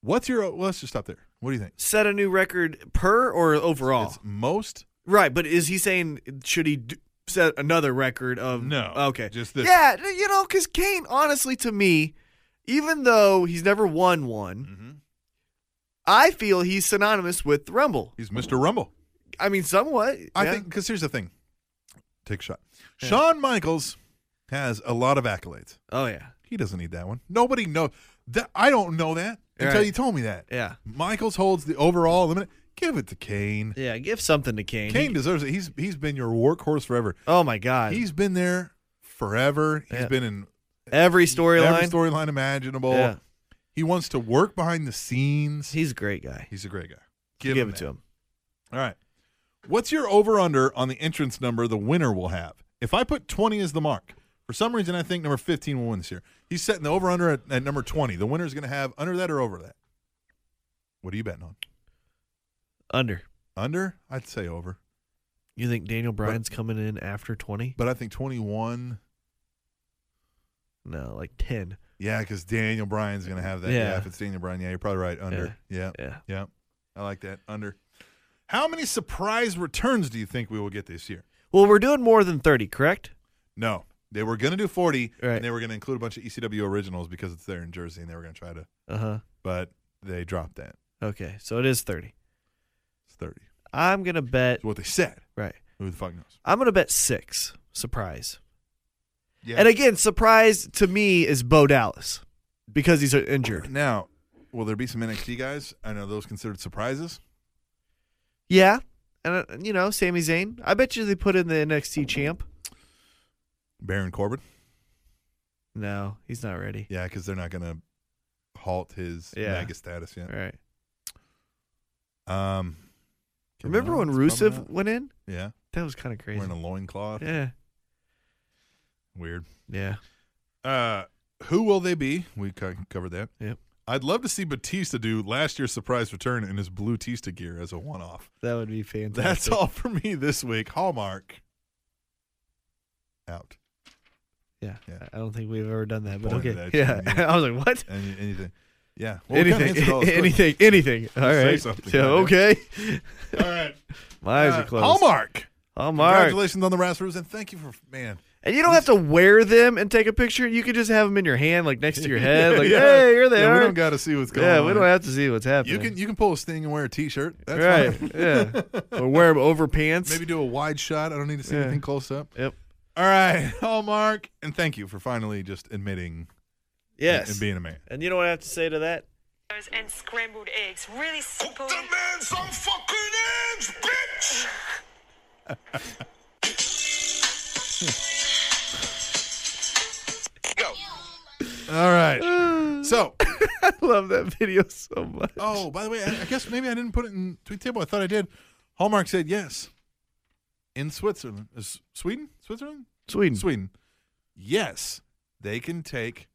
Speaker 2: What's your. Well, let's just stop there. What do you think?
Speaker 1: Set a new record per or overall?
Speaker 2: It's most.
Speaker 1: right, but is he saying should he d- set another record of?
Speaker 2: No,
Speaker 1: Okay.
Speaker 2: just this.
Speaker 1: Yeah, you know, because Kane, honestly, to me, even though he's never won one,
Speaker 2: Mm-hmm.
Speaker 1: I feel he's synonymous with the Rumble.
Speaker 2: He's Mr. Rumble.
Speaker 1: I mean, somewhat.
Speaker 2: I
Speaker 1: yeah.
Speaker 2: think because here's the thing. Take a shot. Shawn Michaels has a lot of accolades.
Speaker 1: Oh yeah.
Speaker 2: He doesn't need that one. Nobody knows. That, I don't know that until
Speaker 1: Right.
Speaker 2: you told me that.
Speaker 1: Yeah.
Speaker 2: Michaels holds the overall limit. Give it to Kane.
Speaker 1: Yeah, give something to Kane.
Speaker 2: Kane deserves it. He's he's been your workhorse forever.
Speaker 1: oh my God,
Speaker 2: He's been there forever. He's
Speaker 1: Yeah.
Speaker 2: been in
Speaker 1: every
Speaker 2: every
Speaker 1: storyline.
Speaker 2: storyline imaginable.
Speaker 1: yeah,
Speaker 2: He wants to work behind the scenes.
Speaker 1: he's a great guy.
Speaker 2: He's a great guy.
Speaker 1: Give,
Speaker 2: him
Speaker 1: it to
Speaker 2: that.
Speaker 1: him.
Speaker 2: All right. What's your over under on the entrance number the winner will have? If I put 20 as the mark, for some reason I think number 15 will win this year. He's setting the over under at, at number 20. The winner's going to have under that or over that. What are you betting on?
Speaker 1: Under.
Speaker 2: Under? I'd say over.
Speaker 1: You think Daniel Bryan's coming in after twenty?
Speaker 2: But I think 21.
Speaker 1: No, like ten.
Speaker 2: Yeah, because Daniel Bryan's going to have that. Yeah.
Speaker 1: Yeah.
Speaker 2: if it's Daniel Bryan, yeah, you're probably right. Under. Yeah. yeah.
Speaker 1: Yeah.
Speaker 2: I like that. Under. How many surprise returns do you think we will get this year?
Speaker 1: Well, we're doing more than thirty, correct?
Speaker 2: No. They were going to do 40,
Speaker 1: Right.
Speaker 2: and they were going to include a bunch of ECW originals because it's there in Jersey, and they were going to try to,
Speaker 1: Uh huh.
Speaker 2: but they dropped that.
Speaker 1: Okay, so it is thirty.
Speaker 2: It's 30.
Speaker 1: I'm gonna bet.
Speaker 2: It's what they said.
Speaker 1: Right.
Speaker 2: Who the fuck knows?
Speaker 1: I'm going to bet six. Surprise.
Speaker 2: Yeah.
Speaker 1: And again, surprise to me is Bo Dallas because he's uh, injured.
Speaker 2: now, will there be some NXT guys? I know those considered surprises.
Speaker 1: Yeah. And, uh, you know, Sami Zayn. I bet you they put in the NXT champ.
Speaker 2: Baron Corbin.
Speaker 1: No, he's not ready.
Speaker 2: Yeah, because they're not going to halt his
Speaker 1: Yeah.
Speaker 2: mega status yet.
Speaker 1: All right.
Speaker 2: Um, Kevin
Speaker 1: Remember when
Speaker 2: Owens, probably
Speaker 1: Rusev
Speaker 2: not.
Speaker 1: went in?
Speaker 2: Yeah,
Speaker 1: That was kind of crazy.
Speaker 2: wearing a loincloth.
Speaker 1: Yeah.
Speaker 2: Weird.
Speaker 1: Yeah.
Speaker 2: Uh, who will they be? We co- covered that.
Speaker 1: Yep.
Speaker 2: I'd love to see Batista do last year's surprise return in his blue Tista gear as a one off.
Speaker 1: That would be fantastic.
Speaker 2: That's all for me this week. Hallmark. Out.
Speaker 1: Yeah.
Speaker 2: Yeah.
Speaker 1: I don't think we've ever done that, but
Speaker 2: Pointed
Speaker 1: okay.
Speaker 2: at you,
Speaker 1: Yeah.
Speaker 2: yeah.
Speaker 1: I was like, what?
Speaker 2: Any, anything. Yeah. Well, we kinda
Speaker 1: anything.
Speaker 2: answered all those questions.
Speaker 1: anything. Anything. All
Speaker 2: Say
Speaker 1: right.
Speaker 2: something,
Speaker 1: Yeah,
Speaker 2: goddamn.
Speaker 1: okay.
Speaker 2: All right.
Speaker 1: My eyes
Speaker 2: Uh,
Speaker 1: are closed.
Speaker 2: Hallmark.
Speaker 1: Hallmark.
Speaker 2: Congratulations on the Rasmus, and thank you for man.
Speaker 1: And you don't have to wear them and take a picture. You could just have them in your hand, like next to your head. Like,
Speaker 2: Yeah.
Speaker 1: hey, here they
Speaker 2: Yeah,
Speaker 1: are.
Speaker 2: We don't got to see what's going
Speaker 1: yeah,
Speaker 2: on.
Speaker 1: we don't have to see what's happening.
Speaker 2: You can you can pull a sting and wear a t-shirt. That's
Speaker 1: right.
Speaker 2: fine.
Speaker 1: yeah. Or wear them over pants.
Speaker 2: Maybe do a wide shot. I don't need to see
Speaker 1: Yeah.
Speaker 2: anything close up.
Speaker 1: Yep.
Speaker 2: All right, Hallmark, and thank you for finally just admitting
Speaker 1: Yes.
Speaker 2: and being a man.
Speaker 1: and you know what I have to say to that?
Speaker 9: and scrambled eggs. Really simple.
Speaker 4: man some fucking eggs, bitch! Go.
Speaker 2: All right. so,
Speaker 1: I love that video so much.
Speaker 2: oh, by the way, I, I guess maybe I didn't put it in tweet table. I thought I did. Hallmark said yes. In Switzerland, is Sweden, Switzerland,
Speaker 1: Sweden.
Speaker 2: Sweden. Yes, they can take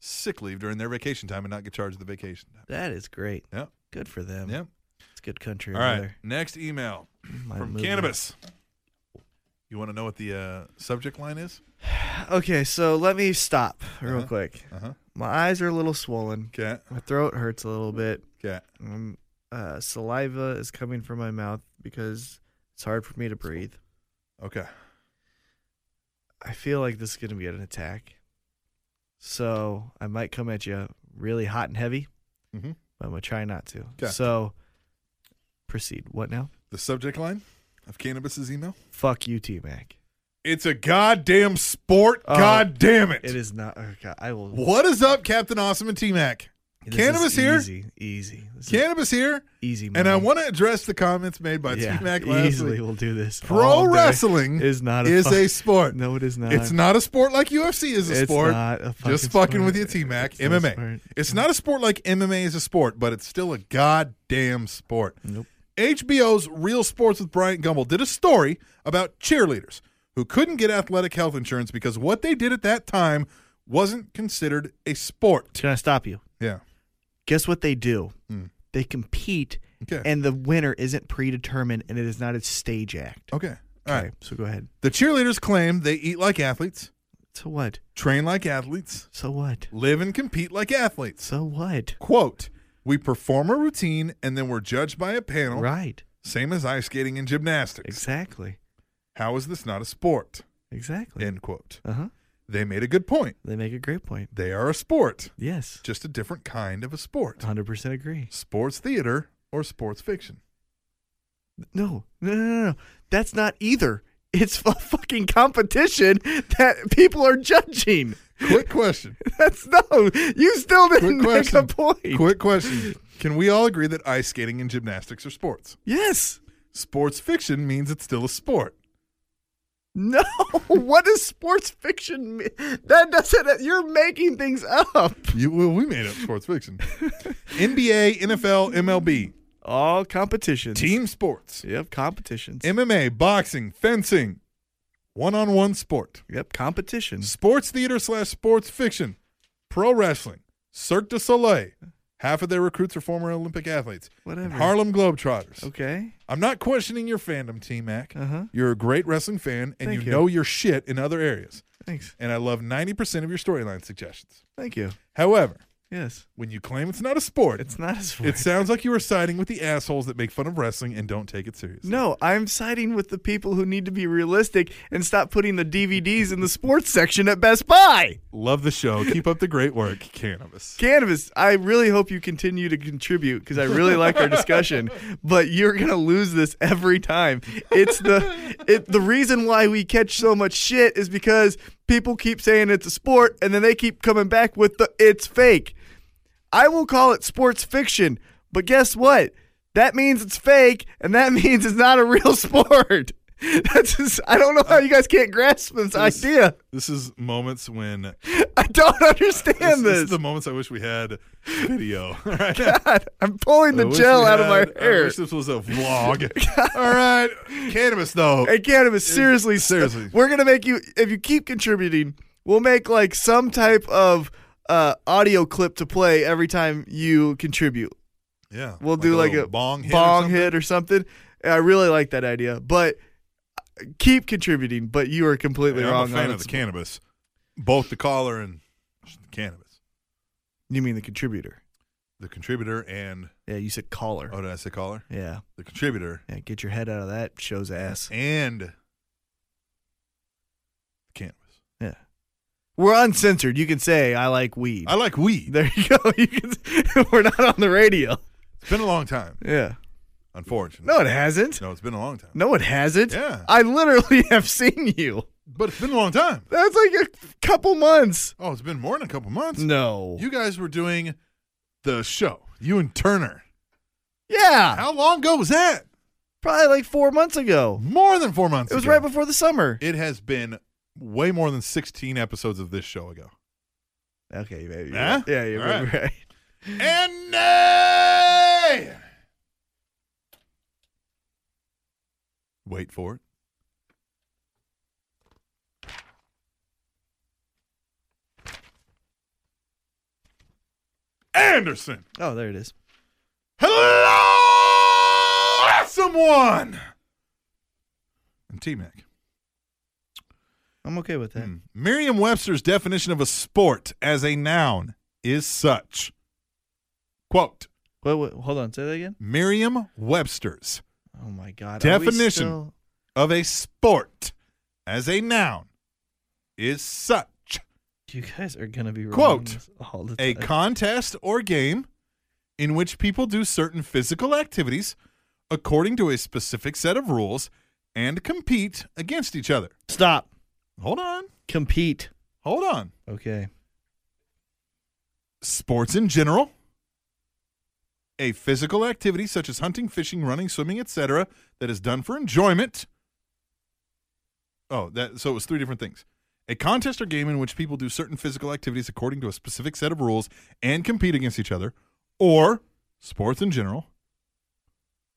Speaker 2: sick leave during their vacation time and not get charged the vacation time.
Speaker 1: That is great.
Speaker 2: Yep.
Speaker 1: Good for them.
Speaker 2: Yep.
Speaker 1: It's good country
Speaker 2: All
Speaker 1: over
Speaker 2: right.
Speaker 1: there.
Speaker 2: Next email
Speaker 1: My
Speaker 2: from
Speaker 1: movement.
Speaker 2: cannabis. You want to know what the uh, subject line is?
Speaker 1: Okay, so let me stop real
Speaker 2: Uh-huh.
Speaker 1: quick.
Speaker 2: Uh huh.
Speaker 1: My eyes are a little swollen.
Speaker 2: Cat.
Speaker 1: My throat hurts a little bit.
Speaker 2: Cat.
Speaker 1: Um, uh, saliva is coming from my mouth because it's hard for me to breathe.
Speaker 2: Okay.
Speaker 1: I feel like this is going to be an attack. So I might come at you really hot and heavy,
Speaker 2: Mhm.
Speaker 1: but I'm going to try not to.
Speaker 2: Okay.
Speaker 1: So proceed. What now?
Speaker 2: The subject line of cannabis's email.
Speaker 1: Fuck you, T Mac.
Speaker 2: It's a goddamn sport.
Speaker 1: Oh,
Speaker 2: God damn it.
Speaker 1: It is not. Oh God, I will.
Speaker 2: What is up, Captain Awesome and T Mac?
Speaker 1: This
Speaker 2: Cannabis
Speaker 1: is
Speaker 2: here?
Speaker 1: Easy. Easy. This is
Speaker 2: Cannabis here,
Speaker 1: easy.
Speaker 2: and I
Speaker 1: money.
Speaker 2: want to address the comments made by
Speaker 1: yeah,
Speaker 2: T Mac last
Speaker 1: easily
Speaker 2: week.
Speaker 1: we'll do this.
Speaker 2: Pro
Speaker 1: all day.
Speaker 2: wrestling
Speaker 1: is not a
Speaker 2: is
Speaker 1: fuck-
Speaker 2: a sport.
Speaker 1: No, it is not.
Speaker 2: It's not a sport like UFC is a
Speaker 1: It's
Speaker 2: sport.
Speaker 1: not a fucking
Speaker 2: Just fucking
Speaker 1: sport.
Speaker 2: with you, T Mac.
Speaker 1: It's not a
Speaker 2: MMA.
Speaker 1: sport.
Speaker 2: It's not a sport like MMA is a sport, but it's still a goddamn sport.
Speaker 1: Nope.
Speaker 2: HBO's Real Sports with Bryant Gumbel did a story about cheerleaders who couldn't get athletic health insurance because what they did at that time wasn't considered a sport.
Speaker 1: Can I stop you?
Speaker 2: Yeah.
Speaker 1: Guess what they do?
Speaker 2: Hmm.
Speaker 1: They compete,
Speaker 2: Okay.
Speaker 1: and the winner isn't predetermined, and it is not a stage act.
Speaker 2: okay. All right.
Speaker 1: Okay, so go ahead.
Speaker 2: The cheerleaders claim they eat like athletes,
Speaker 1: So what?
Speaker 2: train like athletes,
Speaker 1: So what?
Speaker 2: live and compete like athletes.
Speaker 1: So what?
Speaker 2: Quote, we perform a routine and then we're judged by a panel,
Speaker 1: Right.
Speaker 2: same as ice skating and gymnastics.
Speaker 1: Exactly.
Speaker 2: How is this not a sport?
Speaker 1: Exactly.
Speaker 2: End quote.
Speaker 1: Uh huh.
Speaker 2: They made a good point.
Speaker 1: They make a great point.
Speaker 2: They are a sport,
Speaker 1: Yes.
Speaker 2: just a different kind of a sport.
Speaker 1: 100% agree.
Speaker 2: Sports theater or sports fiction.
Speaker 1: No, no, no, no, no. That's not either. It's a fucking competition that people are judging.
Speaker 2: Quick question.
Speaker 1: That's no. You still
Speaker 2: Quick
Speaker 1: didn't make
Speaker 2: question.
Speaker 1: a point.
Speaker 2: Quick question. Can we all agree that ice skating and gymnastics are sports?
Speaker 1: Yes.
Speaker 2: Sports fiction means it's still a sport.
Speaker 1: No. what does sports fiction mean? That doesn't. You're making things up.
Speaker 2: You, well, we made up sports fiction. NBA, NFL, MLB,
Speaker 1: All competitions.
Speaker 2: team sports,
Speaker 1: Yep. Competitions.
Speaker 2: MMA, boxing, fencing, one on one sport.
Speaker 1: yep. Competitions.
Speaker 2: sports theater slash sports fiction, pro wrestling, Cirque du Soleil. Half of their recruits are former Olympic athletes. and
Speaker 1: Whatever.
Speaker 2: Harlem Globetrotters.
Speaker 1: Okay.
Speaker 2: I'm not questioning your fandom, T Mac.
Speaker 1: Uh-huh.
Speaker 2: You're a great wrestling fan, and you,
Speaker 1: Thank you.
Speaker 2: know your shit in other areas.
Speaker 1: Thanks.
Speaker 2: And I love 90% of your storyline suggestions.
Speaker 1: Thank you.
Speaker 2: However,
Speaker 1: Yes.
Speaker 2: When you claim it's not a sport,
Speaker 1: It's not as
Speaker 2: it sounds like you are siding with the assholes that make fun of wrestling and don't take it seriously.
Speaker 1: No, I'm siding with the people who need to be realistic and stop putting the DVDs in the sports section at Best Buy.
Speaker 2: Love the show. Keep up the great work, Cannabis.
Speaker 1: Cannabis, I really hope you continue to contribute because I really like our discussion, but you're gonna lose this every time. It's the it the reason why we catch so much shit is because people keep saying it's a sport and then they keep coming back with the it's fake. I will call it sports fiction, but guess what? That means it's fake, and that means it's not a real sport. That's just, I don't know how you guys can't grasp this idea.
Speaker 2: This is moments when
Speaker 1: I don't
Speaker 2: this,
Speaker 1: understand
Speaker 2: this is
Speaker 1: this.
Speaker 2: the moments I wish we had video. All right.
Speaker 1: God, I'm pulling the
Speaker 2: I wish
Speaker 1: gel
Speaker 2: we
Speaker 1: out of my
Speaker 2: had- I
Speaker 1: hair.
Speaker 2: wish this was a vlog. All right, Cannabis though.
Speaker 1: Hey, cannabis, seriously, st-
Speaker 2: seriously.
Speaker 1: we're gonna make you if you keep contributing, we'll make like some type of uh, audio clip to play every time you contribute.
Speaker 2: Yeah,
Speaker 1: We'll do like
Speaker 2: little
Speaker 1: a
Speaker 2: bong hit or
Speaker 1: bong
Speaker 2: something.
Speaker 1: hit or something. I really like that idea, but uh, keep contributing. But you are completely
Speaker 2: Hey, I'm
Speaker 1: wrong
Speaker 2: a fan
Speaker 1: on
Speaker 2: of the
Speaker 1: it.
Speaker 2: cannabis, both the caller and the cannabis,
Speaker 1: you mean the contributor?
Speaker 2: the contributor and
Speaker 1: Yeah, you said caller.
Speaker 2: oh, did I say caller?
Speaker 1: Yeah,
Speaker 2: The contributor
Speaker 1: yeah. Get your head out of that show's ass.
Speaker 2: and the cannabis.
Speaker 1: Yeah, we're uncensored. You can say I like weed.
Speaker 2: I like weed.
Speaker 1: there you go. You can, we're not on the radio.
Speaker 2: It's been a long time,
Speaker 1: Yeah.
Speaker 2: unfortunately.
Speaker 1: No, it hasn't.
Speaker 2: No, it's been a long time.
Speaker 1: No, it hasn't.
Speaker 2: Yeah.
Speaker 1: I literally have seen you.
Speaker 2: But it's been a long time.
Speaker 1: That's like a couple months.
Speaker 2: Oh, it's been more than a couple months.
Speaker 1: No.
Speaker 2: You guys were doing the show. You and Turner.
Speaker 1: yeah.
Speaker 2: How long ago was that?
Speaker 1: Probably like four months ago.
Speaker 2: More than four months
Speaker 1: It was
Speaker 2: ago.
Speaker 1: right before the summer.
Speaker 2: It has been way more than 16 episodes of this show ago.
Speaker 1: Okay, baby.
Speaker 2: Yeah?
Speaker 1: Yeah, you're
Speaker 2: All right.
Speaker 1: right. right.
Speaker 2: And nay! Wait for it. Anderson!
Speaker 1: Oh, there it is.
Speaker 2: Hello! That's someone! And T Mac.
Speaker 1: I'm okay with
Speaker 2: Hmm.
Speaker 1: that.
Speaker 2: Merriam Webster's definition of a sport as a noun is such. Quote
Speaker 1: Wait, wait, hold on. Say that again.
Speaker 2: Merriam Webster's
Speaker 1: Oh my God. Are we
Speaker 2: Definition.
Speaker 1: still-
Speaker 2: of a sport as a noun is such
Speaker 1: You guys are gonna be wrong
Speaker 2: Quote,
Speaker 1: this all the
Speaker 2: a
Speaker 1: time.
Speaker 2: contest or game in which people do certain physical activities according to a specific set of rules and compete against each other.
Speaker 1: Stop.
Speaker 2: Hold on.
Speaker 1: Compete.
Speaker 2: Hold on.
Speaker 1: Okay.
Speaker 2: sports in general, a physical activity such as hunting, fishing, running, swimming, etc., that is done for enjoyment. Oh, that so it was three different things. A contest or game in which people do certain physical activities according to a specific set of rules and compete against each other, or sports in general,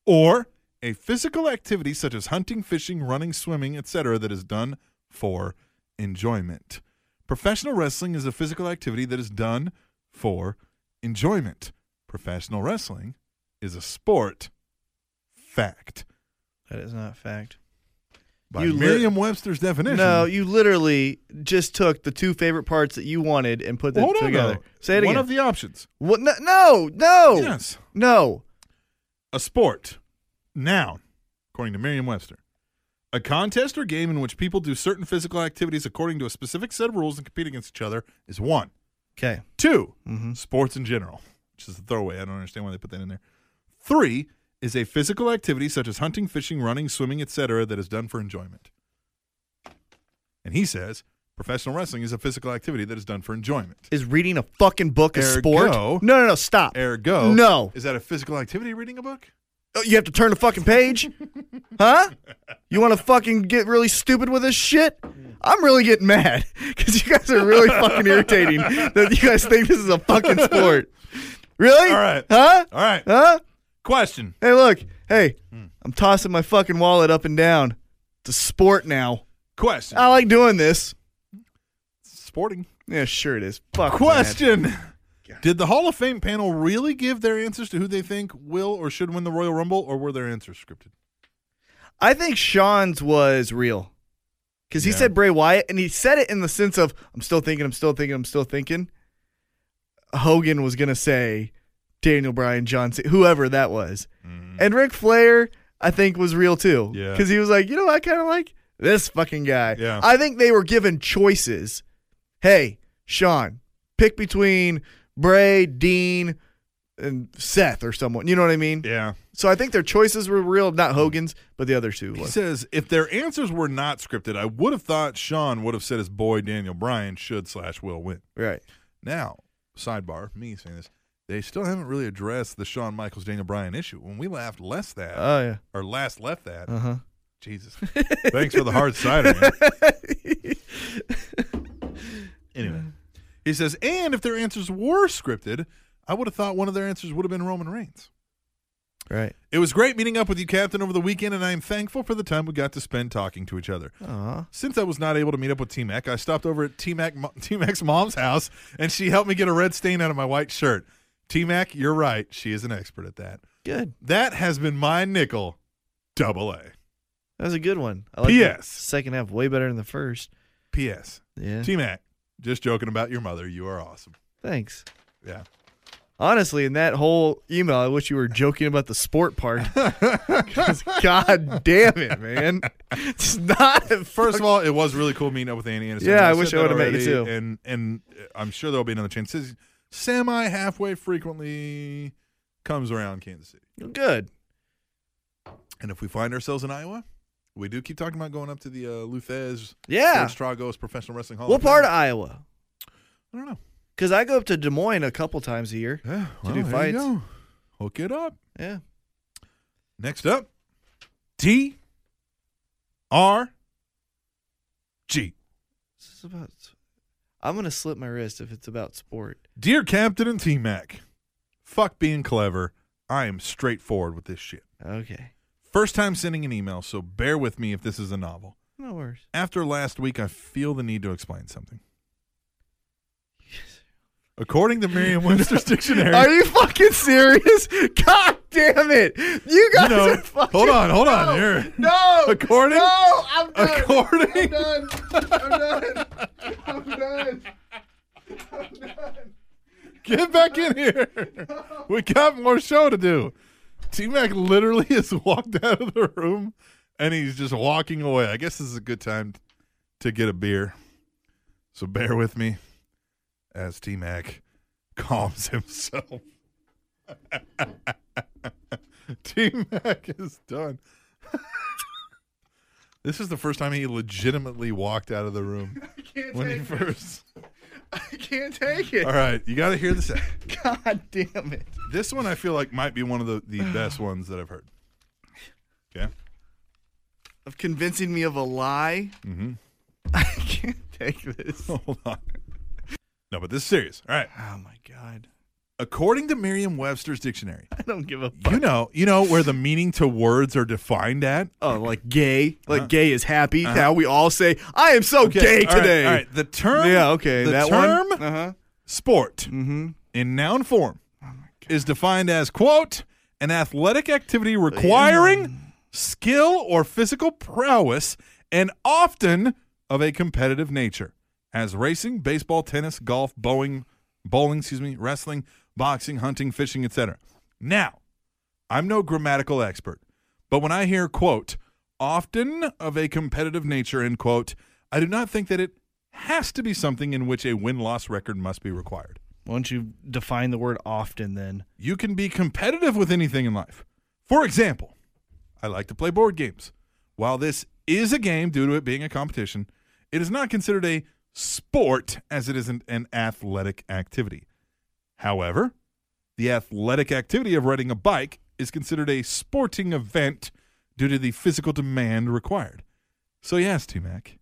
Speaker 2: or a physical activity such as hunting, fishing, running, swimming, etc., that is done for enjoyment. Professional wrestling is a physical activity that is done for enjoyment. Professional wrestling is a sport. Fact.
Speaker 1: That is not fact.
Speaker 2: By
Speaker 1: You lit-
Speaker 2: Merriam Webster's definition.
Speaker 1: No, you literally just took the two favorite parts that you wanted and put them
Speaker 2: Hold on,
Speaker 1: together.
Speaker 2: though.
Speaker 1: Say it
Speaker 2: One
Speaker 1: again.
Speaker 2: of the options.
Speaker 1: what? No, no, no,
Speaker 2: Yes.
Speaker 1: no.
Speaker 2: A sport. Noun, according to Merriam Webster. A contest or game in which people do certain physical activities according to a specific set of rules and compete against each other is one.
Speaker 1: Okay.
Speaker 2: 2
Speaker 1: Mhm.
Speaker 2: sports in general, which is a throwaway. I don't understand why they put that in there. Three is a physical activity such as hunting, fishing, running, swimming, etc., that is done for enjoyment. And he says professional wrestling is a physical activity that is done for enjoyment.
Speaker 1: Is reading a fucking book a
Speaker 2: Ergo-
Speaker 1: sport? No, no, no. Stop.
Speaker 2: Ergo,
Speaker 1: No.
Speaker 2: is that a physical activity? Reading a book?
Speaker 1: Oh, You have to turn the fucking page, huh? You want to fucking get really stupid with this shit? I'm really getting mad because you guys are really fucking irritating that you guys think this is a fucking sport. Really?
Speaker 2: All right.
Speaker 1: Huh?
Speaker 2: All right.
Speaker 1: Huh?
Speaker 2: Question.
Speaker 1: Hey, look. Hey, I'm tossing my fucking wallet up and down. It's a sport now.
Speaker 2: Question.
Speaker 1: I like doing this.
Speaker 2: Sporting.
Speaker 1: Yeah, sure it is. Fuck. man.
Speaker 2: Question. Did the Hall of Fame panel really give their answers to who they think will or should win the Royal Rumble, or were their answers scripted?
Speaker 1: I think Sean's was real. Because he
Speaker 2: Yeah.
Speaker 1: said Bray Wyatt, and he said it in the sense of, I'm still thinking, I'm still thinking, I'm still thinking. Hogan was gonna say Daniel Bryan, John C, whoever that was, and Ric Flair, I think was real too,
Speaker 2: Mm-hmm. Yeah.
Speaker 1: because he was like, you know, I kind of like this fucking guy.
Speaker 2: Yeah.
Speaker 1: I think they were given choices. Hey, Sean, pick between Bray, Dean, and Seth or someone. You know what I mean?
Speaker 2: Yeah.
Speaker 1: So I think their choices were real, not Hogan's, but the other two.
Speaker 2: He
Speaker 1: Was.
Speaker 2: says if their answers were not scripted, I would have thought Sean would have said his boy Daniel Bryan should slash will win.
Speaker 1: Right.
Speaker 2: Now, sidebar, me saying this, they still haven't really addressed the Shawn Michaels Daniel Bryan issue. When we laughed less that
Speaker 1: Oh yeah.
Speaker 2: or last left that,
Speaker 1: Uh huh.
Speaker 2: Jesus. Thanks for the hard cider. Man. anyway, he says, and if their answers were scripted, I would have thought one of their answers would have been Roman Reigns.
Speaker 1: Right.
Speaker 2: It was great meeting up with you, Captain, over the weekend, and I am thankful for the time we got to spend talking to each other.
Speaker 1: Aw.
Speaker 2: Since I was not able to meet up with T Mac, I stopped over at T Mac T Mac's mom's house, and she helped me get a red stain out of my white shirt. T Mac, you're right; she is an expert at that.
Speaker 1: Good.
Speaker 2: That has been my nickel, double A.
Speaker 1: That was a good one. I like
Speaker 2: P.S..
Speaker 1: Second half way better than the first.
Speaker 2: P.S.
Speaker 1: Yeah.
Speaker 2: T Mac, just joking about your mother. You are awesome.
Speaker 1: Thanks.
Speaker 2: Yeah.
Speaker 1: Honestly, in that whole email, I wish you were joking about the sport part. 'Cause God damn it, man! It's not.
Speaker 2: First of all, it was really cool meeting up with Annie Anderson.
Speaker 1: Yeah, I
Speaker 2: said
Speaker 1: wish I
Speaker 2: that
Speaker 1: would've met you
Speaker 2: already,
Speaker 1: too.
Speaker 2: And and uh, I'm sure there'll be another chance. Says, Semi halfway frequently comes around Kansas City.
Speaker 1: good.
Speaker 2: And if we find ourselves in Iowa, we do keep talking about going up to the uh, Luthez,
Speaker 1: Yeah.
Speaker 2: George Stragos Professional Wrestling Hall.
Speaker 1: What part of Iowa?
Speaker 2: I don't know.
Speaker 1: Because I go up to Des Moines a couple times a year.
Speaker 2: Yeah,
Speaker 1: To do
Speaker 2: well, there you
Speaker 1: fights.
Speaker 2: go. Hook it up.
Speaker 1: Yeah.
Speaker 2: Next up, T R G.
Speaker 1: This is about. I'm gonna slip my wrist if it's about sport.
Speaker 2: Dear Captain and T Mac, fuck being clever. I am straightforward with this shit.
Speaker 1: Okay.
Speaker 2: First time sending an email, so bear with me if this is a novel.
Speaker 1: No worries.
Speaker 2: After last week, I feel the need to explain something. According to Merriam Webster's dictionary,
Speaker 1: Are you fucking serious? God damn it! You
Speaker 2: you
Speaker 1: guys
Speaker 2: know,
Speaker 1: are fucking.
Speaker 2: hold on, hold on. Here.
Speaker 1: No.
Speaker 2: According-
Speaker 1: No, I'm done.
Speaker 2: According,
Speaker 1: I'm done. I'm done. I'm done.
Speaker 2: get back in here. We got more show to do. T Mac literally has walked out of the room and he's just walking away. I guess this is a good time to get a beer. So bear with me as T Mac calms himself. T Mac is done. this is the first time he legitimately walked out of the room when he first.
Speaker 1: I can't take it.
Speaker 2: All right, you got to hear this out.
Speaker 1: God damn it.
Speaker 2: This one I feel like might be one of the, the best ones that I've heard. Okay.
Speaker 1: Of convincing me of a lie.
Speaker 2: Mhm.
Speaker 1: I can't take this. Oh
Speaker 2: Hold on. No, but this is serious. All right.
Speaker 1: my god.
Speaker 2: According to Merriam-Webster's dictionary,
Speaker 1: I don't give a fuck.
Speaker 2: you know, you know where the meaning to words are defined at.
Speaker 1: Oh, like gay. Like
Speaker 2: Uh-huh.
Speaker 1: gay is happy. Now we all say, I am so gay
Speaker 2: all right,
Speaker 1: today.
Speaker 2: all right. The term.
Speaker 1: Yeah, okay.
Speaker 2: The
Speaker 1: that
Speaker 2: term
Speaker 1: one. Uh-huh.
Speaker 2: sport in noun form is defined as quote an athletic activity requiring skill or physical prowess and often of a competitive nature as racing baseball tennis golf bowling bowling excuse me wrestling boxing hunting fishing etc now i'm no grammatical expert but when i hear quote often of a competitive nature end quote i do not think that it has to be something in which a win-loss record must be required
Speaker 1: Why don't you define the word often then?
Speaker 2: you can be competitive with anything in life. For example, I like to play board games. While this is a game due to it being a competition, it is not considered a sport as it isn't an athletic activity. However, the athletic activity of riding a bike is considered a sporting event due to the physical demand required. So, yes, T Mac,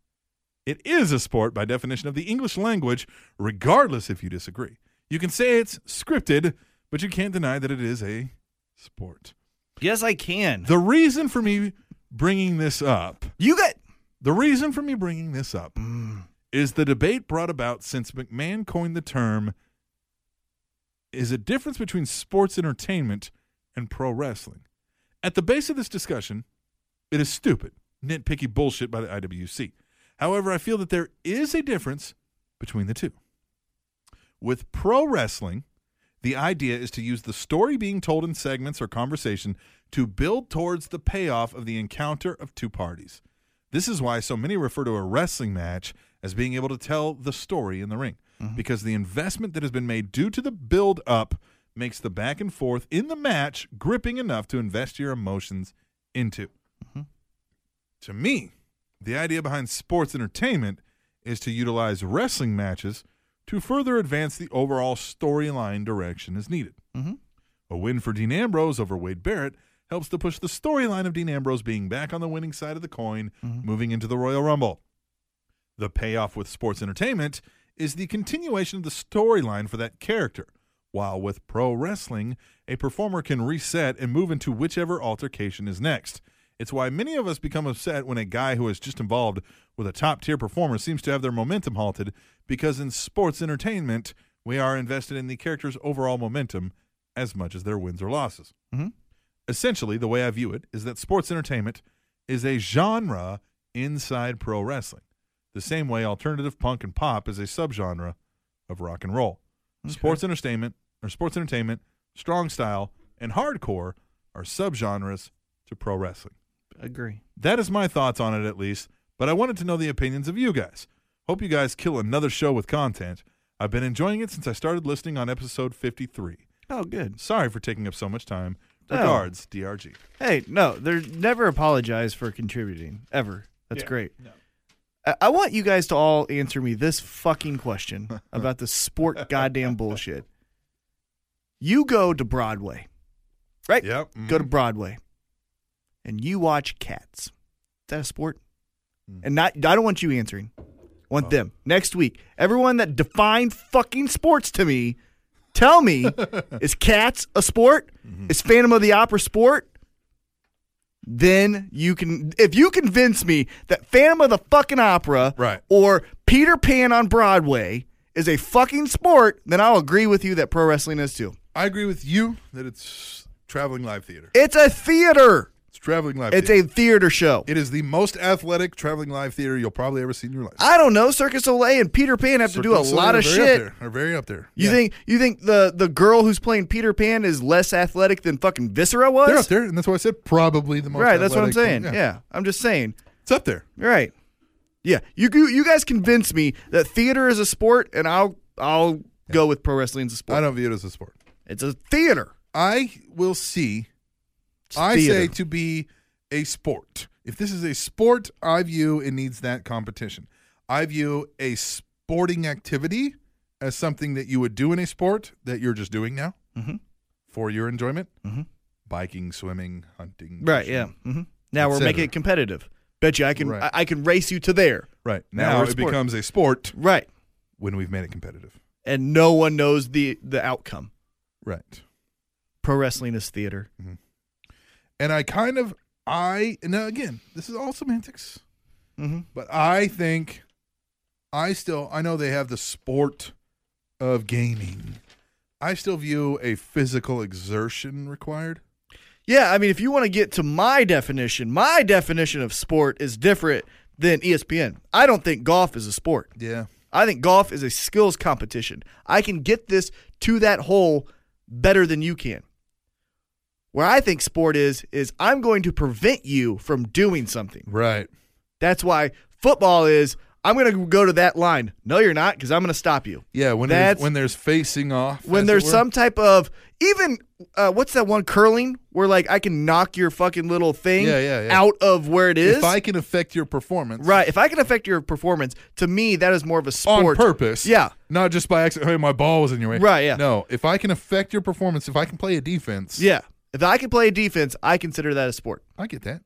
Speaker 2: it is a sport by definition of the English language, regardless if you disagree. You can say it's scripted, but you can't deny that it is a sport.
Speaker 1: Yes, I can.
Speaker 2: The reason for me bringing this up,
Speaker 1: you got
Speaker 2: the reason for me bringing this up is the debate brought about since McMahon coined the term is a difference between sports entertainment and pro wrestling. At the base of this discussion, it is stupid, nitpicky bullshit by the IWC. However, I feel that there is a difference between the two. With pro wrestling, the idea is to use the story being told in segments or conversation to build towards the payoff of the encounter of two parties. This is why so many refer to a wrestling match as being able to tell the story in the ring, because the investment that has been made due to the build up makes the back and forth in the match gripping enough to invest your emotions into. To me, the idea behind sports entertainment is to utilize wrestling matches to further advance the overall storyline direction as needed. A win for Dean Ambrose over Wade Barrett helps to push the storyline of Dean Ambrose being back on the winning side of the coin, moving into the Royal Rumble. The payoff with sports entertainment is the continuation of the storyline for that character, while with pro wrestling, a performer can reset and move into whichever altercation is next. It's why many of us become upset when a guy who is just involved with a top tier performer seems to have their momentum halted, because in sports entertainment, we are invested in the character's overall momentum as much as their wins or losses essentially the way I view it is that sports entertainment is a genre inside pro wrestling. The same way alternative punk and pop is a subgenre of rock and roll. Sports entertainment or sports entertainment, strong style, and hardcore are subgenres to pro wrestling.
Speaker 1: Agree.
Speaker 2: That is my thoughts on it, at least. But I wanted to know the opinions of you guys. Hope you guys kill another show with content. I've been enjoying it since I started listening on episode 53.
Speaker 1: Oh, good.
Speaker 2: Sorry for taking up so much time.
Speaker 1: No.
Speaker 2: Regards, DRG.
Speaker 1: Hey, no, they're never apologize for contributing ever. That's
Speaker 2: Yeah,
Speaker 1: great. I-, I want you guys to all answer me this fucking question about the sport goddamn bullshit. You go to Broadway, right?
Speaker 2: Yep. Mm.
Speaker 1: Go to Broadway, and you watch Cats. Is that a sport? And not, I don't want you answering. I want them next week. Everyone that defined fucking sports to me, tell me is Cats a sport? Is Phantom of the Opera sport? Then you can, if you convince me that Phantom of the fucking Opera
Speaker 2: Right.
Speaker 1: or Peter Pan on Broadway is a fucking sport, then I'll agree with you that pro wrestling is too.
Speaker 2: I agree with you that it's traveling live theater.
Speaker 1: It's a theater.
Speaker 2: It's traveling live.
Speaker 1: It's a
Speaker 2: theater.
Speaker 1: theater show.
Speaker 2: It is the most athletic traveling live theater you'll probably ever see in your life.
Speaker 1: I don't know. Circus Soleil and Peter Pan have to do a
Speaker 2: Cirque du
Speaker 1: lot of
Speaker 2: Soleil are very
Speaker 1: shit.
Speaker 2: Up there, are very up there.
Speaker 1: You
Speaker 2: Yeah.
Speaker 1: think you think the the girl who's playing Peter Pan is less athletic than fucking Viscera was?
Speaker 2: they're up there, and that's why I said probably the most.
Speaker 1: Right, that's what I'm
Speaker 2: athletic-
Speaker 1: saying. Yeah. I'm just saying.
Speaker 2: it's up there.
Speaker 1: Right. Yeah, you you you guys convince me that theater is a sport, and I'll I'll go with pro wrestling as a sport.
Speaker 2: I don't view it as a sport.
Speaker 1: It's a theater.
Speaker 2: I will see.
Speaker 1: It's
Speaker 2: I say
Speaker 1: theater.
Speaker 2: to be a sport. If this is a sport, I view it needs that competition. I view a sporting activity as something that you would do in a sport that you're just doing now
Speaker 1: Mm-hmm.
Speaker 2: for your enjoyment. Biking, swimming, hunting.
Speaker 1: right.
Speaker 2: fishing.
Speaker 1: Yeah. hmm Now
Speaker 2: Et
Speaker 1: we're
Speaker 2: cetera.
Speaker 1: making it competitive. Bet you I can
Speaker 2: Right.
Speaker 1: I, I can race you to there.
Speaker 2: Right.
Speaker 1: Now
Speaker 2: Now,
Speaker 1: we're a
Speaker 2: it
Speaker 1: sport.
Speaker 2: becomes a sport
Speaker 1: Right.
Speaker 2: when we've made it competitive.
Speaker 1: And no one knows the the outcome.
Speaker 2: Right.
Speaker 1: Pro wrestling is theater.
Speaker 2: And I kind of, I, now again, this is all semantics.
Speaker 1: Mm-hmm.
Speaker 2: But I think I still I know they have the sport of gaming. I still view a physical exertion required.
Speaker 1: Yeah, I mean, if you want to get to my definition, my definition of sport is different than E ESPN. I don't think golf is a sport.
Speaker 2: Yeah.
Speaker 1: I think golf is a skills competition. I can get this to that hole better than you can. Where I think sport is, is I'm going to prevent you from doing something.
Speaker 2: Right.
Speaker 1: That's why football is, I'm going to go to that line. No, you're not, because I'm going to stop you.
Speaker 2: Yeah, when
Speaker 1: That's-
Speaker 2: there's, when there's facing off. as
Speaker 1: When
Speaker 2: it
Speaker 1: there's
Speaker 2: were.
Speaker 1: some type of, even, uh, what's that one, curling, where like I can knock your fucking little thing
Speaker 2: Yeah, yeah, yeah.
Speaker 1: out of where it is.
Speaker 2: if I can affect your performance
Speaker 1: Right. If I can affect your performance, to me that is more of a
Speaker 2: on
Speaker 1: sport
Speaker 2: purpose.
Speaker 1: Yeah.
Speaker 2: Not just by accident, hey, my ball was in your way.
Speaker 1: Right, yeah.
Speaker 2: No, if I can affect your performance, if I can play a defense,
Speaker 1: Yeah. If I can play defense, I consider that a sport.
Speaker 2: I get that.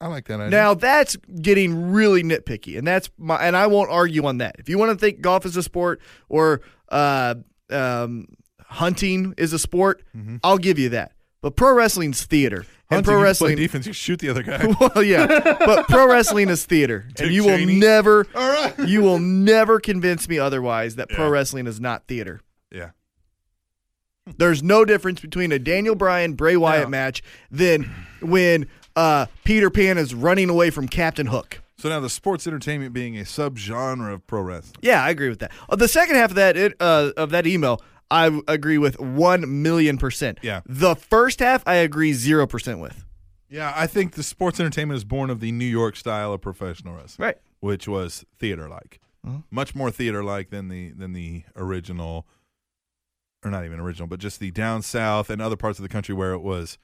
Speaker 2: I like that idea.
Speaker 1: Now that's getting really nitpicky, and that's my and I won't argue on that. If you want to think golf is a sport or uh, um, hunting is a sport, I'll give you that. But pro wrestling's theater,
Speaker 2: Mm-hmm. Hunting,
Speaker 1: and pro
Speaker 2: you play
Speaker 1: wrestling.
Speaker 2: defense, you shoot the other guy.
Speaker 1: well, yeah, but pro wrestling is theater,
Speaker 2: Dick
Speaker 1: and you will
Speaker 2: Cheney.
Speaker 1: never,
Speaker 2: All right.
Speaker 1: you will never convince me otherwise that pro
Speaker 2: Yeah.
Speaker 1: wrestling is not theater.
Speaker 2: yeah.
Speaker 1: There's no difference between a Daniel Bryan Bray Wyatt
Speaker 2: No.
Speaker 1: match than when uh, Peter Pan is running away from Captain Hook.
Speaker 2: So now the sports entertainment being a subgenre of pro wrestling.
Speaker 1: Yeah, I agree with that. Uh, the second half of that it, uh, of that email, I w- agree with one million percent.
Speaker 2: Yeah.
Speaker 1: The first half, I agree zero percent with.
Speaker 2: Yeah, I think the sports entertainment is born of the New York style of professional wrestling,
Speaker 1: Right.
Speaker 2: Which was theater like,
Speaker 1: Uh-huh.
Speaker 2: much more theater like than the than the original, or not even original, but just the down south and other parts of the country where it was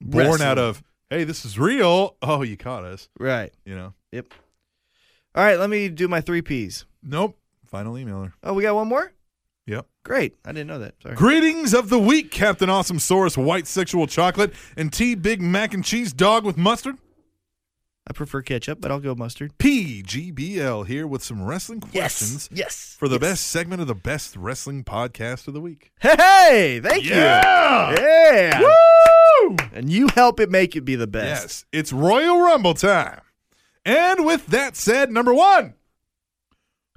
Speaker 2: born out
Speaker 1: Wrestling.
Speaker 2: of. Hey, this is real. Oh, you caught us.
Speaker 1: Right.
Speaker 2: You know.
Speaker 1: Yep. All right, let me do my three P's.
Speaker 2: Nope. Final emailer.
Speaker 1: Oh, we got one more.
Speaker 2: Yep.
Speaker 1: Great. I didn't know that. Sorry.
Speaker 2: Greetings of the week, Captain Awesome Saurus, white sexual chocolate, and T Big Mac and Cheese Dog with mustard.
Speaker 1: I prefer ketchup, but I'll go mustard.
Speaker 2: PGBL here with some wrestling questions
Speaker 1: Yes.
Speaker 2: for the best segment of the best wrestling podcast of the week.
Speaker 1: Hey, hey thank
Speaker 2: Yeah!
Speaker 1: you. Yeah.
Speaker 2: Woo!
Speaker 1: And you help it make it be the best.
Speaker 2: Yes, it's Royal Rumble time. And with that said, number one,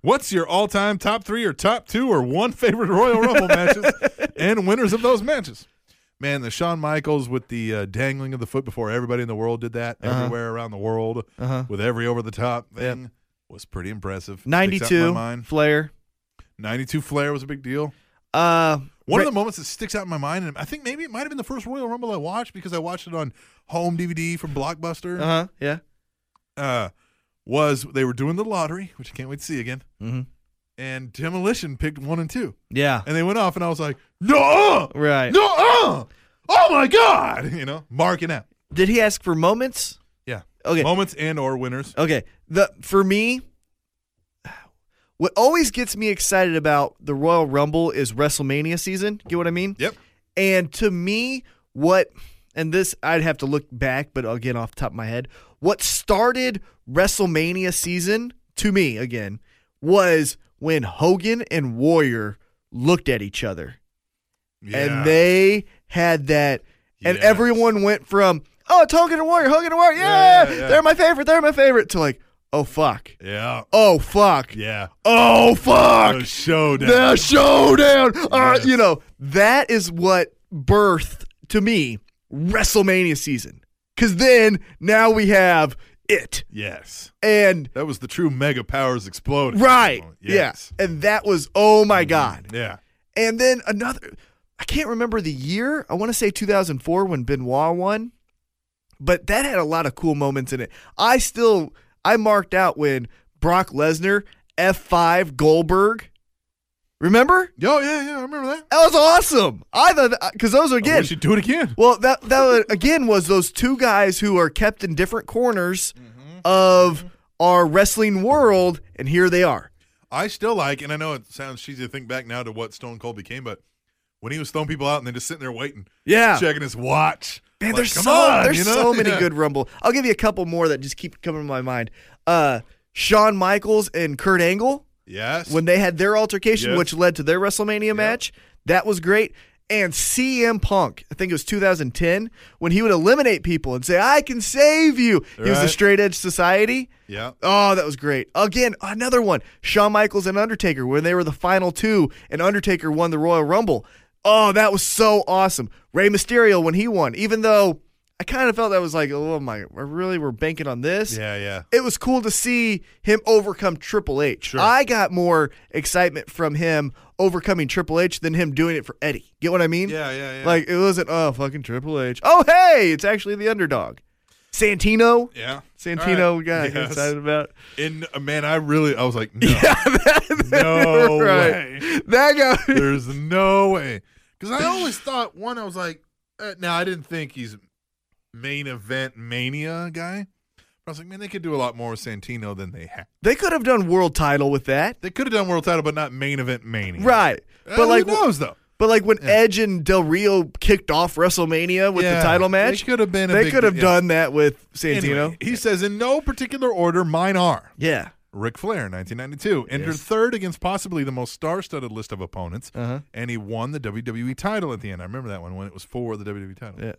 Speaker 2: what's your all time top three or top two or one favorite Royal Rumble matches and winners of those matches? Man, the Shawn Michaels with the uh, dangling of the foot before everybody in the world did that
Speaker 1: Uh-huh.
Speaker 2: everywhere around the world with every over the top thing was pretty impressive. Sticks out
Speaker 1: 92
Speaker 2: in my mind.
Speaker 1: Flair.
Speaker 2: 92 Flair was a big deal.
Speaker 1: Uh,
Speaker 2: One
Speaker 1: Ra-
Speaker 2: of the moments that sticks out in my mind, and I think maybe it might have been the first Royal Rumble I watched because I watched it on home DVD from Blockbuster.
Speaker 1: Uh-huh. Yeah.
Speaker 2: uh, was they were doing the lottery, which I can't wait to see again.
Speaker 1: Mhm.
Speaker 2: And Demolition picked one and two,
Speaker 1: Yeah.
Speaker 2: and they went off, and I was like, "No,
Speaker 1: Right.
Speaker 2: no, oh my god!" You know, marking out.
Speaker 1: Did he ask for moments?
Speaker 2: Yeah.
Speaker 1: Okay.
Speaker 2: Moments and or winners.
Speaker 1: Okay. The for me, what always gets me excited about the Royal Rumble is WrestleMania season. Get what I mean?
Speaker 2: Yep.
Speaker 1: And to me, what and this I'd have to look back, but again off the top of my head, what started WrestleMania season to me again was when Hogan and Warrior looked at each other.
Speaker 2: Yeah.
Speaker 1: And they had that and
Speaker 2: Yes.
Speaker 1: everyone went from, Oh, it's Hogan and Warrior, Hogan and Warrior,
Speaker 2: Yeah,
Speaker 1: yeah,
Speaker 2: yeah, yeah.
Speaker 1: they're my favorite, they're my favorite to like, oh fuck.
Speaker 2: yeah,
Speaker 1: Oh fuck.
Speaker 2: yeah.
Speaker 1: Oh fuck.
Speaker 2: The showdown.
Speaker 1: The showdown. Uh,
Speaker 2: Yes.
Speaker 1: you know, that is what birthed to me WrestleMania season. Cause then now we have it.
Speaker 2: yes,
Speaker 1: And
Speaker 2: that was the true mega powers exploding.
Speaker 1: right.
Speaker 2: Oh, Yes. Mm-hmm.
Speaker 1: Yeah. And that was oh my God.
Speaker 2: Yeah.
Speaker 1: And then another I can't remember the year. I want to say 2004 when Benoit won. But that had a lot of cool moments in it. I still I marked out when Brock Lesnar F5 Goldberg. Remember?
Speaker 2: Oh yeah, yeah. I remember that.
Speaker 1: That was awesome. I thought because those were
Speaker 2: We
Speaker 1: again.
Speaker 2: should do it again.
Speaker 1: Well, that that was, again was those two guys who are kept in different corners
Speaker 2: Mm-hmm.
Speaker 1: of our wrestling world, and here they are.
Speaker 2: I still like, and I know it sounds cheesy to think back now to what Stone Cold became, but when he was throwing people out and then just sitting there waiting,
Speaker 1: Yeah.
Speaker 2: checking his watch.
Speaker 1: Man,
Speaker 2: like,
Speaker 1: there's
Speaker 2: come
Speaker 1: so
Speaker 2: on,
Speaker 1: there's
Speaker 2: you
Speaker 1: so
Speaker 2: know?
Speaker 1: many
Speaker 2: Yeah.
Speaker 1: good Rumble. I'll give you a couple more that just keep coming to my mind. Uh, Shawn Michaels and Kurt Angle
Speaker 2: Yes.
Speaker 1: when they had their altercation,
Speaker 2: Yes.
Speaker 1: which led to their WrestleMania match. That was great. And CM Punk, I think it was 2010, when he would eliminate people and say, "I can save you." He was
Speaker 2: Right.
Speaker 1: a straight edge society.
Speaker 2: yeah.
Speaker 1: Oh, that was great. Again, another one. Shawn Michaels and Undertaker, when they were the final two, and Undertaker won the Royal Rumble. Oh, that was so awesome. Rey Mysterio when he won, even though I kind of felt that was like, oh my, I really were banking on this.
Speaker 2: Yeah, yeah.
Speaker 1: It was cool to see him overcome Triple H. I
Speaker 2: Sure.
Speaker 1: got more excitement from him overcoming Triple H than him doing it for Eddie. Get what I mean?
Speaker 2: Yeah, yeah, yeah.
Speaker 1: Like it wasn't oh fucking Triple H. Oh hey, it's actually the underdog. Santino.
Speaker 2: Yeah.
Speaker 1: Santino
Speaker 2: All
Speaker 1: we
Speaker 2: right.
Speaker 1: got
Speaker 2: Yes.
Speaker 1: excited about.
Speaker 2: And uh, man, I really, I was like, no, no
Speaker 1: Right.
Speaker 2: way.
Speaker 1: That guy.
Speaker 2: There's no way. Because I always thought, one, I was like, uh, now I didn't think he's main event mania guy. But I was like, man, they could do a lot more with Santino than they had.
Speaker 1: They could have done world title with that.
Speaker 2: They could have done world title, but not main event mania.
Speaker 1: Right.
Speaker 2: Uh,
Speaker 1: But like
Speaker 2: who knows though?
Speaker 1: but like when Edge and Del Rio kicked off WrestleMania with
Speaker 2: Yeah,
Speaker 1: the title match,
Speaker 2: they could have been a
Speaker 1: They
Speaker 2: big-
Speaker 1: could have
Speaker 2: yeah.
Speaker 1: done that with Santino.
Speaker 2: Anyway, he says in no particular order, mine are
Speaker 1: Yeah.
Speaker 2: Ric Flair, 1992, entered third against possibly the most star-studded list of opponents,
Speaker 1: Uh-huh.
Speaker 2: and he won the WWE title at the end. I remember that one when it was for the WWE title.
Speaker 1: Yeah.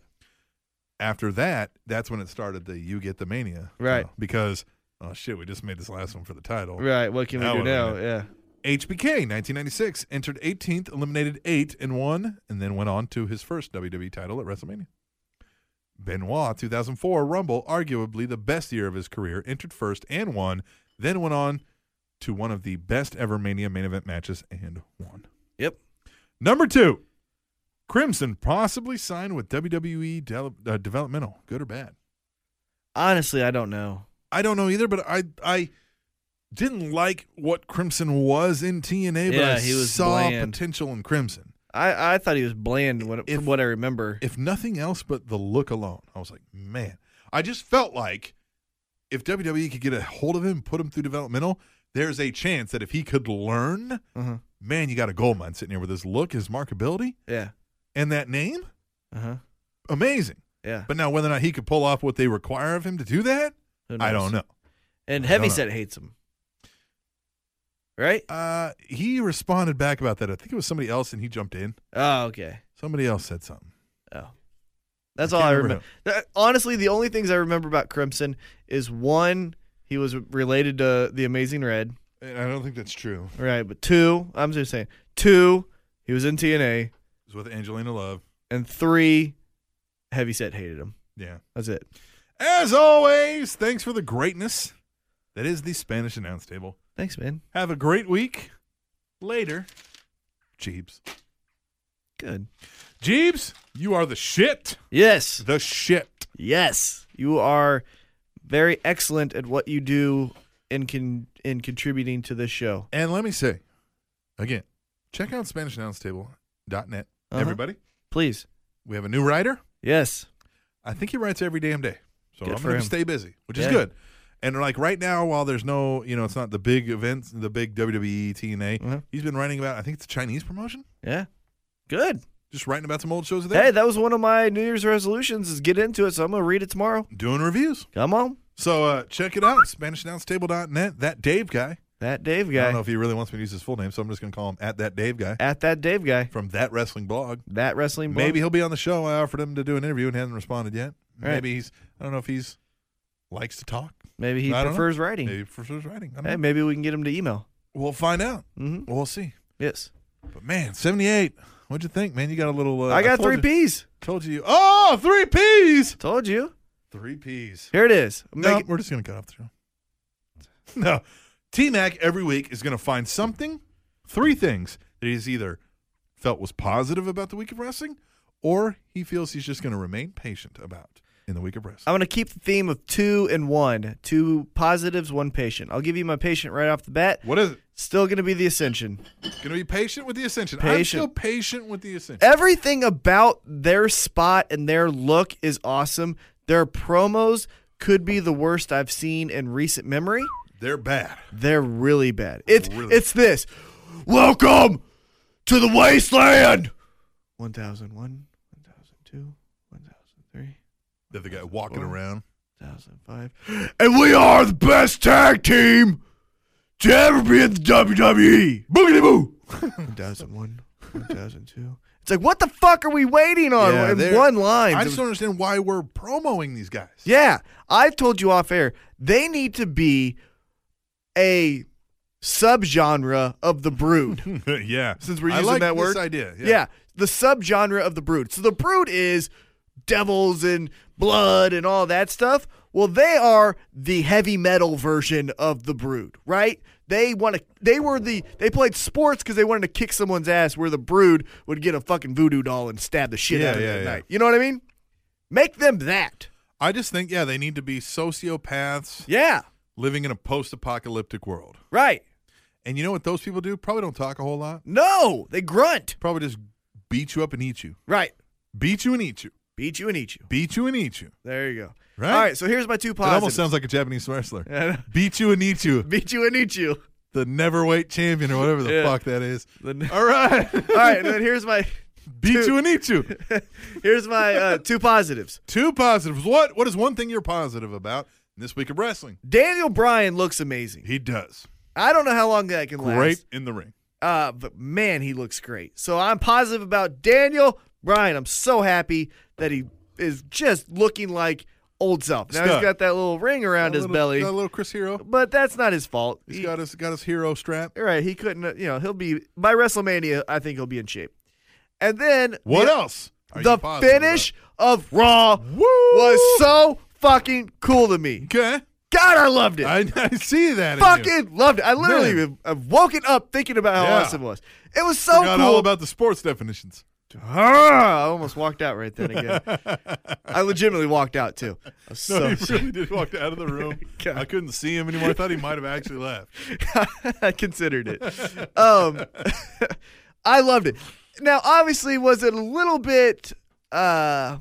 Speaker 2: After that, that's when it started the you get the mania, you
Speaker 1: Right.
Speaker 2: know, because oh shit, we just made this last one for the title.
Speaker 1: Right. What can
Speaker 2: we That do would've now? been
Speaker 1: Yeah.
Speaker 2: HBK, 1996, entered E 18th, eliminated eight and one, and then went on to his first WWE title at WrestleMania. Benoit, 2004 Rumble, arguably the best year of his career, entered first and won, then went on to one of the best ever Mania main event matches and won.
Speaker 1: Yep.
Speaker 2: Number two, Crimson possibly signed with WWE Del- uh, Developmental. Good or bad?
Speaker 1: Honestly, I don't know.
Speaker 2: I don't know either, but I I didn't like what Crimson was in TNA, but I
Speaker 1: Yeah, he was
Speaker 2: saw
Speaker 1: bland.
Speaker 2: potential in Crimson.
Speaker 1: I, I thought he was bland when,
Speaker 2: If-
Speaker 1: from what I remember.
Speaker 2: If nothing else but the look alone, I was like, man, I just felt like if WWE could get a hold of him, put him through developmental, there's a chance that if he could learn,
Speaker 1: Uh-huh.
Speaker 2: man, you got a gold mine sitting here with his look, his markability,
Speaker 1: Yeah.
Speaker 2: and that name.
Speaker 1: Uh huh.
Speaker 2: Amazing.
Speaker 1: Yeah.
Speaker 2: But now whether or not he could pull off what they require of him to do that,
Speaker 1: Who
Speaker 2: I
Speaker 1: knows?
Speaker 2: don't know.
Speaker 1: And
Speaker 2: I don't know.
Speaker 1: Heavyset hates him. Right?
Speaker 2: Uh, he responded back about that. I think it was somebody else, and he jumped in.
Speaker 1: Oh, okay.
Speaker 2: Somebody else said something.
Speaker 1: Oh. That's
Speaker 2: I
Speaker 1: all
Speaker 2: can't
Speaker 1: I
Speaker 2: remember
Speaker 1: remember. honestly, the only things I remember about Crimson is one, he was related to the Amazing Red.
Speaker 2: And I don't think that's true.
Speaker 1: Right. But two, I'm just saying, two, he was in TNA.
Speaker 2: It was with Angelina Love.
Speaker 1: And three, Heavyset hated him.
Speaker 2: Yeah.
Speaker 1: That's it.
Speaker 2: As always, thanks for the greatness. That is the Spanish announce table.
Speaker 1: Thanks, man.
Speaker 2: Have a great week. Later, Jeebs.
Speaker 1: Good.
Speaker 2: Jeebs, you are the shit.
Speaker 1: Yes.
Speaker 2: The shit.
Speaker 1: Yes. You are very excellent at what you do in con- in contributing to this show.
Speaker 2: And let me say, again, check out SpanishAnnounceTable.net.
Speaker 1: Uh-huh.
Speaker 2: Everybody,
Speaker 1: Please.
Speaker 2: we have a new writer.
Speaker 1: Yes.
Speaker 2: I think he writes every damn day. So
Speaker 1: Good
Speaker 2: I'm
Speaker 1: for
Speaker 2: going
Speaker 1: him.
Speaker 2: to stay busy, which is
Speaker 1: Yeah.
Speaker 2: good. And like right now, while there's no, you know, it's not the big events, the big E, WWE, TNA,
Speaker 1: Uh-huh.
Speaker 2: he's been writing about, I think it's a Chinese promotion,
Speaker 1: Yeah. Good.
Speaker 2: just writing about some old shows of
Speaker 1: Hey,
Speaker 2: theirs,
Speaker 1: that was one of my New Year's resolutions is get into it, so I'm gonna read it tomorrow.
Speaker 2: doing reviews.
Speaker 1: Come on.
Speaker 2: So uh, check it out, SpanishAnnounceTable.net. That Dave guy.
Speaker 1: That Dave
Speaker 2: I
Speaker 1: guy.
Speaker 2: don't know if he really wants me to use his full name, so I'm just going to call him at that Dave guy
Speaker 1: At that Dave guy.
Speaker 2: from that wrestling blog.
Speaker 1: That wrestling blog.
Speaker 2: Maybe he'll be on the show. I offered him to do an interview and hasn't responded yet.
Speaker 1: Right.
Speaker 2: Maybe he's, I don't know if he's likes to talk.
Speaker 1: maybe he
Speaker 2: I don't know.
Speaker 1: prefers writing.
Speaker 2: Maybe prefers writing. I don't
Speaker 1: Hey,
Speaker 2: know.
Speaker 1: maybe we can get him to email.
Speaker 2: We'll find out.
Speaker 1: Mm-hmm.
Speaker 2: We'll see.
Speaker 1: Yes.
Speaker 2: But man, 78. What'd you think, man? You got a little. Uh,
Speaker 1: I got
Speaker 2: told
Speaker 1: three
Speaker 2: you-
Speaker 1: P's.
Speaker 2: Told you. Oh, three P's.
Speaker 1: Told you.
Speaker 2: Three P's.
Speaker 1: Here it is.
Speaker 2: No,
Speaker 1: Make it-
Speaker 2: we're just going to cut off the show. No. T Mac every week is going to find something, three things that he's either felt was positive about the week of wrestling or he feels he's just going to remain patient about in the week of wrestling.
Speaker 1: I'm going to keep the theme of two and one. Two positives, one patient. I'll give you my patient right off the bat.
Speaker 2: What is it?
Speaker 1: Still going to be the Ascension.
Speaker 2: Going to be patient with the ascension. I'm
Speaker 1: Patient.
Speaker 2: still patient with the ascension.
Speaker 1: Everything about their spot and their look is awesome. Their promos could be the worst I've seen in recent memory.
Speaker 2: They're bad.
Speaker 1: They're really bad. It's
Speaker 2: Really.
Speaker 1: it's this. Welcome to the wasteland. 1001, 1002, 1003,
Speaker 2: They're the guy walking around.
Speaker 1: 1005. And we are the best tag team to ever be in the E. WWE. Boogity boo. 1001, 1002. It's like what the fuck are we waiting on
Speaker 2: Yeah,
Speaker 1: in
Speaker 2: they're-
Speaker 1: one line?
Speaker 2: I just don't understand why we're promoting these guys.
Speaker 1: Yeah, I've told you off air. They need to be a subgenre of the Brood.
Speaker 2: yeah.
Speaker 1: Since we're
Speaker 2: I
Speaker 1: using
Speaker 2: like
Speaker 1: that
Speaker 2: this
Speaker 1: word,
Speaker 2: idea. Yeah.
Speaker 1: the subgenre of the Brood. So the Brood is devils and blood and all that stuff. Well, they are the heavy metal version of the Brood, right? They want to. They were the. They played sports because they wanted to kick someone's ass. Where the Brood would get a fucking voodoo doll and stab the shit
Speaker 2: Yeah,
Speaker 1: out of
Speaker 2: yeah,
Speaker 1: them at
Speaker 2: yeah.
Speaker 1: night. You know what I mean? Make them that.
Speaker 2: I just think yeah, they need to be sociopaths
Speaker 1: Yeah.
Speaker 2: living in a post-apocalyptic world.
Speaker 1: Right.
Speaker 2: And you know what those people do? Probably don't talk a whole lot.
Speaker 1: No, they grunt.
Speaker 2: Probably just beat you up and eat you.
Speaker 1: Right.
Speaker 2: Beat you and eat you.
Speaker 1: Beat you and eat you.
Speaker 2: Beat you and eat you.
Speaker 1: There you go.
Speaker 2: Right?
Speaker 1: All right. So here's my two
Speaker 2: It
Speaker 1: positives.
Speaker 2: almost sounds like a Japanese wrestler.
Speaker 1: Yeah.
Speaker 2: Beat you and eat you.
Speaker 1: Beat you and eat you.
Speaker 2: The neverweight champion or whatever the
Speaker 1: Yeah.
Speaker 2: fuck that is.
Speaker 1: The-
Speaker 2: All right.
Speaker 1: All right. And then here's my
Speaker 2: Beat you and eat you.
Speaker 1: here's my uh, two positives.
Speaker 2: Two positives. What? What is one thing you're positive about in this week of wrestling?
Speaker 1: Daniel Bryan looks amazing.
Speaker 2: He does.
Speaker 1: I don't know how long that can
Speaker 2: Great
Speaker 1: last.
Speaker 2: in the ring.
Speaker 1: Uh, but man, he looks great. So I'm positive about Daniel Bryan. I'm so happy that he is just looking like old self. Now
Speaker 2: Stud.
Speaker 1: he's got that little ring around his
Speaker 2: little,
Speaker 1: belly,
Speaker 2: Got a little Chris Hero.
Speaker 1: but that's not his fault.
Speaker 2: He's
Speaker 1: He-
Speaker 2: got his got his hero strap.
Speaker 1: All right, he couldn't. uh, You know, he'll be by WrestleMania. I think he'll be in shape. And then
Speaker 2: What
Speaker 1: the,
Speaker 2: else? Are you
Speaker 1: the
Speaker 2: positive
Speaker 1: finish of Raw was so fucking cool to me.
Speaker 2: Okay.
Speaker 1: God, I loved it.
Speaker 2: I, I see that. in you.
Speaker 1: fucking loved it. I literally
Speaker 2: Man.
Speaker 1: have have woken up thinking about how
Speaker 2: Yeah.
Speaker 1: awesome it was. It was so
Speaker 2: Forgot
Speaker 1: cool.
Speaker 2: all about the sports definitions.
Speaker 1: Ah, I almost walked out right then again. I legitimately walked out too. I was so
Speaker 2: No, he really did walk out of the room.
Speaker 1: God.
Speaker 2: I couldn't see him anymore. I thought he might have actually left.
Speaker 1: I considered it. Um, I loved it. Now, obviously, was it a little bit uh,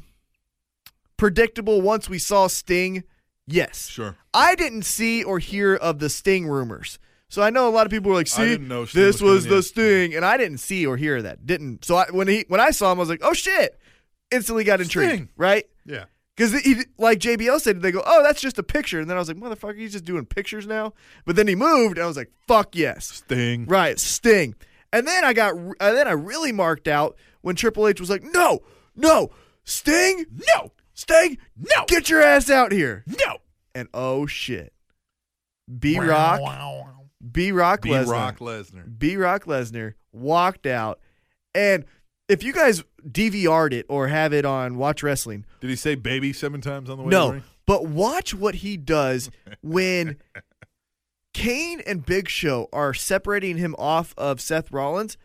Speaker 1: predictable once we saw Sting? Yes.
Speaker 2: Sure.
Speaker 1: I didn't see or hear of the Sting rumors. So I know a lot of people were like,
Speaker 2: I
Speaker 1: "See,
Speaker 2: didn't know Sting
Speaker 1: this
Speaker 2: was coming
Speaker 1: was the
Speaker 2: in."
Speaker 1: Sting," and I didn't see or hear that. Didn't. So I, when he when I saw him, I was like, "Oh shit!" Instantly got intrigued,
Speaker 2: Sting.
Speaker 1: right?
Speaker 2: Yeah.
Speaker 1: Because like JBL said, they go, "Oh, that's just a picture," and then I was like, "Motherfucker, he's just doing pictures now." But then he moved, and I was like, "Fuck yes,
Speaker 2: Sting.
Speaker 1: right, Sting." And then I got, and then I really marked out when Triple H was like, "No, no, Sting, no, Sting, no, get your ass out here, no." And oh shit, B Rock, B Rock,
Speaker 2: B
Speaker 1: Lesnar,
Speaker 2: Rock Lesnar.
Speaker 1: B Rock Lesnar walked out, and if you guys DVR'd it or have it on Watch Wrestling.
Speaker 2: Did he say baby seven times on the way? to the
Speaker 1: No,
Speaker 2: ring?
Speaker 1: but watch what he does when Kane and Big Show are separating him off of Seth Rollins.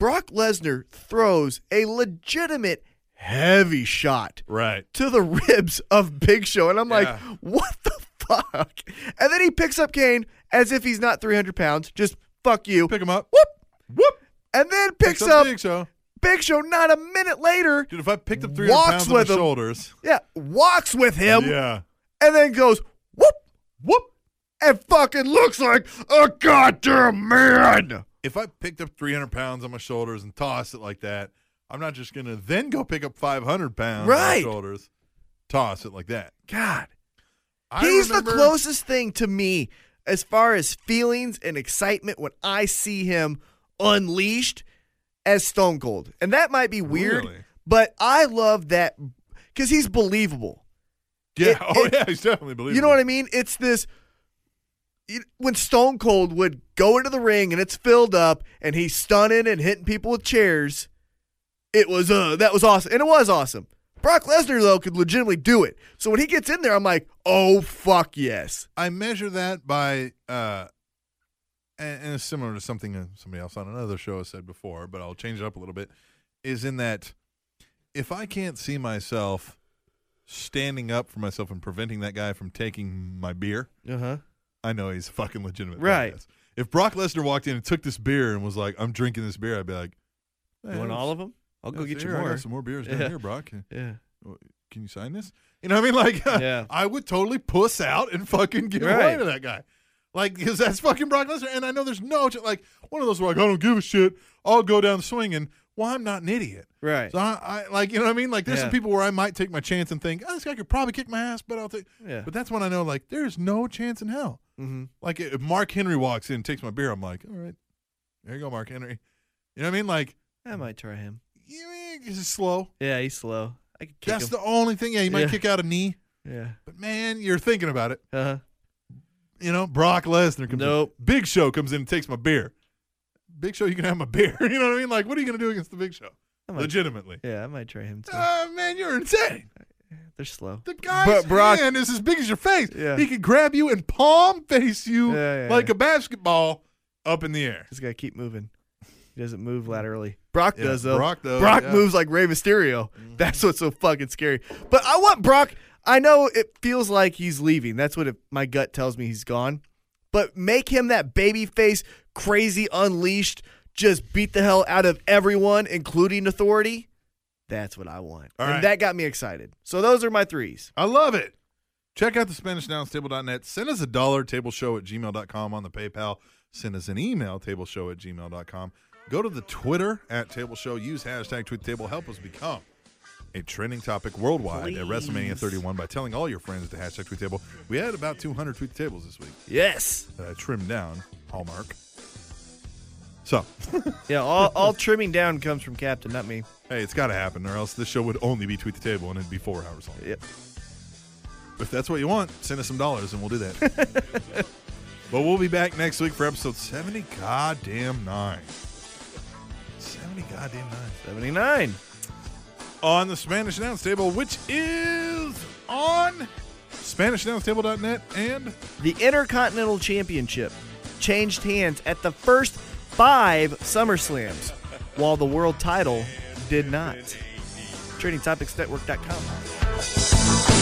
Speaker 1: Brock Lesnar throws a legitimate heavy shot
Speaker 2: Right.
Speaker 1: to the ribs of Big Show. And I'm like,
Speaker 2: Yeah.
Speaker 1: what the fuck? And then he picks up Kane as if he's not 300 pounds. Just fuck you.
Speaker 2: Pick him up.
Speaker 1: Whoop.
Speaker 2: Whoop.
Speaker 1: And then picks,
Speaker 2: Picks
Speaker 1: up
Speaker 2: Big Show.
Speaker 1: Big Show not a minute later.
Speaker 2: Dude, if I picked up 300
Speaker 1: Walks
Speaker 2: pounds on
Speaker 1: with
Speaker 2: my
Speaker 1: him.
Speaker 2: shoulders.
Speaker 1: Yeah, walks with him.
Speaker 2: Yeah.
Speaker 1: and then goes whoop whoop and fucking looks like a goddamn man.
Speaker 2: If I picked up 300 pounds on my shoulders and tossed it like that, I'm not just going to then go pick up 500 pounds
Speaker 1: Right.
Speaker 2: on my shoulders, toss it like that.
Speaker 1: God,
Speaker 2: I
Speaker 1: he's
Speaker 2: remember-
Speaker 1: the closest thing to me as far as feelings and excitement when I see him unleashed as Stone Cold, and that might be weird,
Speaker 2: Really?
Speaker 1: but I love that because he's believable.
Speaker 2: Yeah.
Speaker 1: it-
Speaker 2: oh,
Speaker 1: it-
Speaker 2: yeah. He's definitely believable.
Speaker 1: You know what I mean? It's this. it- When Stone Cold would go into the ring and it's filled up and he's stunning and hitting people with chairs, it was uh that was awesome and it was awesome. Brock Lesnar though could legitimately do it. So when he gets in there, I'm like, oh fuck yes,
Speaker 2: I measure that by, uh, and, and it's similar to something that somebody else on another show has said before, but I'll change it up a little bit. Is in that if I can't see myself standing up for myself and preventing that guy from taking my beer,
Speaker 1: uh huh,
Speaker 2: I know he's a fucking legitimate.
Speaker 1: Right.
Speaker 2: badass. If Brock Lesnar walked in and took this beer and was like, "I'm drinking this beer," I'd be like, "Hey, that's-
Speaker 1: of them? I'll
Speaker 2: that's here. I got some more beers down
Speaker 1: Yeah.
Speaker 2: here, Brock. Can,
Speaker 1: Yeah,
Speaker 2: can you sign this?" You know what I mean? Like,
Speaker 1: Yeah.
Speaker 2: I would totally puss out and fucking give away
Speaker 1: Right.
Speaker 2: to that guy. Like, because that's fucking Brock Lesnar, and I know there's no ch- like one of those where like I don't give a shit. I'll go down swinging. Well, I'm not an idiot.
Speaker 1: right.
Speaker 2: So I, I like you know what I mean. Like there's some
Speaker 1: Yeah.
Speaker 2: people where I might take my chance and think, oh, this guy could probably kick my ass, but I'll take.
Speaker 1: Yeah.
Speaker 2: But that's when I know like there's no chance in hell.
Speaker 1: Mhm.
Speaker 2: Like if Mark Henry walks in, and takes my beer, I'm like, all right, there you go, Mark Henry. You know what I mean? Like
Speaker 1: I might try him.
Speaker 2: you eh, this is slow.
Speaker 1: Yeah, he's slow. I could
Speaker 2: that's the only thing. Yeah, you might
Speaker 1: Yeah.
Speaker 2: kick out a knee,
Speaker 1: yeah.
Speaker 2: but man, you're thinking about it.
Speaker 1: Uh huh.
Speaker 2: You know, Brock Lesnar comes
Speaker 1: Nope.
Speaker 2: in. Big Show comes in and takes my beer. Big Show, you can have my beer. you know what I mean? Like, what are you going to do against the Big Show?
Speaker 1: I might-
Speaker 2: Legitimately.
Speaker 1: Yeah, I might try him too.
Speaker 2: Oh, man, you're insane.
Speaker 1: They're slow.
Speaker 2: The guy's
Speaker 1: But Brock-
Speaker 2: hand is as big as your face.
Speaker 1: Yeah.
Speaker 2: He can grab you and palm face you
Speaker 1: Yeah, yeah,
Speaker 2: like
Speaker 1: yeah.
Speaker 2: a basketball up in the air.
Speaker 1: Just gotta keep moving. He doesn't move laterally. Brock
Speaker 2: Yeah,
Speaker 1: does though.
Speaker 2: Brock does,
Speaker 1: Brock
Speaker 2: yeah. Mm-hmm.
Speaker 1: moves like Rey Mysterio. That's what's so fucking scary. But I want Brock. I know it feels like he's leaving. That's what it, my gut tells me. He's gone. But make him that baby face, crazy, unleashed, just beat the hell out of everyone, including authority. That's what I want.
Speaker 2: All
Speaker 1: and
Speaker 2: right.
Speaker 1: that got me excited. So those are my threes.
Speaker 2: I love it. Check out the SpanishNounsTable.net. Send us a dollar, tableshow at gmail.com on the PayPal. Send us an email, tableshow at gmail.com. Go to the Twitter at tableshow. Use hashtag tweettable. Help us become a trending topic worldwide at WrestleMania 31 by telling all your friends to hashtag tweettable. We had about 200 tweet tables this week
Speaker 1: Yes.
Speaker 2: that I trimmed down, Hallmark. So,
Speaker 1: Yeah. All, all trimming down comes from Captain, not me.
Speaker 2: hey, it's got to happen, or else this show would only be Tweet the Table and it'd be four hours long.
Speaker 1: Yep.
Speaker 2: If that's what you want, send us some dollars and we'll do that. but we'll be back next week for episode 70 goddamn nine. 70 goddamn nine.
Speaker 1: Seventy nine.
Speaker 2: on the Spanish Announce Table, which is on SpanishAnnounceTable.net and
Speaker 1: The Intercontinental Championship changed hands at the first five SummerSlams, while the world title did not. TradingTopicsNetwork.com.